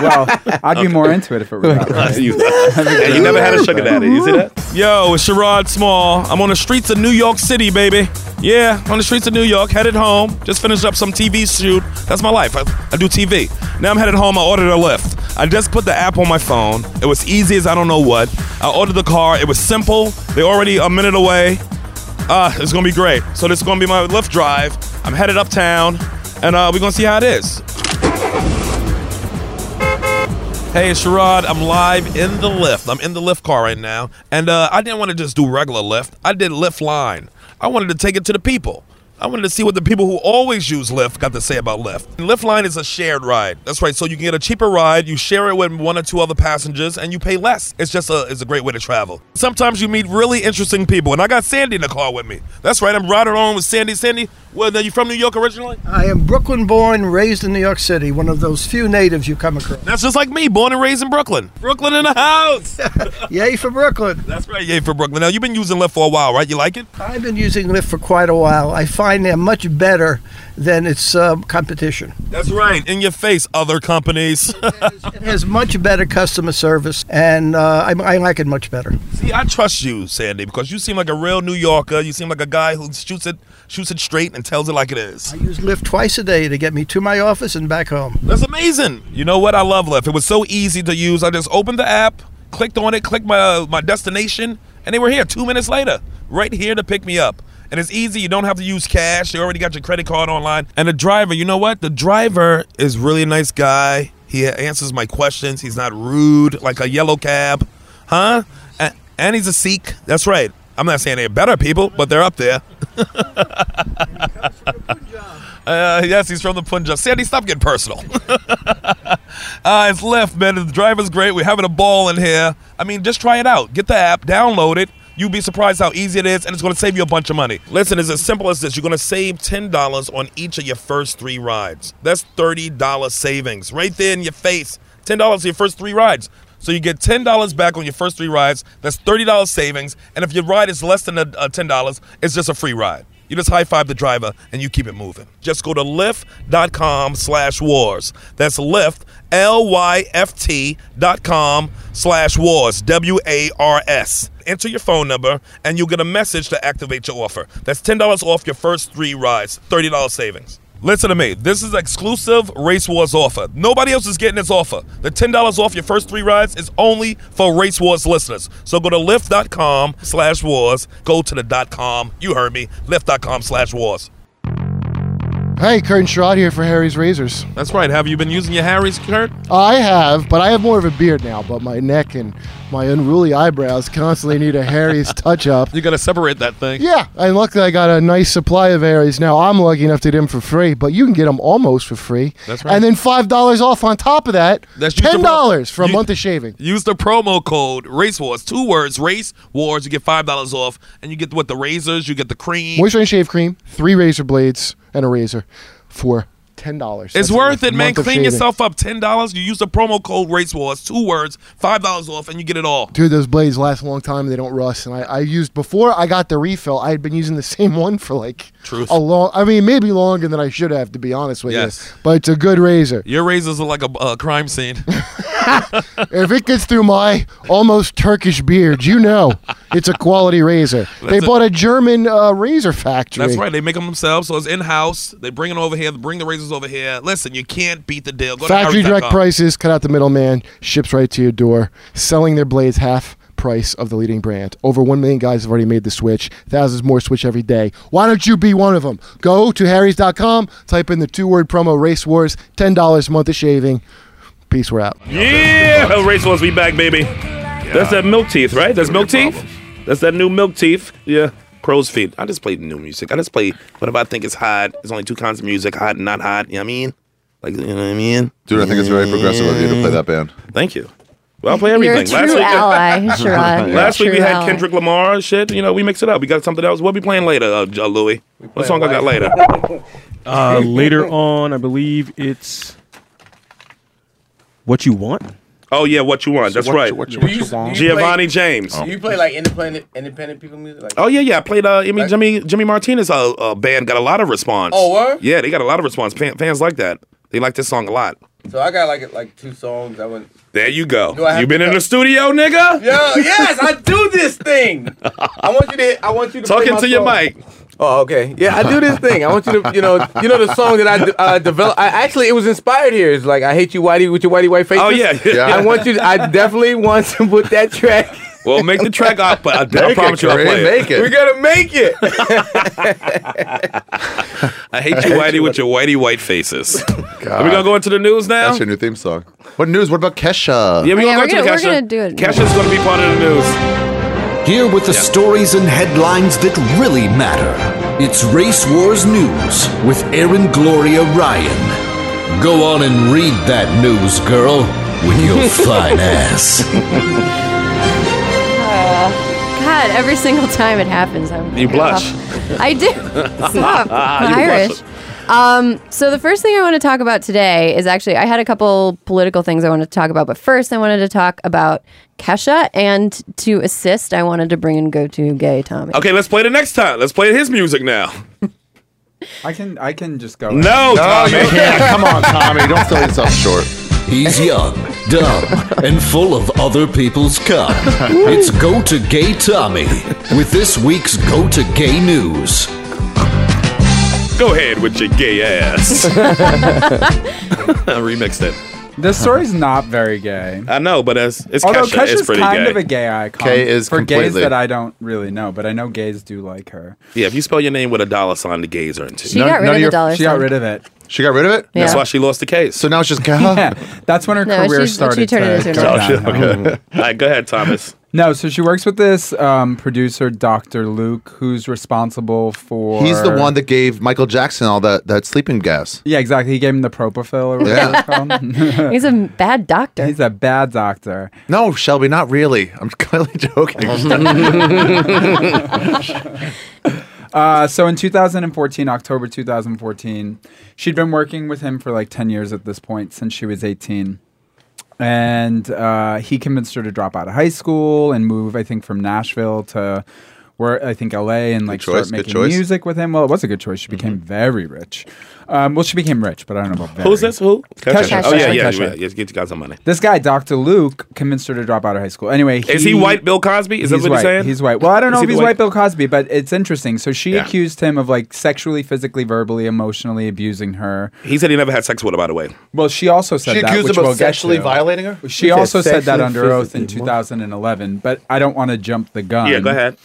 S6: well, I'd be more into it if it were that. way.
S2: you, and you never had a sugar daddy. You see that? Yo, it's Sherrod Small. I'm on the streets of New York City, baby. Yeah, on the streets of New York, headed home. Just finished up some TV shoot. That's my life. I, I do TV. Now I'm headed home. I ordered a Lyft. I just put the app on my phone. It was easy as I don't know what. I ordered the car. It was simple. They're already a minute away. Uh, it's gonna be great. So this is gonna be my Lyft drive. I'm headed uptown, and uh, we're gonna see how it is. Hey, it's Sherrod. I'm live in the lift. I'm in the lift car right now. And uh, I didn't want to just do regular lift. I did lift line. I wanted to take it to the people. I wanted to see what the people who always use Lyft got to say about Lyft. And Lyft line is a shared ride. That's right. So you can get a cheaper ride, you share it with one or two other passengers, and you pay less. It's just a it's a great way to travel. Sometimes you meet really interesting people, and I got Sandy in the car with me. That's right. I'm riding on with Sandy. Sandy, well, are you from New York originally?
S11: I am Brooklyn born, raised in New York City, one of those few natives you come across.
S2: That's just like me, born and raised in Brooklyn. Brooklyn in the house.
S11: Yay for Brooklyn!
S2: That's right, yay for Brooklyn. Now you've been using Lyft for a while, right? You like it?
S11: I've been using Lyft for quite a while. I find they're much better than its uh, competition.
S2: That's right. In your face, other companies.
S11: It has much better customer service, and uh, I, I like it much better.
S2: See, I trust you, Sandy, because you seem like a real New Yorker. You seem like a guy who shoots it, shoots it straight, and tells it like it is.
S11: I use Lyft twice a day to get me to my office and back home.
S2: That's amazing. You know what? I love Lyft. It was so easy to use. I just opened the app, clicked on it, clicked my uh, my destination, and they were here two minutes later, right here to pick me up. And it's easy. You don't have to use cash. You already got your credit card online. And the driver, you know what? The driver is really a nice guy. He answers my questions. He's not rude, like a yellow cab, huh? And, and he's a Sikh. That's right. I'm not saying they're better people, but they're up there. Uh, yes, he's from the Punjab. Sandy, stop getting personal. uh, it's Lyft, man. The driver's great. We're having a ball in here. I mean, just try it out. Get the app, download it. You'll be surprised how easy it is, and it's going to save you a bunch of money. Listen, it's as simple as this. You're going to save $10 on each of your first three rides. That's $30 savings right there in your face. $10 for your first three rides. So you get $10 back on your first three rides. That's $30 savings. And if your ride is less than a, a $10, it's just a free ride. You just high five the driver and you keep it moving. Just go to lyft.com slash wars. That's lyft, L Y F T dot com slash wars, W A R S. Enter your phone number and you'll get a message to activate your offer. That's $10 off your first three rides, $30 savings.
S12: Listen to me. This is exclusive Race Wars offer. Nobody else is getting this offer. The $10 off your first three rides is only for Race Wars listeners. So go to lyft.com slash wars. Go to the dot com. You heard me. Lyft.com slash wars.
S13: Hey, Kurt and Sherrod here for Harry's Razors.
S12: That's right. Have you been using your Harry's, Kurt?
S13: I have, but I have more of a beard now, but my neck and my unruly eyebrows constantly need a Harry's touch up.
S12: Uh, You got to separate that thing.
S13: Yeah, and luckily I got a nice supply of Harry's now. I'm lucky enough to get them for free, but you can get them almost for free.
S12: That's right.
S13: And then $5 off on top of that,
S12: That's just the-
S13: $10 for a
S12: you-
S13: month of shaving.
S12: Use the promo code Race Wars. Two words, Race Wars. You get $5 off, and you get what? The razors, you get the cream.
S13: Moisture and shave cream, three razor blades, and a razor for ten dollars.
S12: It's worth it, man.
S13: month of
S12: Clean
S13: shaving.
S12: yoresself yourself up. Ten dollars. You use the promo code Race Wars. Two words, five dollars off, and you get it all.
S13: Dude, those blades last a long time. They don't rust. And I, I used before I got the refill. I had been using the same one for like
S12: Truth.
S13: a
S1: Oh.
S13: long. I mean, maybe longer than I should have, to be honest with
S12: Yes.
S13: you. But it's a good razor.
S12: Your razors are like a uh, crime scene.
S13: if it gets through my almost Turkish beard, you know it's a quality razor. they
S12: That's a-
S13: bought a German uh, razor factory.
S12: That's right. They make them themselves, so it's in house. They bring it over here. They bring the razors over here. Listen, you can't beat the deal. Go to
S13: Factory direct
S12: Harry's.com.
S13: prices, cut out the middleman, ships right to your door, selling their blades half price of the leading brand. Over 1 million guys have already made the switch. Thousands more switch every day. Why don't you be one of them? Go to harrys.com, type in the two-word promo race wars, $10 a month of shaving. Peace, we're out.
S14: Yeah, Hell Race Wars be back, baby. That's that milk teeth, right? That's milk teeth. That's that new milk teeth. Yeah.
S2: Crow's feet. I just play new music. I just play whatever I think is hot. There's only two kinds of music, hot and not hot. You know what I mean? Like you know what I mean?
S1: Dude, I think it's very progressive of you to play that band.
S2: Thank you. Well, I play everything.
S5: You're a true ally, Sherrod. You're a
S2: Last week we
S5: true
S2: had
S5: ally.
S2: Kendrick Lamar shit. You know, we mix it up. We got something else. What we playing later, uh, J- uh, Louis? What song I got later?
S15: Uh, later on, I believe it's what you want.
S2: Oh yeah, what you want?
S15: So
S2: That's
S15: what
S2: right.
S15: you- what you- what you want?
S2: Giovanni James.
S8: Do you play like independent independent people music? Like,
S2: Oh yeah, yeah. I played. Uh, I mean, Jimmy Jimmy Martinez uh, uh, band got a lot of response.
S8: Oh, word?
S2: yeah, they got a lot of response. Fan, fans like that. They like this song a lot.
S8: so I got like like two songs. I went.
S2: There you go.
S8: Do I have
S2: You been
S8: to
S2: in
S8: go-
S2: the studio, nigga?
S8: Yeah, yes, I do this thing. I want you to. I want you to play
S2: Talking
S8: my
S2: to your
S8: song.
S2: mic.
S8: Oh, okay. Yeah, I do this thing. I want you to, you know, you know the song that I de- uh, developed. I actually it was inspired here. It's like I hate you, whitey, with your whitey white face.
S2: Oh, yeah. Yeah.
S8: I want you. To, I definitely want to put that track.
S2: Well, make the track up. I, I promise you, I'll play it.
S8: We're gonna make it.
S2: I hate you, Whitey, with your whitey white faces. Are we gonna go into the news now?
S1: That's your new theme song. What news? What about Kesha?
S2: Yeah, we
S5: Oh, Yeah,
S2: gonna go
S5: we're gonna,
S2: to
S5: we're
S2: Kesha.
S5: gonna do it.
S2: Kesha's gonna be part of the news.
S3: Here with the stories and headlines that really matter. It's Race Wars News with Aaron Gloria Ryan. Go on and read that news, girl, with your fine ass.
S5: God, every single time it happens, I'm
S3: You blush.
S5: I do. Stop. I'm
S3: You blush.
S5: Irish. Um, so the first thing I want to talk about today is actually I had a couple political things I wanted to talk about, but first I wanted to talk about Kesha and to assist I wanted to bring in go to gay Tommy.
S2: Okay, let's play the next time. Let's play his music now.
S6: I can I can just go.
S2: No, Tommy.
S1: Come on, Tommy. Don't sell yourself short.
S3: He's young, dumb, and full of other people's cum. It's Go to Gay Tommy with this week's Go to Gay News.
S2: Go ahead with your gay ass. remixed it.
S6: This story's not very gay.
S2: I know, but it's, it's
S6: Although
S2: Kesha. It's
S6: Kesha's
S2: pretty
S6: kind
S2: gay.
S6: of a gay icon.
S2: K is
S6: for gays
S2: completely-
S6: that I don't really know, but I know gays do like her.
S2: Yeah, if you spell your name with a dollar sign, the gays are into
S6: She
S2: it.
S6: got None- rid none of of the your-
S5: Oh,
S6: dollar she got sign. rid of it.
S1: She got rid of it.
S2: That's
S6: Yeah.
S2: why she lost the case. So
S1: now it's just
S6: Yeah, that's when her
S5: No,
S6: career
S5: she's- she
S6: started.
S5: turned it into
S6: to go
S5: an
S2: Oh,
S6: down.
S2: shit. Okay. All right, go ahead, Thomas.
S6: No, so she works with this um, producer, Dr. Luke, who's responsible for.
S1: He's the one that gave Michael Jackson all that, that sleeping gas.
S6: Yeah, exactly. He gave him the propofol or whatever
S1: Yeah.
S6: it's called.
S5: He's a bad doctor.
S6: He's a bad doctor.
S1: No, Shelby, not really. I'm clearly joking.
S6: Uh, so in 2014, October 2014, she'd been working with him for like 10 years at this point since she was 18. And uh, he convinced her to drop out of high school and move, I think, from Nashville to where I think LA and like
S1: choice,
S6: start
S1: good
S6: making
S1: choice.
S6: music with him. Well, it was a good choice. She became very rich. Um, well, she became rich, but I don't know about very.
S2: Mm-hmm. Who's this? Who?
S6: Kesha.
S2: Oh yeah,
S6: Kesha.
S2: yeah,
S6: Kesha.
S2: yeah. Yes, get you got some money.
S6: This guy, Dr. Luke, convinced her to drop out of high school. Anyway,
S2: Is he white Bill Cosby? Is that
S6: he's
S2: what
S6: white.
S2: he's saying?
S6: He's white. Well, I don't
S2: Is
S6: know
S2: he
S6: if he's
S2: white?
S6: white? Bill Cosby, but it's interesting. So she
S2: Yeah.
S6: accused him of like sexually, physically, verbally, emotionally abusing her.
S2: He said he never had sex with her, by the way.
S6: Well, she also said
S1: She
S6: that.
S1: accused
S6: which
S1: him of
S6: we'll get
S1: sexually
S6: to.
S1: violating her? She
S6: She
S1: said
S6: also said that
S1: sexually,
S6: under oath in
S1: physically,
S6: 2011, but I don't want to jump the gun.
S2: Yeah, go ahead.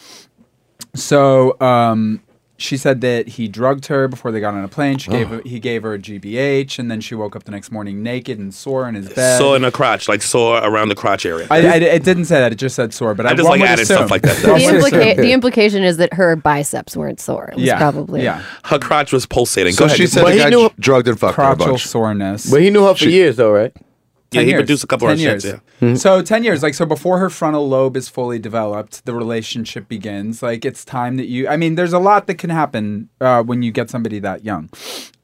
S6: So um, she said that he drugged her before they got on a plane. She
S2: Oh.
S6: gave he gave her a GBH, and then she woke up the next morning naked and sore in his bed.
S2: Sore in the crotch, like sore around the crotch area.
S6: I, I, it didn't say that. It just said sore. But I,
S2: I just
S6: one
S2: like
S6: would
S2: adding
S6: assume-
S2: stuff like that,
S5: The,
S2: though.
S5: implica- the implication is that her biceps weren't sore. It was probably.
S2: Her crotch was pulsating.
S1: So
S2: go ahead.
S1: she said
S2: But
S1: the
S2: he
S1: guy
S2: knew-
S1: drugged and fucked her a
S6: Crotchal
S1: bunch.
S6: soreness.
S8: But he knew her for
S1: She-
S8: years, though, right?
S2: Yeah,
S6: 10
S2: he
S6: years,
S2: produced a couple of
S6: 10
S2: hits,
S6: years.
S2: yeah. Mhm.
S6: So ten years, like so, before her frontal lobe is fully developed, the relationship begins. Like it's time that you. I mean, there's a lot that can happen uh, when you get somebody that young,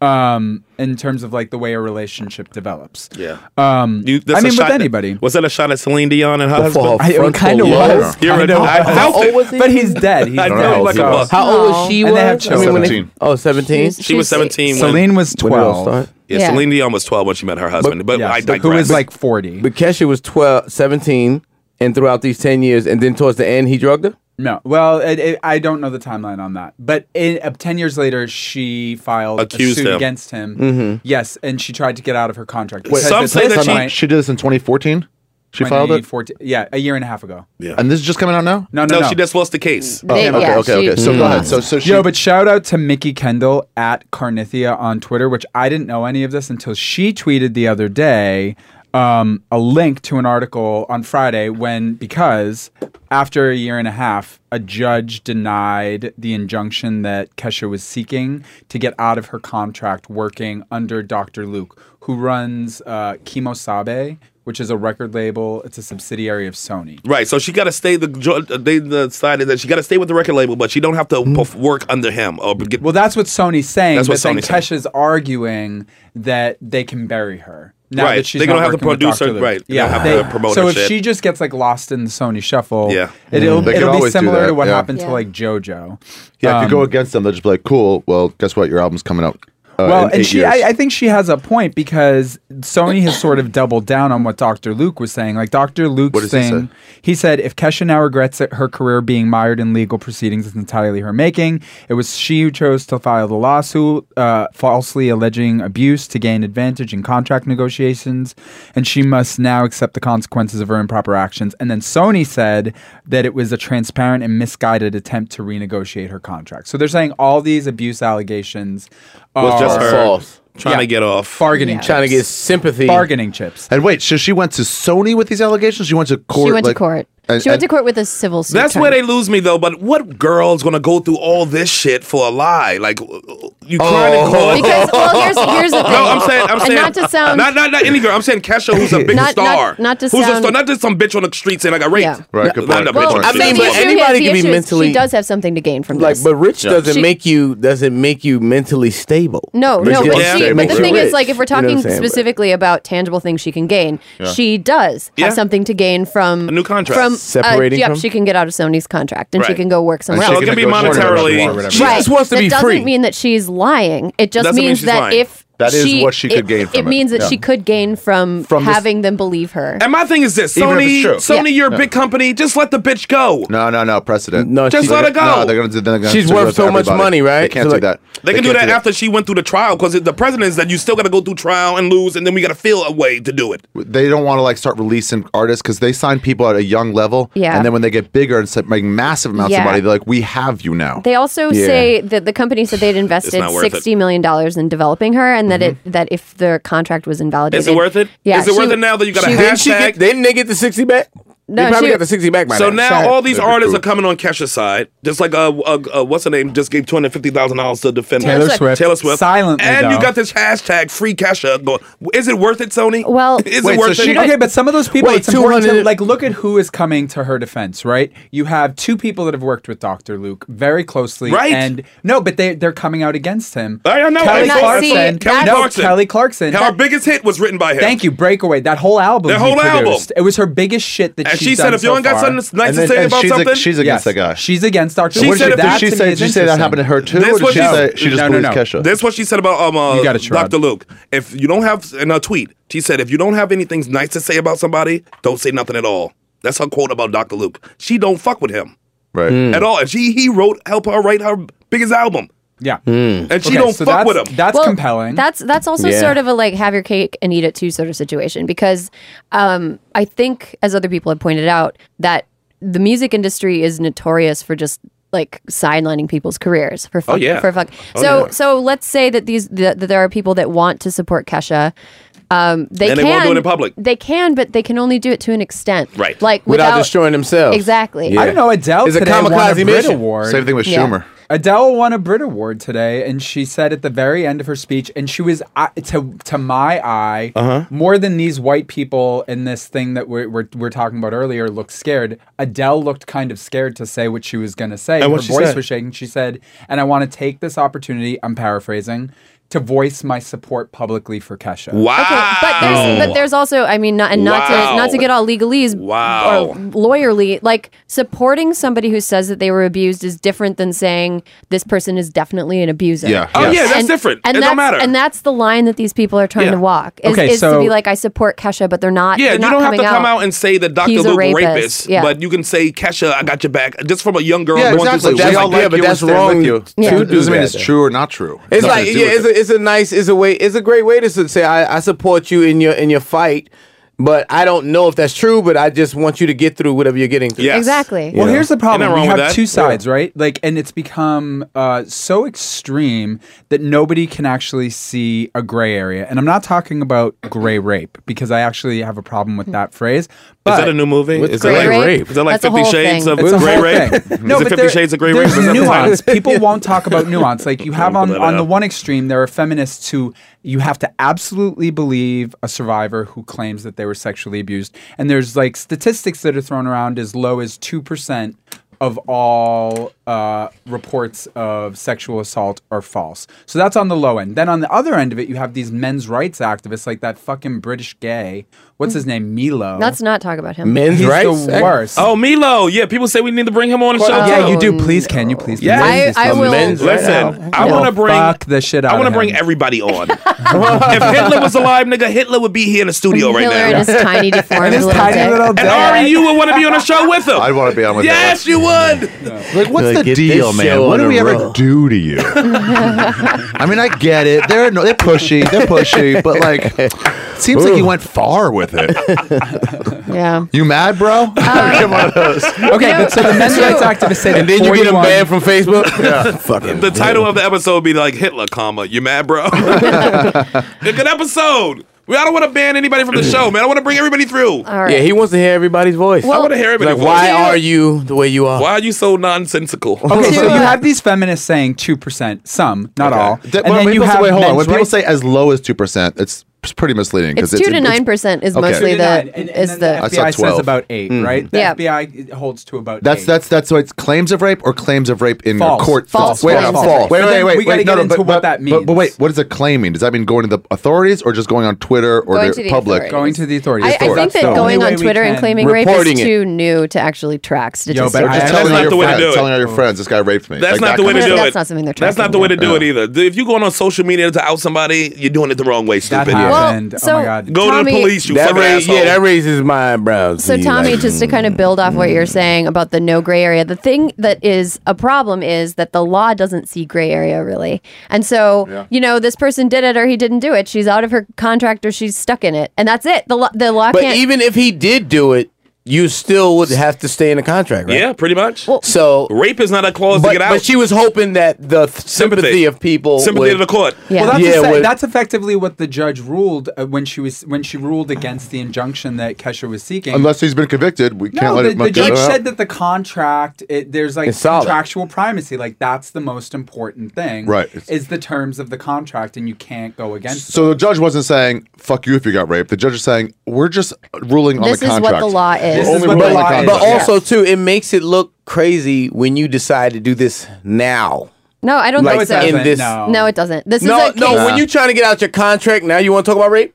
S6: um, in terms of like the way a relationship develops.
S2: Yeah.
S6: Um,
S2: You- that's
S6: I
S2: a
S6: mean,
S2: shot
S6: with
S2: that-
S6: anybody.
S2: was that a shot at Celine Dion and her
S6: Before
S2: husband?
S6: her I- it frontal kinda lobe. was.
S2: You're
S6: I
S2: right.
S6: know.
S2: I
S6: How
S2: felt
S6: old
S2: it.
S6: was he? But he's dead. He's
S2: I know,
S6: dead.
S2: he was like a buck.
S8: How old was she?
S6: And they have
S8: was?
S6: children.
S8: when they-
S6: 17.
S8: oh, 17?
S2: She was 17. when-
S6: Celine was
S8: When did it all
S6: 12.
S8: start?
S2: Yeah,
S8: Yeah.
S2: Celine Dion was 12 when she met her husband. But, I digress.
S6: who was like 40.
S8: But Kesha was 12, 17, and throughout these 10 years, and then towards the end, he drugged her?
S6: No. Well, it, it, I don't know the timeline on that. But in, uh, 10 years later, she filed
S1: Accused
S6: a suit
S1: him.
S6: against him.
S1: Mhm.
S6: Yes, and she tried to get out of her contract.
S1: Wait,
S6: because at this point-
S1: she did this in 2014. She filed it,
S6: 2014 Yeah, a year and a half ago.
S2: Yeah.
S1: and this is just coming out now.
S6: No, no, no.
S2: she just lost the case.
S1: Oh, okay, okay, okay, So go
S5: Mm. Mm-hmm.
S1: ahead. So, so she.
S6: Yo, but shout out to Mickey Kendall at Carnithia on Twitter, which I didn't know any of this until she tweeted the other day um, a link to an article on Friday when, because after a year and a half, a judge denied the injunction that Kesha was seeking to get out of her contract working under Dr. Luke, who runs uh, Kimosabe, which is a record label. It's a subsidiary of Sony.
S2: Right, so she got to stay. The jo- they decided that she got to stay with the record label, but she don't have to perf- work under him or get
S6: Mm. Well, that's what Sony's saying.
S2: That's what
S6: but then
S2: Sony's saying.
S6: Kesha's arguing that they can bury her.
S2: Right. They're gonna have to produce her- right. They're
S6: Yeah.
S2: gonna have to promote
S6: so
S2: her
S6: if
S2: shit.
S6: she just gets like lost in the Sony shuffle,
S2: Yeah.
S6: it,
S1: Mm.
S6: will
S1: They can
S6: it'll be
S1: always do
S6: similar
S1: that,
S6: to what
S1: yeah.
S6: happened
S5: Yeah.
S6: to like JoJo.
S1: yeah, if
S6: Um,
S1: you go against them, they'll just be like, "Cool. Well, guess what? Your album's coming out." Uh,
S6: well,
S1: in
S6: and
S1: eight
S6: she,
S1: years.
S6: I, I think she has a point because Sony has sort of doubled down on what Dr. Luke was saying. Like Dr. Luke's
S1: What does he
S6: thing,
S1: say?
S6: he, said, if Kesha now regrets it, her career being mired in legal proceedings is entirely her making. It was she who chose to file the lawsuit, uh, falsely alleging abuse to gain advantage in contract negotiations, and she must now accept the consequences of her improper actions. And then Sony said that it was a transparent and misguided attempt to renegotiate her contract. So they're saying all these abuse allegations
S2: was just her
S8: False.
S2: trying to get off
S6: bargaining chips.
S8: Trying to get sympathy.
S6: bargaining chips.
S1: And wait, so she went to Sony with these allegations? She went to court.
S5: she went
S1: like-
S5: to court.
S1: and-
S5: she went to
S1: and-
S5: court with a civil suit.
S2: That's where
S5: trying-
S2: they lose me though. But what girl's gonna go through all this shit for a lie? Like uh, you crying in court
S1: Oh.
S5: Because, well, here's- here's the
S2: No,
S5: thing.
S2: I'm saying, I'm
S5: And
S2: saying,
S5: not to sound-
S2: not, not, not any girl. I'm saying Kesha, who's a big
S5: Not- not-
S2: star,
S5: not to
S2: who's a
S5: sound-
S2: star, not just some bitch on the street saying I got raped.
S1: Right, good
S2: Not
S1: point,
S2: a
S1: good
S2: bitch on
S1: point.
S2: the
S5: I
S2: street.
S5: mean,
S8: but
S5: the issue
S8: anybody
S5: is- the
S8: can be
S5: issue is
S8: mentally-
S5: She does have something to gain from
S8: Like,
S5: this.
S8: but rich
S5: She-
S8: doesn't make you doesn't make you mentally stable.
S5: No,
S8: Makes
S5: no,
S8: you
S5: but, she,
S8: unstable.
S5: but the
S8: Makes you
S5: thing is,
S8: rich.
S5: like, if we're
S8: You know what I'm
S5: talking
S8: saying? But-
S5: specifically about tangible things she can gain,
S8: Yeah.
S5: she does
S8: Yeah.
S5: have something to gain from
S2: A new contract.
S5: From uh,
S8: Separating
S5: yep,
S8: from-
S5: she can get out of Sony's contract and she
S8: Right.
S5: can go work somewhere
S2: So
S5: else.
S2: it can be monetarily.
S5: Right. that doesn't
S2: free.
S5: mean that she's lying. It just
S2: Doesn't mean
S5: means
S2: she's
S5: that
S2: lying.
S5: if
S1: That is
S5: she,
S1: what she could
S5: it-
S1: gain
S5: It
S1: from it.
S5: means that
S1: Yeah.
S5: she could gain from,
S1: From this-
S5: having them believe her.
S2: And my thing is this:
S1: Even if
S2: Sony,
S1: it's true.
S2: Sony,
S5: Yeah.
S2: you're a
S1: Yeah.
S2: big company. Just let the bitch go.
S1: No, no, no. Precedent.
S8: No,
S2: Just she- let her go.
S1: No, they're gonna do. They're gonna
S8: She's
S1: do
S8: worth
S1: that to
S8: so much
S1: everybody.
S8: money, right?
S1: They can't do
S8: So, like,
S1: that.
S2: They can do
S1: can't
S2: that after she went through the trial because the precedent is that you still got to go through trial and lose, and then we got to feel a way to do it.
S1: they don't want to like start releasing artists because they sign people at a young level.
S5: Yeah.
S1: And then when they get bigger and start making massive amounts
S5: Yeah.
S1: of money, they're like, we have you now.
S5: They also
S1: Yeah.
S5: say that the company said they'd invested
S1: not worth it.
S5: sixty million dollars in developing her, and that it that if the contract was invalidated,
S2: Is it worth it?
S5: Yeah,
S2: Is it
S5: she-
S2: worth it now that you got a
S5: she-
S2: hashtag?
S8: didn't they get the sixty back?
S5: No,
S8: they probably
S5: she-
S8: got the sixty back by
S2: So
S8: now.
S2: now all these artists are coming on Kesha's side, just like uh, uh, uh what's her name just gave two hundred fifty thousand dollars to defend
S6: Taylor Taylor Swift. Swift.
S2: Taylor Swift,
S6: Silently,
S2: and you
S6: though.
S2: got this hashtag free Kesha. Going, is it worth it, Sony?
S5: Well,
S2: is it worth it?
S6: okay, but some of those people,
S2: Wait,
S6: it's important to
S2: 200
S6: like look at who is coming to her defense, right? You have two people that have worked with Dr. Luke very closely,
S2: Right.
S6: And no, but they they're coming out against him.
S2: I know.
S6: Kelly
S2: I saw it.
S6: Clarkson,
S2: Kelly
S6: no,
S2: Clarkson.
S6: Kelly Clarkson.
S2: Her biggest hit was written by him.
S6: Thank you, Breakaway. That whole album.
S2: That
S6: he
S2: whole album.
S6: produced. It was her biggest shit that
S2: And she said if you ain't got something nice to say about
S1: she's
S2: something,
S1: A, she's against the guy.
S6: She's against Dr.
S1: She
S6: What
S1: said,
S6: did
S1: did
S6: that
S1: she
S6: to
S1: say,
S6: me
S1: did
S6: is
S1: she say that
S6: interesting.
S1: happened to her too?
S2: That's
S1: or did
S2: what
S1: she,
S2: she
S1: say
S2: said.
S1: she just
S2: No,
S1: believes
S2: no, no.
S1: Kesha?
S2: That's what she said about um uh,
S1: You got it, Sherrod.
S2: Dr. Luke. If you don't have in her tweet, she said if you don't have anything nice to say about somebody, don't say nothing at all. That's her quote about Dr. Luke. She don't fuck with him
S1: Right.
S2: at all. And she he wrote help her write her biggest album.
S6: Yeah.
S2: And Hmm. she
S6: Okay,
S2: don't
S6: so
S2: fuck
S6: that's-
S2: with him.
S6: That's compelling.
S5: That's that's also
S2: Yeah.
S5: sort of a like have your cake and eat it too sort of situation because um, I think as other people had pointed out that the music industry is notorious for just like sidelining people's careers for fuck,
S16: Oh, yeah.
S5: for fuck.
S16: Oh,
S5: so
S16: yeah.
S5: so let's say that these that that there are people that want to support Kesha. Um, they
S2: And they
S5: can
S2: won't do it in public.
S5: They can, but they can only do it to an extent.
S2: Right.
S5: Like
S2: Without
S5: without,
S2: destroying themselves.
S5: Exactly.
S6: I don't know. Adele
S8: It's a
S6: today won
S8: kamikaze
S6: a Brit
S8: mission.
S6: Award.
S8: Same thing with Yeah. Schumer.
S6: Adele won a Brit Award today, and she said at the very end of her speech, and she was uh, to to my eye
S2: Uh-huh.
S6: more than these white people in this thing that we're, we're we're talking about earlier looked scared. Adele looked kind of scared to say what she was going to say.
S2: And
S6: her
S2: what she
S6: voice
S2: said?
S6: was shaking. She said, "And I want to take this opportunity. I'm paraphrasing." To voice my support publicly for Kesha.
S2: Wow!
S5: But there's, but there's also, I mean, not and not
S6: Wow.
S5: to not to get all legalese
S6: Wow.
S5: or lawyerly. Like supporting somebody who says that they were abused is different than saying this person is definitely an abuser.
S2: Yeah. Oh, yeah, that's
S5: And-
S2: different.
S5: And
S2: It
S5: that's,
S2: don't matter.
S5: And that's the line that these people are trying
S2: Yeah.
S5: to walk. Is,
S2: Okay,
S5: is
S2: so-
S5: to be like, I support Kesha, but they're not.
S2: Yeah,
S5: they're
S2: you
S5: not
S2: don't have to
S5: coming
S2: come out. and say that Dr.
S5: He's a
S2: Luke rapist,
S5: rapist. Yeah.
S2: but you can say, Kesha, I got your back. Just from a young girl
S1: Yeah,
S2: going
S1: exactly.
S2: through something.
S1: We all like you and stand with you.
S8: Yeah.
S1: It doesn't mean
S8: Yeah.
S1: it's true or not true.
S8: It's
S1: Nothing
S8: like
S1: to do
S8: yeah,
S1: with
S8: it's a, it's a nice it's a way it's a great way to s- say I, I support you in your in your fight, but I don't know if that's true. But I just want you to get through whatever you're getting through.
S5: Exactly.
S6: Well,
S8: You know?
S6: here's the problem. We have two sides, right? Like, and it's become uh, so extreme that nobody can actually see a gray area. And I'm not talking about gray rape because I actually have a problem with that phrase. But
S2: that a new movie? What's Hmm. Is that gray like- rape? is that like That's a 50 whole Shades thing. of
S6: It's a
S2: Gray
S6: whole
S2: Rape?
S6: thing.
S2: Is
S6: no,
S2: it
S6: but
S2: 50
S6: there-
S2: Shades of Gray Rape?
S6: there's
S2: Is that the title?
S6: nuance. People won't talk about nuance. Like you have on
S2: that
S6: on
S2: out.
S6: the one extreme, there are feminists who you have to absolutely believe a survivor who claims that they were sexually abused. And there's like statistics that are thrown around as low as 2% of all uh, reports of sexual assault are false. So that's on the low end. Then on the other end of it, you have these men's rights activists like that fucking British gay. What's his name? Milo.
S5: Let's not talk about him.
S6: Hmm. Men's He's the rights? worst.
S2: Oh, Milo. Yeah, people say we need to bring him on the show.
S6: Oh, yeah, you do. Please,
S1: Oh,
S6: can you please?
S2: Yeah,
S6: please
S5: I- I will- Men's right
S2: Listen,
S6: now.
S2: I
S6: Yeah.
S2: want to bring
S6: Fuck the shit out
S2: I want
S6: of
S2: to bring
S6: him.
S2: everybody on. if Hitler was alive, nigga, Hitler would be here in the studio right
S5: Hitler
S2: now.
S5: and his tiny deformed
S2: And his
S5: little
S2: tiny
S5: dick.
S2: little And Ari, you would want to be on a show with him.
S1: I'd want to be on with that.
S2: yes, you would.
S1: Like, what's
S2: Like,
S1: the
S2: get this
S1: deal, man?
S2: show
S1: What
S2: on
S1: do we
S2: the
S1: ever
S2: road.
S1: do to you? I mean, I get it. They're no, they're pushy. They're pushy, but like, seems like you went far with it.
S5: yeah.
S1: You mad, bro? Come on, those.
S6: Okay, but so the men's rights activists say that
S8: and then you get him
S6: 41
S8: banned from Facebook.
S1: yeah, fucking.
S2: The title of the episode would be like Hitler, comma. You mad, bro? a good episode. We I don't want to ban anybody from the show, man. I want to bring everybody through.
S5: All
S8: Yeah, he wants to hear everybody's voice.
S2: I want to hear everybody.
S8: Like, why are you the way you are?
S2: Why are you so nonsensical?
S6: Okay, so you have these feminists saying two percent, some, not all.
S1: That- when people say- wait, hold on. When people
S6: rights-
S1: say as low as two percent, it's it's pretty misleading. 'cause
S5: It's two to nine percent is
S1: okay.
S5: mostly the is
S1: I
S5: the
S1: saw
S6: FBI says
S1: 12.
S6: about eight,
S1: Mm.
S6: right? The
S5: Yeah.
S6: FBI holds to about
S1: That's
S6: eight.
S1: that's that's what it's claims of rape or claims of rape in
S6: False.
S1: a court.
S6: False.
S1: Wait,
S6: False. False.
S1: false. Wait,
S6: But
S1: wait,
S6: then
S1: wait.
S6: we gotta
S1: wait,
S6: get
S1: no, no,
S6: into
S1: but,
S6: what
S1: but-
S6: that
S1: But, but wait, what does a claim mean? Does that mean going to the authorities or just going on Twitter or
S5: Going
S1: the,
S5: to the
S1: public?
S5: authorities. Going to
S6: the authorities.
S5: I, I think that going on Twitter and claiming rape
S1: Reporting
S5: is
S1: it.
S5: too new to actually track statistics.
S1: Or just telling all your friends, telling all your
S2: Oh.
S1: friends this guy raped me.
S2: That's
S1: Like
S2: not
S1: that
S2: the way to
S1: kind
S2: do
S1: of
S2: it.
S1: stuff.
S5: That's not something they're
S2: That's not
S5: tracking,
S2: the way to
S1: yeah.
S2: do it either. If you going on social media to out somebody, you're doing it the wrong way, stupid.
S5: happened. Well, Oh my so, God.
S2: Go to
S5: Tommy-
S2: the police, you
S8: that
S2: fucking
S8: raise,
S2: asshole.
S8: yeah, that raises my eyebrows.
S5: So
S8: You
S5: Tommy,
S8: like,
S5: just to kind of build off what you're saying about the no gray area, the thing that is a problem is that the law doesn't see gray area really, and so
S16: Yeah.
S5: you know this person did it or he didn't do it. She's out of her contract or she's stuck in it, and that's it. The law, the law
S8: but
S5: can't.
S8: even if he did do it, you still would have to stay in the contract, right?
S2: Yeah, pretty much.
S8: so
S2: rape is not a clause
S8: but,
S2: to get out.
S8: But she was hoping that the th- sympathy, of people,
S2: Sympathy
S8: would,
S2: to the court.
S6: Well, that's,
S8: yeah,
S6: effe-
S8: would-
S6: that's effectively what the judge ruled uh, when she was when she ruled against the injunction that Kesha was seeking.
S1: Unless he's been convicted, we can't
S6: no,
S1: let
S6: the,
S1: him.
S6: the judge said that the contract it, there's like
S1: It's solid.
S6: contractual primacy, like that's the most important thing.
S1: Right. It's-
S6: is the terms of the contract, and you can't go against.
S1: So the judge wasn't saying "fuck you" if you got raped. The judge is saying we're just ruling on the contract. We're only ruling on the contract.
S8: But also, too, it makes it look crazy when you decide to do this now.
S5: no, I don't
S8: Like,
S5: think so.
S8: in this-
S5: no. it doesn't. This
S8: no,
S5: is a
S8: no.
S5: case-
S8: When you're trying to get out your contract, now you want to talk about rape?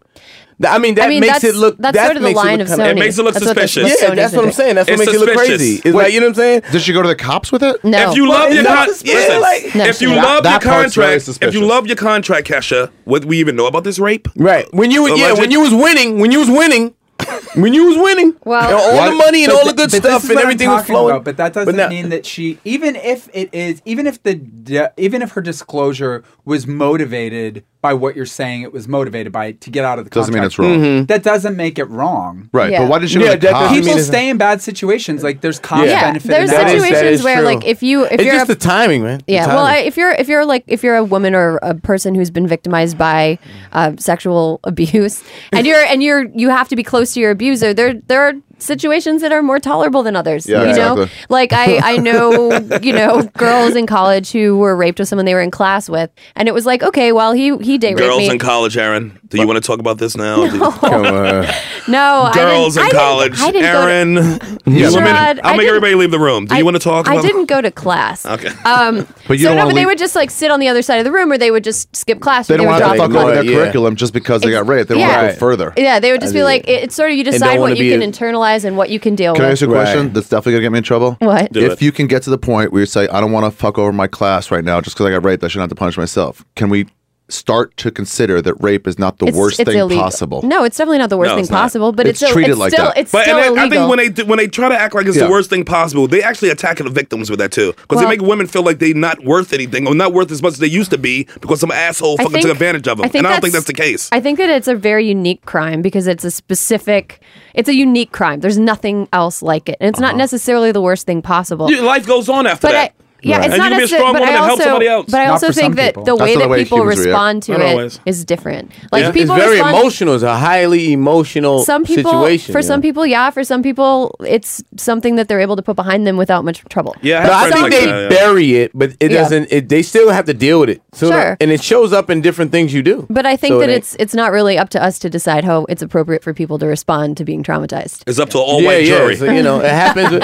S8: Th- I mean, that
S5: I mean,
S8: makes
S5: that's-
S8: it look.
S5: that's
S8: that
S5: sort of the
S8: makes
S5: line
S8: it look
S5: of
S8: kinda-
S5: Sony. It makes it look That's what the- suspicious. what
S8: Yeah,
S5: Sony
S8: that's what I'm
S5: did.
S8: saying. That's
S5: It's
S8: what makes it look crazy.
S1: suspicious.
S8: It's like you know what I'm saying.
S1: Did she go to the cops with it?
S5: No.
S12: If you
S8: Well,
S12: love your
S8: it's not
S12: con-
S8: suspicious,
S12: listen,
S8: like- No,
S12: if you
S8: she-
S12: love
S8: that
S12: your
S8: part's very
S12: contract, if
S8: suspicious.
S12: you love your contract, Kesha, what we even know about this rape?
S8: Right. When you yeah,
S12: Alleged-
S8: when you was winning, when you was winning, when you was winning, and all the money and
S6: But
S8: all the
S6: th-
S8: good
S6: but this
S8: stuff
S6: is
S8: and
S6: what I'm
S8: everything was
S6: talking
S8: flowing.
S6: about, but that doesn't
S8: now-
S6: mean that she, even if it is, even if the, de- even if her disclosure was motivated by what you're saying, it was motivated by to get out of the
S1: Doesn't mean
S6: contract,
S1: it's wrong.
S5: Mm-hmm.
S6: That doesn't make it wrong,
S1: Right, but Yeah. why didn't she go to the cops?
S6: People
S1: People
S6: stay in bad situations. Like there's cost
S5: Yeah,
S6: benefit.
S5: there's
S6: in that.
S5: situations where like if you if
S8: it's
S5: you're
S8: just
S5: a,
S8: the timing, man. The
S5: yeah well
S8: timing.
S5: I, if you're if you're like if you're a woman or a person who's been victimized by uh, sexual abuse and you're and you're you have to be close to your abuser there there are situations that are more tolerable than others
S17: Yeah,
S5: you know
S17: exactly.
S5: like I I know you know girls in college who were raped with someone they were in class with and it was like okay well he he day raped
S12: Girls
S5: me
S12: in college, Aaron. Do you want to talk about this now?
S5: No. Come
S12: on.
S5: no
S12: Girls
S5: I
S12: in
S5: didn't,
S12: college,
S5: I didn't, I didn't go to-
S12: Aaron.
S5: Yeah.
S12: you a minute.
S5: Sherrod, I
S12: I'll make
S5: didn't-
S12: everybody leave the room. Do
S5: I-
S12: you want to talk?
S5: I
S12: about
S5: didn't go to class
S12: Okay.
S5: um
S1: But you
S5: so
S1: don't wanna
S5: no, but they
S1: leave-
S5: would just like sit on the other side of the room, or they would just skip class.
S1: They
S5: or
S1: don't
S5: would
S1: want to
S5: drop
S1: fuck
S5: out.
S1: over their
S8: Yeah.
S1: curriculum just because they got raped. They don't want to go further.
S5: Yeah, they would just be like, it, it's sort of you
S1: don't
S5: decide
S1: wanna
S5: what you
S1: be
S5: can
S1: a-
S5: internalize and what you can deal
S1: Can I
S5: with.
S1: ask you a question that's definitely going to get me in trouble?
S5: What? Do
S1: if
S5: it.
S1: you can get to the point where you say, I don't want to fuck over my class right now just because I got raped, I shouldn't have to punish myself. Can we start to consider that rape is not the
S5: It's-
S1: worst
S5: it's
S1: thing
S5: illegal.
S1: possible?
S5: No, it's definitely not the worst
S1: No,
S5: thing
S1: it's not.
S5: possible, but it's,
S1: It's
S5: still,
S1: treated
S5: it's
S1: like
S5: still,
S1: that.
S5: It's
S12: But
S5: still
S12: and I-
S5: illegal.
S12: I think when they do- when they try to act like it's
S1: Yeah.
S12: the worst thing possible, they actually attack the victims with that too, because
S5: Well-
S12: they make women feel like they're not worth anything or not worth as much as they used to be because some asshole
S5: I
S12: fucking
S5: think-
S12: took advantage of them. and I don't think that's the case.
S5: I think that it's a very unique crime because it's a specific, it's a unique crime. There's nothing else like it, and it's
S1: Uh-huh.
S5: not necessarily the worst thing possible.
S12: Yeah, life goes on after
S5: but
S12: that.
S5: I, yeah, it's
S12: and
S5: not
S12: you can be a
S5: necessar-
S12: strong
S5: but
S12: woman
S5: I
S12: that
S5: also,
S12: helps somebody else.
S5: But I also think that the way that people respond to it is different. Like
S8: it's, it's
S5: people
S8: very
S5: respond
S8: emotional. It's a highly emotional
S5: some people
S8: situation.
S5: for
S8: you
S5: some
S8: know?
S5: people yeah for some people it's something that they're able to put behind them without much trouble
S8: but I think they bury it, but it
S5: Yeah.
S8: doesn't. It, they still have to deal with it. So
S5: Sure.
S8: that- and it shows up in different things you do.
S5: but i think
S8: So it
S5: that
S8: ain't-
S5: it's it's not really up to us to decide how it's appropriate for people to respond to being traumatized
S12: It's up to
S6: Oh,
S12: an
S8: yeah,
S12: all-white
S8: yeah.
S12: jury.
S8: So, you know, it happens.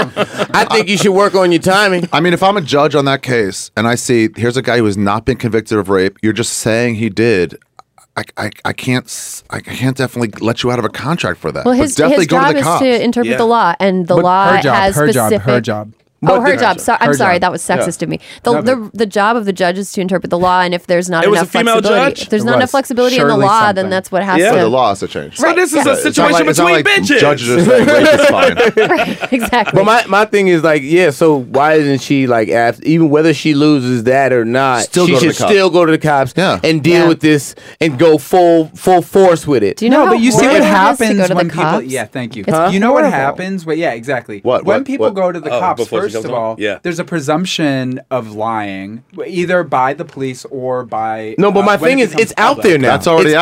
S8: I think you should work on your timing.
S1: I mean, if I'm a judge on that case and I see here's a guy who has not been convicted of rape, you're just saying he did. I, I, I can't s- I can't definitely let you out of a contract for that.
S5: well
S1: But
S5: his,
S1: definitely
S5: his
S1: go
S5: job
S1: to the
S5: is
S1: cops.
S5: to interpret the law and the
S1: But
S5: law
S1: her job,
S5: has
S1: her job, her
S5: specific
S1: job.
S5: Oh,
S1: But
S5: her
S1: the-
S5: job. So, I'm
S1: her
S5: sorry,
S1: job.
S5: that was sexist
S1: Yeah.
S5: of me. The,
S1: No,
S5: the the job of the judge is to interpret the law, and if there's not
S12: It was
S5: enough
S12: a female
S5: flexibility,
S12: judge?
S5: if there's
S12: It
S5: not enough
S12: was.
S5: flexibility in the
S12: Surely
S5: law,
S12: something.
S5: then that's what has
S1: So
S5: to.
S1: the law has to change.
S5: So Right, this is yeah. a
S1: It's not
S5: situation
S1: like- it's not
S5: between
S1: like
S5: bitches.
S1: Judges are saying rape is fine.
S5: exactly.
S8: But my, my thing is like, yeah. So why isn't she like abs- even whether she loses that or not?
S1: Still
S8: she
S1: go to
S8: should
S1: the cops.
S8: still go to the cops and deal
S1: Yeah.
S8: with this and go full full force with it.
S5: Do you know
S6: no,
S5: how
S6: but you see
S5: horrible
S6: what
S5: it is to
S6: happens
S5: go to the
S6: when people.
S5: cops?
S6: Yeah, thank you.
S5: It's Huh?
S6: You know what
S5: horrible.
S6: happens? Well, yeah, exactly.
S1: What,
S6: when
S1: what,
S6: people
S1: what?
S6: go to the
S1: Oh,
S6: cops,
S1: before she
S6: first
S1: comes
S6: of
S1: on?
S6: all,
S1: Yeah.
S6: there's a presumption of lying, either by the police or by.
S8: No, but
S6: uh,
S8: my
S6: when
S8: thing
S6: it
S8: is,
S6: becomes
S8: it's out
S6: public.
S8: there now. It's there.
S1: That's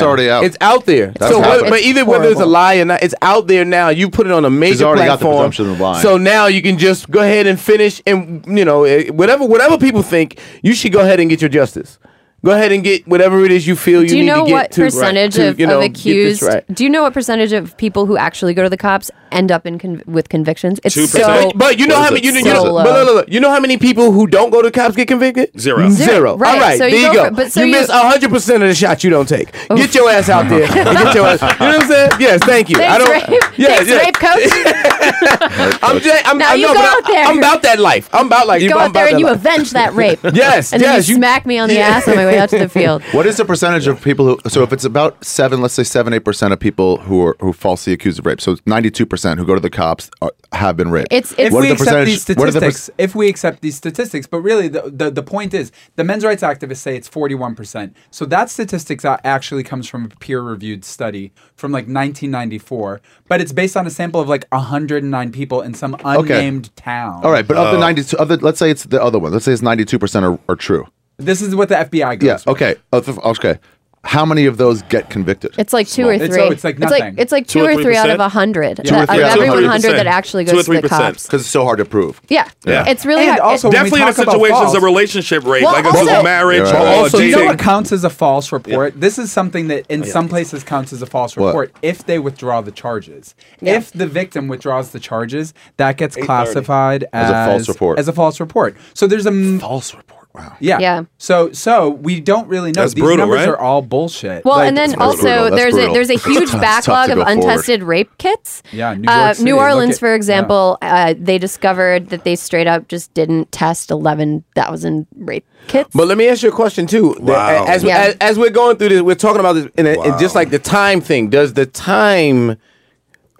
S8: now.
S1: already out.
S8: It's out there.
S1: That's
S8: so,
S1: out
S8: what-
S1: there.
S8: but either whether it's a
S1: Horrible.
S8: lie or not, it's out there now. You put it on a major
S1: already got the
S8: platform.
S1: presumption of lying.
S8: So now you can just go ahead and finish, and you know, eh, whatever whatever people think, you should go ahead and get your justice. Go ahead and get whatever it is you feel you
S5: do you
S8: need
S5: know
S8: to get
S5: what
S8: to,
S5: percentage
S8: to,
S5: of,
S8: you know,
S5: of
S8: get this
S5: accused
S8: right.
S5: do you know what percentage of people who actually go to the cops end up in con- with convictions it's so
S8: but, but you know how many you know, you know- but look, look, look, you know how many people who don't go to cops get convicted?
S12: Zero.
S5: Zero.
S8: Zero.
S5: Right,
S8: All right,
S5: so you
S8: there
S5: go
S8: you go.
S5: for- but so
S8: you,
S5: you-
S8: miss hundred percent of the shots you don't take. Get your ass out there. and get your ass. You know what I'm saying? Yes, thank you. I
S5: Thanks,
S8: don't.
S5: rape.
S8: Yeah,
S5: Thanks,
S8: yeah.
S5: rape coach.
S8: I'm just. I'm,
S5: Now
S8: I'm,
S5: you
S8: no,
S5: go
S8: but
S5: out there.
S8: I, am about that life. I'm about like.
S5: you go
S8: I'm
S5: out there
S8: about
S5: and you
S8: that life.
S5: avenge that rape
S8: Yes,
S5: and then
S8: yes,
S5: you,
S8: you-
S5: smack me on the
S8: Yeah.
S5: ass on my way out to the field
S1: What is the percentage of people who? So if it's about seven, let's say seven, eight percent of people who are who falsely accused of rape. So ninety-two percent who go to the cops are, have been raped.
S6: if
S1: What
S6: we
S1: are the
S6: accept these
S1: percentage- what are the per-
S6: statistics, if we accept these statistics, but really the, the, the point is the men's rights activists say it's 41%. So that statistic a- actually comes from a peer reviewed study from like 1994, but it's based on a sample of like 109 people in some unnamed town.
S1: All right, but of the ninety-two, of the, let's say it's the other one. Let's say it's ninety-two percent are, are true.
S6: This is what the FBI goes.
S1: Yeah. Okay. Of the- Okay. How many of those get convicted?
S5: it's like two or three
S6: It's- oh, it's like
S5: like
S6: nothing.
S5: it's like two, or three out of a hundred
S1: Two or
S5: that-
S1: three
S5: of
S1: out of
S5: every
S1: 100%.
S5: 100 that actually
S1: Two or
S5: goes to the
S1: 3%.
S5: cops
S1: because it's so hard to prove.
S5: yeah,
S1: Yeah.
S5: it's really
S6: And
S5: hard.
S6: also when we
S12: Definitely in a
S6: talk about
S12: situation
S6: false-
S12: a relationship rape,
S5: Well,
S12: like if it's
S5: also-
S12: a marriage
S1: You're
S12: or
S1: right.
S12: a
S6: also, you know
S12: dating.
S6: what counts as a false report? This is something that in some places counts as a false
S1: What?
S6: report if they withdraw the charges.
S5: Yeah.
S6: If the victim withdraws the charges, that gets
S1: 830.
S6: classified
S1: As a false report.
S6: As a false report. So there's a false report. Wow. Yeah.
S5: Yeah.
S6: So so we don't really know.
S14: That's
S6: These
S14: brutal,
S6: numbers
S14: right?
S6: are all bullshit.
S5: Well,
S6: Like-
S5: and then also there's a there's a huge backlog of untested rape kits.
S6: Yeah, New York
S5: uh,
S6: City,
S5: New
S6: look
S5: Orleans,
S6: at-
S5: for example, uh, they discovered that they straight up just didn't test eleven thousand rape kits.
S8: But let me ask you a question too. The-
S5: Wow.
S8: As,
S5: Yeah.
S8: as, as we're going through this, we're talking about this, and, and just like the time thing, does the time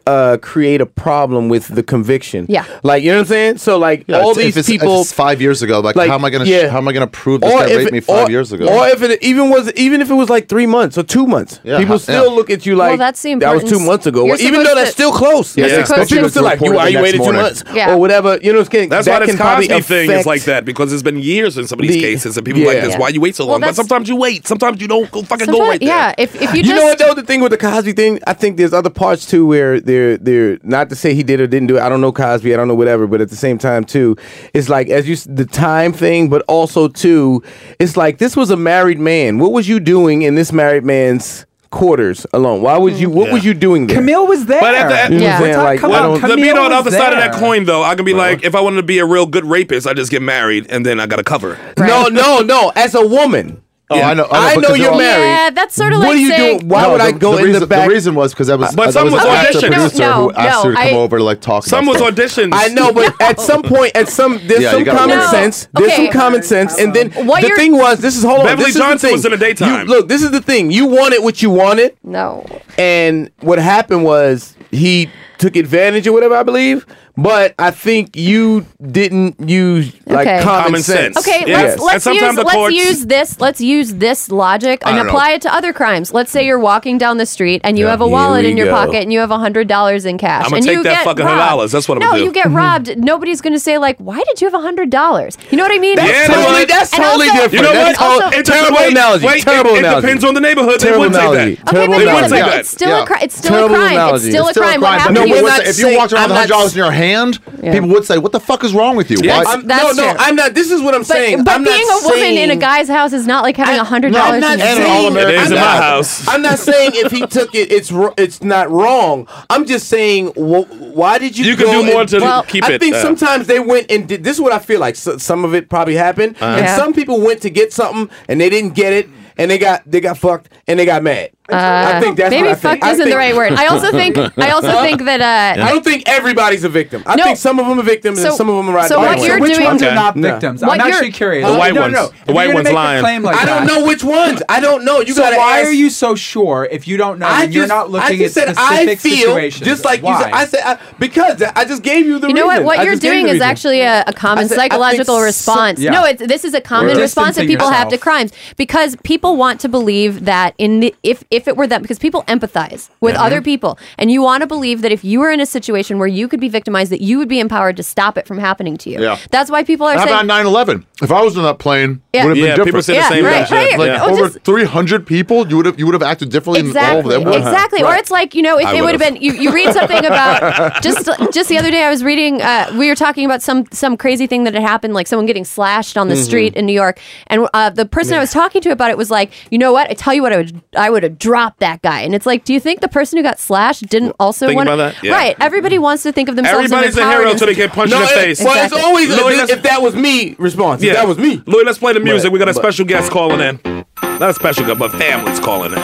S8: uh, create a problem with the conviction?
S1: Yeah.
S8: Like you know what I'm saying? So like
S1: Yeah,
S8: all
S1: if
S8: these
S1: it's- if
S8: people,
S1: it's five years ago, like, how am I gonna sh- how am I gonna prove this
S8: Or
S1: guy
S8: if
S1: raped
S8: it-
S1: me five
S8: or-
S1: years ago?
S8: Or if it even was, even if it was like three months or two months,
S1: Yeah,
S8: people
S1: how-
S8: still
S1: yeah.
S8: look at you
S5: Well,
S8: like
S5: that's the
S8: that was two
S5: importance-
S8: months ago,
S5: you're
S8: Or even though
S5: supposed
S8: that's
S5: to-
S8: still close.
S5: Yeah,
S8: That's
S5: you're supposed
S8: people
S5: to
S8: still like you,
S5: report it
S8: why
S5: the
S8: you
S5: next
S8: waited two
S5: morning.
S8: months
S5: Yeah.
S8: or whatever. You know what I'm saying?
S12: That's
S8: That
S12: why this
S8: can probably
S12: Cosby thing is
S8: affect-
S12: like that because it's been years in some of these
S8: the-
S12: cases and people
S8: Yeah.
S12: like this. Why you wait so
S8: Well,
S12: long? but
S8: that's-
S12: sometimes you wait. Sometimes you don't go fucking go
S8: Sometimes-
S12: right there.
S5: yeah, if if you,
S8: You,
S5: just
S8: know what though? The thing with the Cosby thing, I think there's other parts too where they're they're not to say he did or didn't do it. I don't know Cosby. I don't know whatever. But at the same time too, it's like as you s- the time thing, but also too, it's like this was a married man. What was you doing in this married man's quarters alone? Why would you? What was you doing there?
S6: Camille was there.
S12: But at the,
S8: You know what I'm saying? Like, I
S12: well,
S8: don't-
S12: let me know the other side of that coin, though. I can be like, if I wanted to be a real good rapist, I just get married and then I got to cover. it.
S8: No, no, no. As a woman.
S1: Oh, I know.
S8: I know
S1: because
S8: you're
S1: they're all-
S8: married.
S5: yeah, that's sort of
S8: What
S5: like
S8: are you
S5: saying,
S8: doing? Why would I go in
S1: reason,
S8: the back?
S1: reason was because I was.
S8: But
S1: I-
S8: some
S1: I was
S8: was
S1: asked the
S8: auditioned.
S1: producer
S8: No,
S1: who
S8: no,
S1: asked her to
S8: no,
S1: come
S8: I-
S1: over to like talk.
S8: Some
S1: about
S8: was
S1: stuff.
S12: auditions.
S8: I know, but at some point, at some there's
S1: Yeah, you
S8: some
S1: gotta
S8: common
S1: work.
S8: sense. There's
S1: Okay.
S8: some common sense, and then
S5: What
S8: the
S5: you're-
S8: thing was, this is hold on.
S12: Beverly
S8: this is
S12: Johnson
S8: the
S12: was in the daytime.
S8: You, look, this is the thing. You wanted what you wanted.
S5: No.
S8: And what happened was he took advantage or whatever I believe, but I think you didn't use like
S5: Okay.
S8: common,
S12: Common
S8: sense.
S5: Okay, let's let's use let's use this let's use this logic
S8: I
S5: and
S8: don't know.
S5: apply it to other crimes. Let's say you're walking down the street and you
S12: Yeah.
S5: have a
S12: Here
S5: wallet
S12: we
S5: in your
S12: go.
S5: pocket and you have hundred dollars in cash.
S12: I'm gonna
S5: and
S12: take
S5: you
S12: that
S5: get
S12: fucking
S5: robbed.
S12: $100. That's what I'm
S5: no,
S12: gonna do. Hmm.
S5: you get robbed. Nobody's gonna say like, why did you have hundred dollars? You know what I mean?
S12: That's Yeah, totally-
S5: And
S12: that's totally
S5: also-
S12: different. You know
S5: and
S12: what?
S5: also-
S12: It doesn't- Terrible wait, analogy, wait, terrible it- it analogy. depends on the neighborhood. They Terrible would take that. analogy,
S5: Okay,
S12: terrible
S5: but listen,
S12: analogy.
S5: but
S12: Yeah.
S5: it's still
S12: Yeah.
S5: a crime. It's still
S12: Terrible
S5: a crime.
S12: analogy.
S5: It's still a
S12: It's still a crime,
S5: crime. What
S12: but
S5: happened?
S1: People
S5: to you
S1: would
S5: was-
S1: say- if you walked around with hundred dollars in your hand, people would say, "What the fuck is wrong with you?"
S8: Yeah,
S1: Why-
S8: I'm- no, no, I'm not. This is what I'm
S5: But,
S8: saying.
S5: but
S8: I'm not
S5: being a woman
S8: saying-
S5: in a guy's house is not like having a hundred
S8: I'm
S5: dollars
S8: not
S5: in your
S8: saying-
S5: hand.
S12: It is
S8: I'm
S12: in my
S8: not-
S12: house.
S8: I'm not saying if he took it, it's ro- it's not wrong. I'm just saying, wh- why did you?
S12: You can
S8: go
S12: do more
S8: and-
S12: to keep
S8: I
S12: it,
S8: think
S12: uh,
S8: sometimes they went and did. This is what I feel like. So, some of it probably happened,
S12: Uh-huh.
S8: and
S12: Yeah.
S8: some people went to get something and they didn't get it, and they got they got fucked and they got mad. I think that's
S5: Uh, maybe
S8: what I think.
S5: fucked
S8: I
S5: isn't
S8: think-
S5: the right word. I also think I also think that uh,
S8: I don't think everybody's a victim. I
S5: No.
S8: think some of them are victims and
S5: So-
S8: some of them are not.
S5: so what you're
S6: Which doing- ones are not victims? I'm What you're- actually curious. The white
S8: no,
S6: ones.
S8: No, no.
S6: The
S8: If you're
S6: white
S8: gonna
S6: ones
S8: make a
S6: lying.
S8: claim like
S6: I don't
S8: that-
S6: know
S8: which ones. I don't know. You
S6: so
S8: gotta
S6: why
S8: ask-
S6: are you so sure if you don't know?
S8: I
S6: and you're
S8: just-
S6: not looking
S8: I just
S6: at
S8: said
S6: specific
S8: I feel
S6: situations.
S8: just like
S6: why?
S8: you said. I said I, because th- I just gave you the.
S5: you know what?
S8: reason.
S5: What
S8: I
S5: you're
S8: just gave
S5: doing
S8: you the
S5: is
S8: reason.
S5: actually a, a
S8: I
S5: common
S8: said- I think
S5: psychological
S8: so-
S5: response.
S8: yeah.
S5: No, it's this is a common
S8: Or-
S5: response that
S8: Distancing
S5: people have to
S8: yourself.
S5: crimes because people want to believe that in the, if if it were them because people empathize with
S17: Mhm.
S8: Mm-hmm.
S5: other people and you want to believe that if you were in a situation where you could be victimized that you would be empowered to stop it from happening to you.
S1: Yeah.
S5: That's why people are
S1: How
S5: saying
S1: about 9/11? If I was on that plane,
S5: Yeah.
S1: would have
S5: Yeah,
S1: been different.
S5: people say the Yeah, same right, thing. right.
S1: Like
S5: Yeah. Or
S1: over 300 people, you would have you would have acted differently than all
S5: Exactly.
S1: of them. would.
S5: Exactly. Or it's like you know, if
S1: I
S5: it would have
S1: would've.
S5: been you, you read something about just just the other day I was reading uh, we were talking about some some crazy thing that had happened like someone getting slashed on the
S17: Mhm.
S5: street in New York and uh, the person I was talking to about it was like you know what I tell you what I would I would have dropped that guy and it's like do you think the person who got slashed didn't also
S12: Think
S5: want
S12: about that? Yeah.
S5: Right. Everybody wants to think of themselves. in
S12: Everybody's a
S5: their power
S12: hero
S5: and-
S12: till they get punched in
S8: No,
S12: the
S8: it-
S12: face.
S8: well, it's always a-
S12: Louis,
S8: if-
S12: let's-
S8: if that was me response. If
S12: Yeah.
S8: that was me.
S12: Louis, let's play the
S8: But-
S12: music. we got a
S8: but-
S12: special guest calling in. Not a special guest, but family's calling in.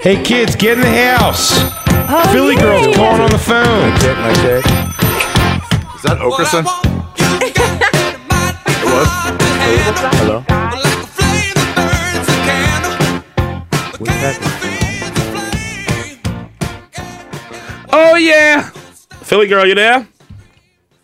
S18: Hey kids, get in the house. Philly
S5: Oh,
S12: yeah,
S18: girls
S12: yeah.
S18: calling on the phone.
S1: Is that Okerson? it was.
S8: Hello.
S12: Oh, yeah. Philly girl, you there?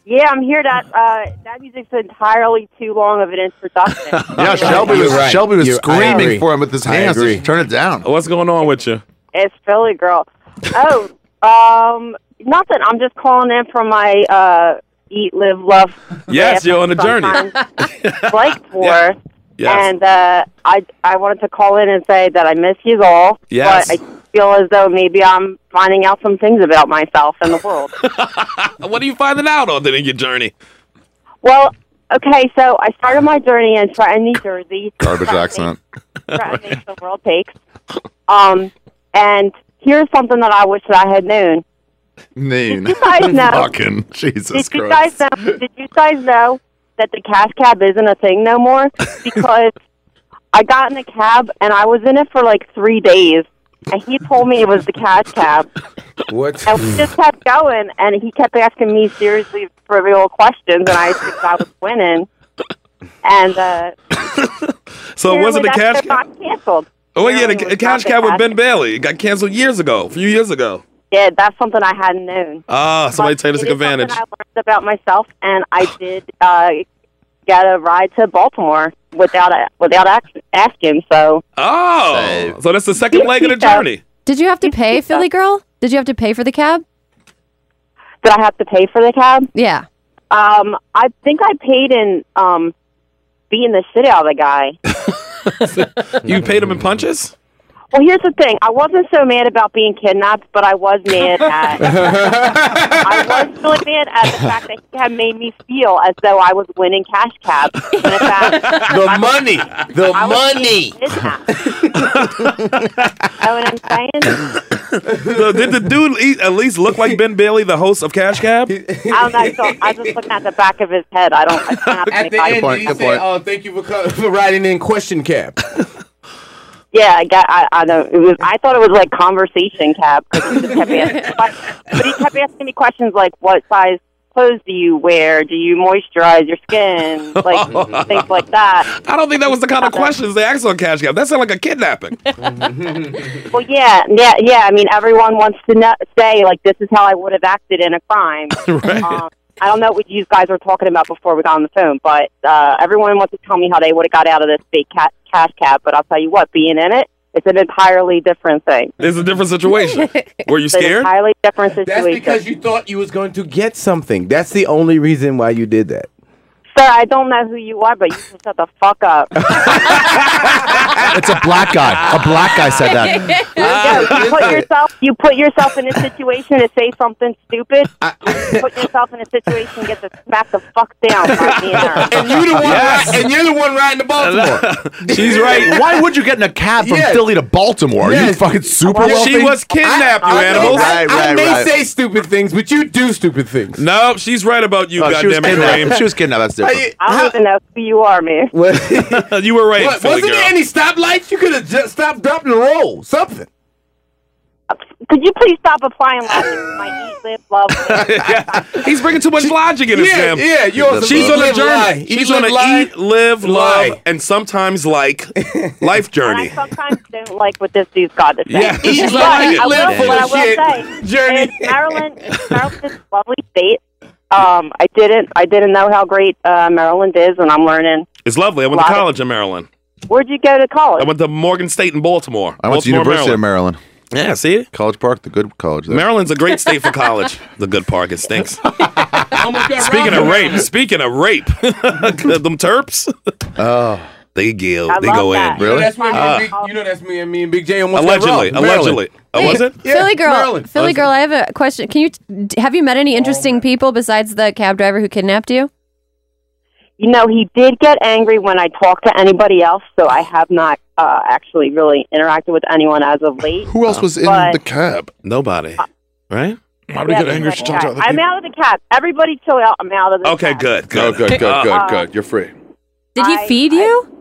S10: Yeah, I'm here. That uh, that music's entirely too long of an introduction.
S1: Yeah, Shelby was
S12: You're right.
S1: Shelby was
S12: You're- I agree.
S1: screaming for him with his
S12: I
S1: hands.
S12: agree.
S1: Just turn it down.
S12: What's going on with you?
S10: it's Philly girl. Oh, um, nothing. I'm just calling in from my uh, eat, live, love.
S12: Yes, you're on the journey.
S10: Like for.
S12: Yes.
S10: And uh, I I wanted to call in and say that I miss you all.
S12: Yes.
S10: But I feel as though maybe I'm finding out some things about myself and the world.
S12: What are you finding out on in your journey?
S10: well, okay, so I started my journey in Trenton, New Jersey.
S1: Garbage accent.
S10: That makes the world takes. Um, and here's something that I wish that I had known.
S1: Name.
S10: you guys know-
S1: Fucking Jesus
S10: did you
S1: Christ.
S10: guys know? Did you guys know that the cash cab isn't a thing no more because I got in a cab and I was in it for like three days, and he told me it was the cash cab,
S8: What?
S10: and we just kept going, and he kept asking me seriously trivial questions, and I think I was winning, and uh,
S2: So it wasn't the
S10: apparently that
S2: cash cab.
S10: trip got canceled.
S2: Oh yeah, the, the cash
S10: the
S2: cab with
S10: cash
S2: Ben Bailey. It got canceled years ago, a few years ago.
S10: Yeah, that's something I hadn't known.
S2: Ah, somebody
S10: It
S2: taking
S10: is
S2: us advantage.
S10: something I learned about myself, and I did uh, get a ride to Baltimore without a, without ax- asking. So
S2: Oh, so that's the second leg of the journey.
S5: Did you have to pay, Philly girl? Did you have to pay for the cab?
S10: did I have to pay for the cab?
S5: Yeah.
S10: Um, I think I paid in um, beating the shit out of the guy.
S2: You paid him in punches.
S10: Well, here's the thing: I wasn't so mad about being kidnapped, but I was mad at I was really mad at the fact that he had made me feel as though I was winning cash cab. And in fact,
S8: The money. The
S10: I was
S8: money.
S10: being kidnapped. know what I'm saying?
S2: So did the dude e- at least look like Ben Bailey, the host of Cash Cab?
S10: I don't know. So I just looking at the back of his head. I don't. I can't
S8: At
S10: make
S8: the
S10: eye
S8: end,
S10: contact.
S8: did he say, "Oh, thank you for, co- for riding in question cab"?
S10: Yeah, I got. I, I don't. It was. I thought it was like conversation cab because he just kept asking. But, but he kept asking me questions like, "What size clothes do you wear? Do you moisturize your skin? Like things like that."
S2: I don't think that was the kind of questions they asked on Cash Cab. That sounded like a kidnapping.
S10: Well, yeah, yeah, yeah. I mean, everyone wants to know, say like, "This is how I would have acted in a crime."
S2: Right.
S10: Um, I don't know what you guys were talking about before we got on the phone, but uh, everyone wants to tell me how they would have got out of this big cat, cash cab. But I'll tell you what, being in it, it's an entirely different thing.
S2: It's a different situation. Were you
S10: It's an
S2: scared?
S10: entirely different situation.
S8: That's because
S5: uh,
S8: you thought you was going to get something. That's the only reason why you did that.
S10: Sir, I don't know who you are, but you can shut the fuck up.
S1: It's a black guy. A black guy said that.
S10: Yeah, you put yourself you put yourself in a situation to say something stupid. you put yourself in a situation and get to smack the fuck down by me and her.
S8: And you the one, ri- and you're the one riding to Baltimore.
S2: She's right.
S1: Why would you get in a cab from
S8: Yeah.
S1: Philly to Baltimore? Are you
S8: Yes.
S1: fucking super wealthy? Oh,
S2: She was kidnapped, you
S8: I- I-
S2: animals.
S8: I,
S1: Right,
S8: I
S1: right,
S8: may
S1: right.
S8: say stupid things, but you do stupid things.
S2: No, she's right about you,
S1: Oh, she was
S2: goddamn it,
S1: kidnapped.
S2: Kareem.
S1: She was kidnapped. That's different.
S10: I don't even know who you are, man.
S2: you were right,
S8: What,
S2: Philly
S8: wasn't
S2: girl.
S8: there any stoplights? You could have just stopped, dropped, and rolled something.
S10: Could you please stop applying logic to my eat, live, love?
S2: He's bringing too much logic in his
S8: Yeah,
S2: damn.
S8: yeah, you're
S2: She's
S8: supposed
S2: on a
S8: to
S2: journey.
S8: lie. Eat,
S2: She's
S8: live,
S2: on an
S8: lie.
S2: eat, live,
S8: Lie.
S2: love, and sometimes like life journey.
S10: Sometimes I don't like what this dude's got to say.
S2: Yeah,
S10: But
S2: she's
S10: I
S2: like,
S10: will,
S2: live full
S10: what I
S2: of
S10: will
S2: shit.
S10: say is Maryland, Maryland is a lovely state. Um, I didn't, I didn't know how great uh, Maryland is, and I'm learning.
S2: It's lovely. I went to
S10: Logic.
S2: college in Maryland.
S10: Where'd you go to college?
S2: I went to Morgan State in Baltimore.
S1: I went to
S2: Baltimore,
S1: University of Maryland.
S2: Yeah, see?
S1: College Park, the good college there.
S2: Maryland's a great state for college. The good park, it stinks. speaking of rape, speaking of rape, them Terps. Oh, they go,
S8: I
S2: they
S8: love
S2: go
S8: that.
S2: in.
S8: You know, that's where me
S2: Uh,
S8: and Big- you know that's me and me and Big J almost got
S2: allegedly,
S8: robbed.
S2: allegedly. Oh, was it?
S5: Philly girl,
S8: Maryland.
S5: Philly
S8: Listen.
S5: girl, I have a question. Can you t- have you met
S2: Oh,
S5: any interesting people besides the cab driver who kidnapped you?
S10: You know, he did get angry when I talked to anybody else, so I have not uh, actually really interacted with anyone as of late.
S1: Who else was in
S10: But-
S1: the cab?
S2: Nobody. Right?
S1: Why
S10: Yeah, everybody out. I'm out of the cab. Everybody chill out. I'm out of the
S2: Okay, good.
S1: Good, good, good,
S2: Uh,
S1: good, good. You're free.
S5: Did he feed you?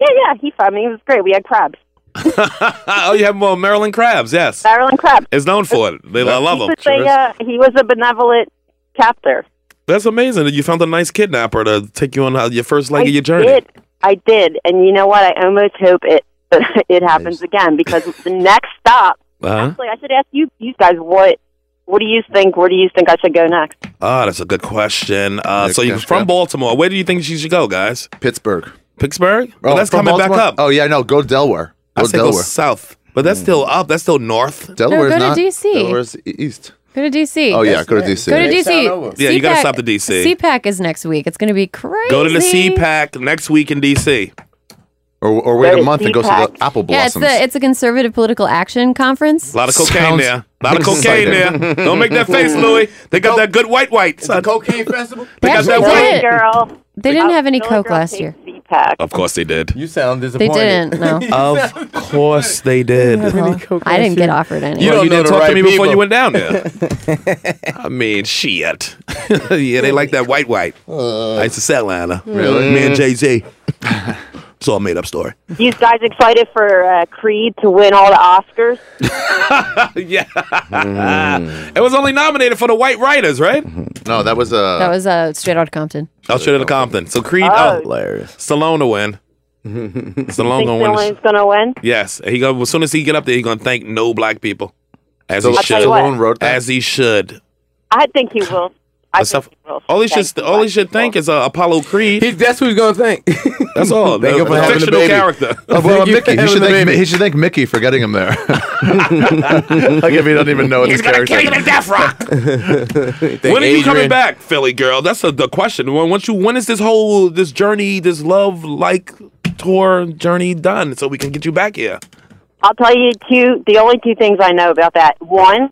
S10: Yeah, yeah, he fed me. It was great. We had crabs.
S2: oh, you have more Maryland crabs, yes.
S10: Maryland crabs.
S2: It's known for it. They, I love
S10: he
S2: them.
S10: Was a, uh, he was a benevolent captor.
S2: That's amazing that you found a nice kidnapper to take you on uh, your first leg
S10: I
S2: of your journey.
S10: Did. I did. And you know what? I almost hope it it happens again because the next stop.
S2: Uh-huh.
S10: Actually, I should ask you, you guys, what what do you think? Where do you think I should go next?
S2: Ah, that's a good question. Uh, so you're
S1: cash
S2: from
S1: grab.
S2: Baltimore. Where do you think she should go, guys?
S1: Pittsburgh.
S2: Pittsburgh? Well, that's
S1: Oh, from
S2: coming
S1: Baltimore?
S2: back up.
S1: Oh, yeah, no, go to Delaware.
S2: I
S1: Go to
S2: say go
S1: Delaware. Hmm.
S2: south, but that's still up. That's still north.
S1: Delaware's
S5: go to
S1: not.
S5: DC.
S1: Delaware's e- east.
S5: Go to DC.
S1: Oh, yeah, go to DC.
S5: Go to
S1: Next
S5: DC.
S1: town over.
S2: Yeah, you gotta
S5: CPAC
S2: stop to DC.
S5: CPAC is next week. It's going to be crazy.
S2: Go to the CPAC next week in DC.
S1: Or, or
S5: wait a Go to month and go to the CPAC.
S1: apple
S5: Yeah, it's the it's a conservative political action conference.
S2: a lot of cocaine
S1: Sounds
S2: there. A lot of cocaine
S1: exciting.
S2: there. Don't make that face, Louis. They got that good white white. son.
S8: Cocaine festival.
S2: They got that
S5: Actually,
S2: white.
S5: they did.
S10: Girl,
S5: They didn't have any coke last year.
S10: pack.
S19: Of course they did.
S8: You sound
S10: They didn't, disappointed.
S2: Uh-huh.
S10: no.
S8: of course they did.
S5: I didn't get offered any.
S19: You,
S2: Well,
S19: don't
S2: you
S19: know the
S2: didn't talk to
S19: right
S2: me before
S19: people.
S2: you went down
S19: there.
S2: I mean, shit. yeah, they like that white white. I used to sell Anna.
S10: Uh, Really?
S2: Me and Jay Z. it's all made up story.
S10: You guys excited for uh, Creed to win all the Oscars? Mm.
S2: It was only nominated for the white writers, right?
S1: No, that was uh,
S5: that was uh, straight out of Compton.
S2: I'll show you the Compton. So Creed,
S10: Oh.
S2: oh, hilarious. Stallone to win. Stallone
S10: Think
S2: gonna win. this-
S10: Stallone's gonna win?
S2: Yes, he go as soon as he get up there, he gonna thank no black people, as he
S10: I'll
S2: should.
S10: tell you what. Stallone
S2: wrote that. As he should.
S10: I think he will. I think
S2: Stuff-
S10: he will.
S2: all he should, all he should thank is uh, Apollo Creed.
S8: that's who he's gonna thank.
S2: That's all.
S1: Thank
S2: The-
S1: you for
S2: the
S1: having a
S2: fictional
S1: baby.
S2: character.
S1: Oh, well, Mickey. He should, thank, he should thank Mickey for getting him there. like if he doesn't even know it's his character.
S2: Death Rock. when are you coming back, Philly girl? That's the, the question. When, once you, when is this whole this journey, this love like tour journey done, so we can get you back here?
S10: I'll tell you two. The only two things I know about that. One,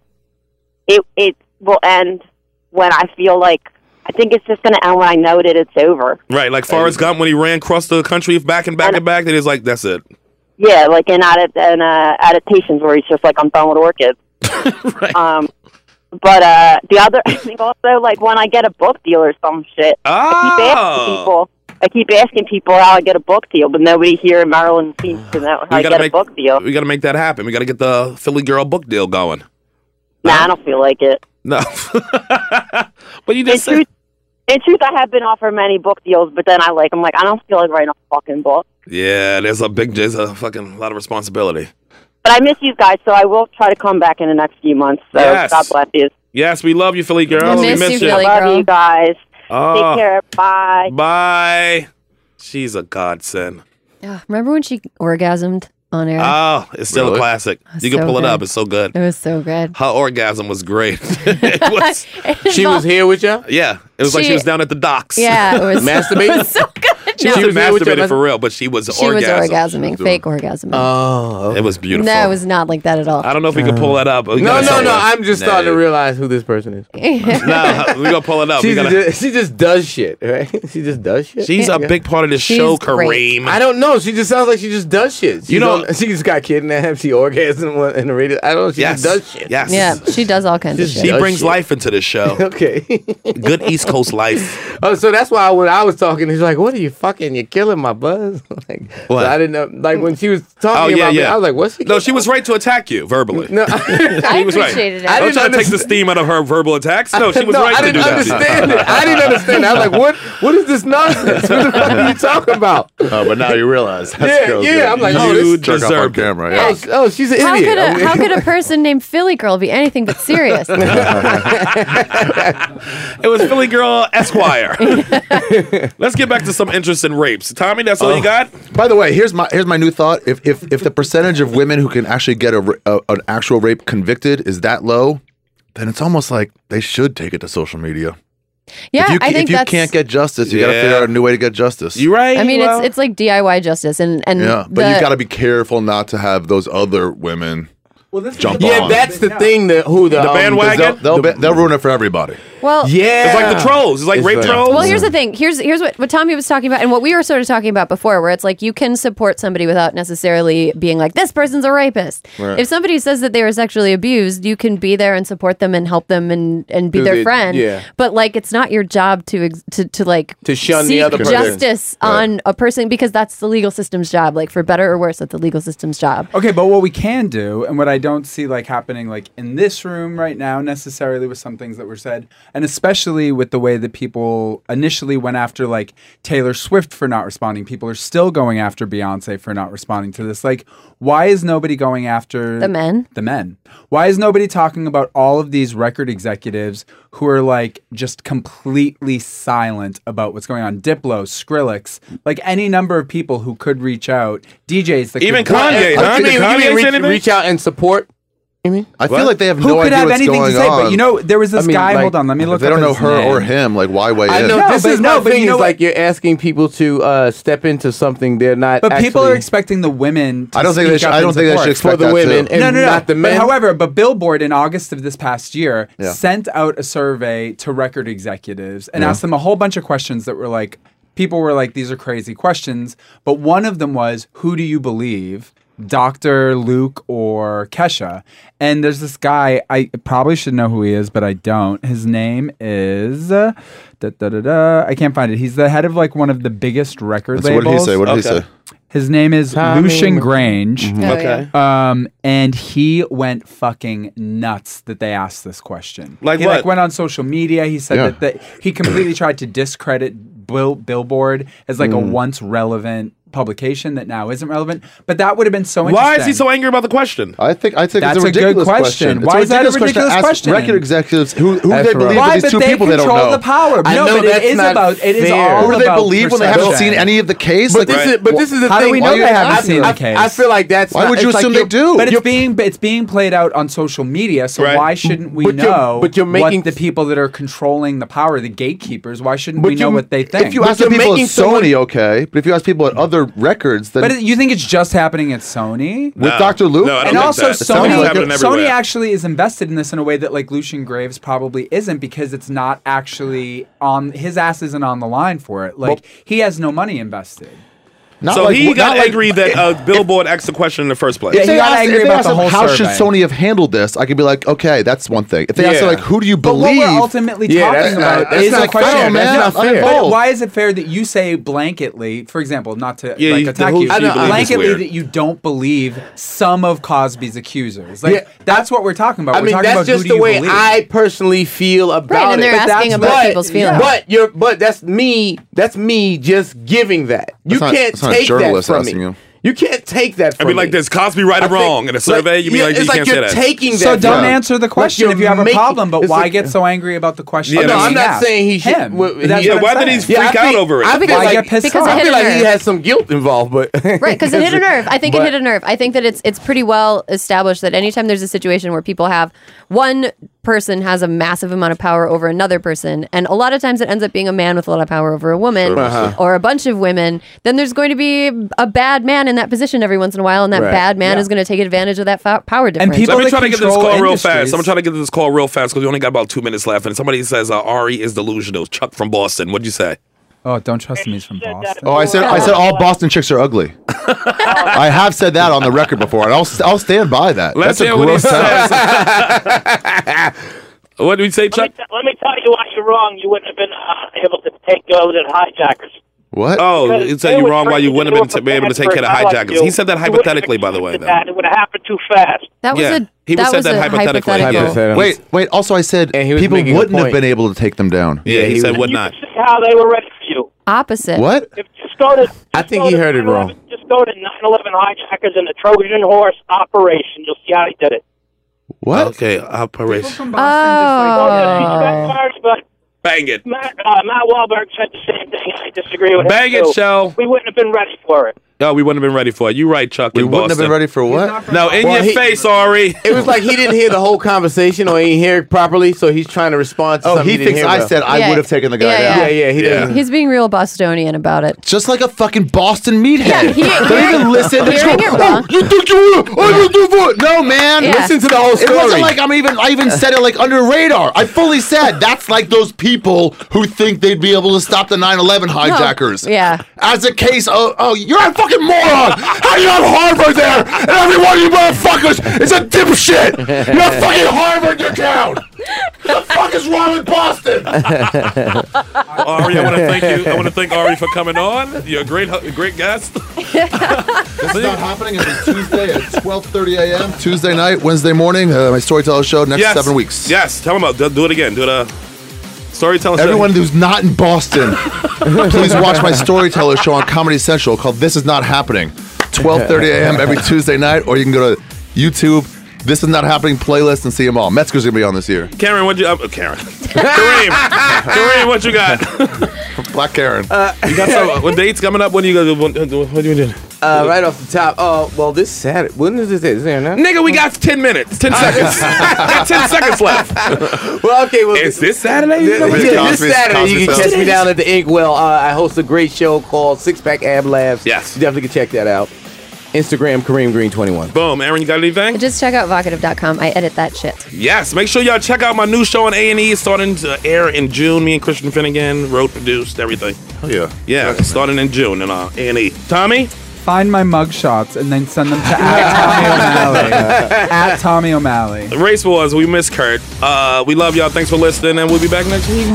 S10: it it will end when I feel like I think it's just going to end when I know that it's over.
S2: Right, like Forrest Gump when he ran across the country back and back and back, then he's like, that's it.
S10: Yeah, like in adapt in uh, adaptations where he's just like I'm done with orchids. right. Um, but uh, the other, I think also like when I get a book deal or some shit. I keep asking
S2: Oh.
S10: people. I keep asking people how I get a book deal, but nobody here in Maryland seems to know how I get a
S2: make
S10: book deal.
S2: We gotta make that happen. We gotta get the Philly girl book deal going.
S10: Nah, I don't feel like it.
S2: No, but you
S10: just in truth, in truth, I have been offered many book deals, but then I like I'm like I don't feel like writing a fucking book.
S2: yeah, there's a big, there's a fucking lot of responsibility.
S10: But I miss you guys, so I will try to come back in the next few months. So
S2: Yes.
S10: God bless you.
S2: Yes, we love you, Philly girl. we miss you.
S10: Love you guys.
S2: Oh.
S10: Take care. Bye.
S2: Bye. She's a godsend.
S5: Ugh, remember when she orgasmed on air?
S2: Oh, it's still a classic. you can
S5: so
S2: pull
S5: good.
S2: it up. It's so good.
S5: it was so good.
S2: Her orgasm was great.
S5: She was
S8: here with you?
S2: Yeah. It was like she
S5: She-
S2: was down at the docks.
S5: Yeah, it was-
S2: masturbating.
S5: it was so good.
S2: She
S5: No.
S2: was
S5: She was here with
S2: masturbating
S5: you?
S2: for real, but she was
S5: She was
S2: orgasming.
S5: orgasming, fake orgasming.
S1: Uh,
S2: Oh, it was beautiful.
S5: No, it was not like that at all.
S2: I don't know if we can pull that up.
S8: No, no, no. I'm just starting to realize who this person is.
S2: no, we gonna pull it up.
S8: She's
S2: We gotta-
S8: just, she just does shit, right? She just does shit.
S2: She's a big part of this She's show, great. Kareem.
S8: I don't know. She just sounds like she just does shit. She
S2: You
S8: you
S2: know-
S8: know, she just got kidnapped. She orgasmed in the radio. I don't know. She just does shit.
S2: Yes.
S5: Yeah, she does all kinds of shit.
S2: She brings life into this show.
S8: okay.
S2: Good East Coast life.
S8: Oh, so that's why when I was talking, he's like, "What are you fucking? You're killing my buzz." like, so
S2: What?
S8: I didn't know. Like when she was
S2: Oh
S8: talking
S2: yeah,
S8: about me,
S2: yeah.
S8: I was like, "What's she?"
S2: No, she was right to attack you verbally.
S8: No,
S2: I was right.
S8: appreciated it. I
S2: I'm
S8: didn't
S2: trying to take the steam out of her verbal attacks. No, she was
S8: No,
S2: right
S8: I
S2: to
S8: didn't
S2: do that.
S8: understand it. I didn't understand. it. I was like, "What? What is this nonsense? What the fuck are you talking about?ot
S1: Oh, but now you realize. That's
S8: Yeah,
S1: girl's
S8: yeah,
S1: gonna-
S8: I'm like,
S1: you
S8: oh,
S1: jerk
S8: this-
S1: off on
S8: deserved it.
S1: camera.
S8: Oh,
S1: Yeah.
S8: s- oh, she's an
S5: How
S8: idiot.
S5: could,
S8: I mean-
S5: a, how could a person named Philly Girl be anything but serious?
S2: It was Philly Girl Esquire. Let's get back to some interest in rapes. Tommy, that's all you
S1: Oh.
S2: got?
S1: By the way, here's my here's my new thought. If if if the percentage of women who can actually get a, ra- a an actual rape convicted is that low, then it's almost like they should take it to social media.
S5: yeah,
S1: if you, ca-
S5: I think
S1: if you
S5: that's.
S1: can't get justice, you got to
S2: Yeah.
S1: figure out a new way to get justice. You
S2: right?
S5: I mean, it's it's like DIY justice, and and
S1: yeah, but
S5: the-
S1: you got to be careful not to have those other women jump
S8: yeah,
S1: on.
S8: that's the thing that who the,
S1: The
S8: um,
S1: bandwagon? They'll, they'll, they'll ruin it for everybody.
S5: well,
S8: Yeah,
S2: It's like the trolls. It's like rape
S1: right.
S2: trolls.
S5: Well, here's the thing. Here's here's what, what Tommy was talking about, and what we were sort of talking about before, where it's like you can support somebody without necessarily being like this person's a rapist.
S20: Right.
S5: If somebody says that they were sexually abused, you can be there and support them and help them and and be
S8: Do
S5: their
S8: the-
S5: friend.
S8: yeah.
S5: But like, it's not your job to ex- to to like
S8: To shun the
S5: seek
S8: other person.
S5: justice on a person because that's the legal system's job. Like for better or worse, that's the legal system's job.
S6: Okay, but what we can do, and what I don't see like happening like in this room right now necessarily with some things that were said, and especially with the way that people initially went after like Taylor Swift for not responding, people are still going after Beyonce for not responding to this. Like, why is nobody going after
S5: The men?
S6: The men. Why is nobody talking about all of these record executives who are like just completely silent about what's going on? Diplo, Skrillex, like any number of people who could reach out, DJs that
S2: Even
S6: could
S2: Kanye, huh?
S8: I mean,
S2: Did
S8: you
S2: Kanye
S8: mean
S2: say
S8: reach,
S2: anything?
S8: reach out and support. You mean?
S1: I feel like they have
S6: Who
S1: no
S6: could
S1: idea
S6: have
S1: what's
S6: anything to
S1: going
S6: say?
S1: on.
S6: But you know, there was this
S1: I mean,
S6: guy.
S1: like,
S6: hold on, let me
S1: if
S6: look.
S1: They don't
S6: up
S1: know
S6: his
S1: her or
S6: name.
S1: him. Like, why weigh
S8: I
S1: in?
S8: know
S6: No,
S8: this
S6: but
S8: is
S6: no,
S8: my
S6: but you
S8: thing.
S6: know
S8: is
S6: what-
S8: like you're asking people to uh, step into something they're not.
S6: But people are
S8: actually-
S6: expecting the women. To
S8: I don't think they
S6: speak
S8: should-
S6: up
S8: I
S6: in
S8: don't think they
S6: support.
S8: should expect For the that, women too. and
S6: no, no, no.
S8: not the men.
S6: But however, but Billboard in August of this past year
S8: Yeah.
S6: sent out a survey to record executives and
S8: Yeah.
S6: asked them a whole bunch of questions that were like. people were like, these are crazy questions. But one of them was, who do you believe? Dr. Luke or Kesha. And there's this guy, I probably should know who he is, but I don't. His name is uh, da, da, da, da. I can't find it. He's the head of like one of the biggest record
S1: So what
S6: labels.
S1: did he say? What did he say?
S6: His name is
S1: Tommy
S6: Lucian
S1: Mc-
S6: Grange.
S5: Mm-hmm.
S1: Mhm. Oh, Okay.
S6: Um, and he went fucking nuts that they asked this question.
S2: Like
S6: he like
S2: what?
S6: went on social media. He said
S2: Yeah.
S6: that, that he completely tried to discredit Bill, Billboard as like a
S2: Mm.
S6: once relevant publication that now isn't relevant. But that would have been so interesting.
S2: Why is he so angry about the question?
S1: I think I think
S6: That's
S1: it's
S6: a
S1: a
S6: good
S1: ridiculous
S6: question.
S1: It's
S6: Why is that a
S1: ridiculous question to
S6: ridiculous
S1: ask
S6: question?
S1: Record executives who, who
S6: That's
S1: they
S6: right.
S1: believe
S6: Why?
S1: are these
S6: But
S1: two
S6: they
S1: people they don't
S6: control
S1: know.
S6: the power.
S1: I
S6: No,
S1: know
S6: but it
S1: that's
S6: is
S1: not
S6: about- it is
S1: fair.
S6: all
S1: Who do they
S6: about
S1: believe when they haven't
S6: perception.
S1: seen any of the case?
S6: But this is- but this is the How do thing. we know they haven't seen the case?
S8: I feel like that's.
S6: not-
S8: not- it's like you're-
S6: But it's being it's being played out on social media. So
S8: Right.
S6: why shouldn't we
S8: But you're-
S6: know?
S8: but you're making-
S6: what the people that are controlling the power, the gatekeepers. Why shouldn't we know
S1: you-
S6: what they think?
S1: If you ask the people at Sony, okay. But if you ask people at other records, then
S6: but it- you think it's just happening at Sony
S1: With No. Dr. Luke? No, I don't
S6: and
S1: think
S6: also
S1: that. It sounds
S6: Sony,
S1: like it.
S6: Sony
S1: Everywhere.
S6: actually is invested in this in a way that like Lucian Graves probably isn't because it's not actually on his ass isn't on the line for it. Like he has no money invested.
S2: so he got angry that uh, Billboard asked the question in the first place.
S1: If they asked- if they asked them, How should Sony have handled this? I could be like, okay, that's one thing. If they asked
S6: Yeah.
S1: like, who do you
S6: But what
S1: believe?
S6: we're ultimately talking about is a question.
S1: fair, man.
S6: That's
S1: Not fair.
S6: But why is it fair that you say blanketly, for example, not to
S1: Yeah,
S6: like
S1: you-
S6: attack
S1: the whole
S6: you,
S1: she believe is
S6: blanketly
S1: weird.
S6: that you don't believe some of Cosby's accusers? Like
S8: Yeah.
S6: that's what we're talking about.
S8: I
S6: we're
S8: mean,
S6: talking
S8: that's
S6: about
S8: just
S6: who
S8: the
S6: do you
S8: way
S6: believe.
S8: I personally feel about
S6: Right, and
S8: it.
S6: they're
S8: But
S6: asking
S8: that's-
S6: about
S8: but-
S6: people's feelings.
S8: But you're, but that's me. That's me just giving that. You
S1: That's not-
S8: can't
S1: that's not a
S8: take that
S1: journalist
S8: from
S1: asking
S8: me.
S1: you.
S8: You. can't take that from
S2: I'd be like,
S8: me.
S2: "There's Cosby right or
S8: I think-
S2: wrong?" In a survey, you'd be
S8: yeah,
S2: like,
S8: it's
S2: "You can't say
S8: you're
S2: that."
S8: taking that.
S6: So don't
S8: from-
S6: answer the
S8: Like,
S6: question
S8: you're
S6: if you have a
S8: making-
S6: problem. But
S8: it's
S6: why
S8: like-
S6: get so angry about the question?
S8: no,
S6: that
S8: I'm
S6: he
S8: not
S6: asked?
S8: saying he should.
S6: Him.
S8: well,
S6: That's
S8: he-
S6: what I'm saying.
S8: Yeah, I think- I think
S6: Why
S8: like,
S6: get pissed
S5: Because it
S8: I
S5: hit
S8: feel like
S5: a
S8: he
S5: nerve.
S8: has some guilt involved, but
S5: Right, because it hit a nerve. I think
S8: But-
S5: it hit a nerve. I think that it's it's pretty well established that anytime there's a situation where people have one person has a massive amount of power over another person, and a lot of times it ends up being a man with a lot of power over a woman
S21: Sure, uh-huh.
S5: or a bunch of women, then there's going to be a bad man in that position every once in a while, and that
S2: Right.
S5: bad man
S2: Yeah.
S5: is going to take advantage of that fo- power difference.
S2: Let me try to get this call real fast. I'm trying to get this call real fast because we only got about two minutes left. And somebody says uh, Ari is delusional. Chuck from Boston. What'd you say?
S6: Oh, don't trust him. He's from Boston.
S1: Oh, I said I said all Boston chicks are ugly. I have said that on the record before, and I'll I'll stand by that. That's
S2: Let's hear
S1: a
S2: what he
S1: gross
S2: says.
S1: sentence.
S2: What did we say, Chuck?
S10: Let me tell you why you're wrong. You wouldn't have been uh, able to take those at hijackers.
S1: What?
S2: Oh,
S10: Because
S2: it
S10: they
S2: said you
S10: would
S2: wrong. Why
S10: turn
S2: you
S10: you
S2: wouldn't
S10: into
S2: have been
S10: a
S2: to- be able to
S10: bad
S2: take care of
S10: person like
S2: hijackers?
S10: you.
S2: He said that
S10: You wouldn't
S2: hypothetically, by the way. Though.
S10: That it would have happened too fast.
S5: That
S2: was Yeah. a- He was that said was that a hypothetical. hypothetical. Yeah.
S1: Wait, wait. Also, I said
S2: was
S1: people
S2: making a
S1: wouldn't have
S2: point.
S1: been able to take them down.
S2: Yeah, he, said would not.
S10: See how they were ready for you.
S5: Opposite.
S1: What?
S10: If just go to
S8: I think he heard it wrong.
S10: just go to 9/11 hijackers and the Trojan horse operation. You'll see how he did it.
S1: What?
S2: Okay, operation.
S6: Uh.
S5: Oh.
S10: First, but
S2: Bang it.
S10: Matt, uh, Matt Wahlberg said the same thing. I disagree with
S2: Bang
S10: him.
S2: it,
S10: too.
S2: Shell.
S10: We wouldn't have been ready for it.
S2: No, we wouldn't have been ready for it. You're right, Chuck. We
S1: wouldn't have been ready for
S2: what? No, in
S8: Well,
S2: your
S8: he-
S2: face, Ari.
S8: It was like he didn't hear the whole conversation or he didn't hear it properly, so he's trying to respond to
S1: Oh,
S8: something
S1: he
S8: didn't
S1: thinks
S8: hear
S1: I
S8: well.
S1: said I
S5: Yeah.
S1: would have taken the guy
S5: Yeah,
S1: down.
S5: yeah.
S8: Yeah, yeah, he didn't.
S5: He's being real Bostonian about it.
S1: Just like a fucking Boston meathead.
S5: Yeah, he-
S1: Don't even listen. They just
S5: hearing
S1: go,
S5: it
S1: oh,
S5: wrong.
S1: you think you would? I would do what? No, man.
S5: Yeah. Listen to the
S8: whole
S1: It
S8: story.
S1: wasn't like I'm even. I even said it like under the radar. I fully said that's like those people who think they'd be able to stop the 9/11 hijackers.
S5: Yeah.
S1: As a case of, oh, you're a fucking moron. How do you have Harvard there? And every one of you motherfuckers is a dipshit. You have fucking Harvard in your town. What the fuck is wrong with Boston?
S2: Ari, I want to thank you. I want to thank Ari for coming on. You're a great, hu- great guest.
S1: This is not happening every Tuesday at 12:30 a.m. Tuesday night, Wednesday morning, uh, my storyteller show next
S2: Yes.
S1: seven weeks.
S2: Yes, tell them about. Do, do it again. Do the storytelling.
S1: Everyone who's not in Boston, please watch my storyteller show on Comedy Central called "This Is Not Happening," 12:30 a.m. every Tuesday night, or you can go to YouTube. This is not happening playlist and see them all. Metzger's gonna be on this year.
S2: Karen, what you? Uh, Karen, Kareem, Kareem, what you got?
S1: Black Karen.
S2: you got some? What dates coming up? When are you guys? What, what are you doing?
S8: Uh, right off the top. Oh, well, this Saturday. When is this? Is there now?
S2: Nigga, we got ten minutes, ten seconds. got ten seconds left.
S8: Well, okay. Well,
S2: is this Saturday?
S8: Th- yeah, this Saturday, you can catch me down
S2: At-
S8: at the Inkwell. Uh, I host a great show called Six Pack Ab Labs.
S2: Yes.
S8: You definitely can check that out. Instagram Kareem Green 21.
S2: Boom. Aaron, you got anything?
S5: Just check out vocative.com. I edit that shit.
S2: Yes, make sure y'all check out my new show on A and E, starting to air in June. Me and Christian Finnegan wrote, produced everything.
S22: Oh yeah,
S2: yeah, starting in June and uh, A and E. Tommy,
S6: Find my mug shots and then send them to at Tommy O'Malley.
S2: Race Wars, we miss Kurt. Uh, we love y'all. Thanks for listening, and we'll be back next week.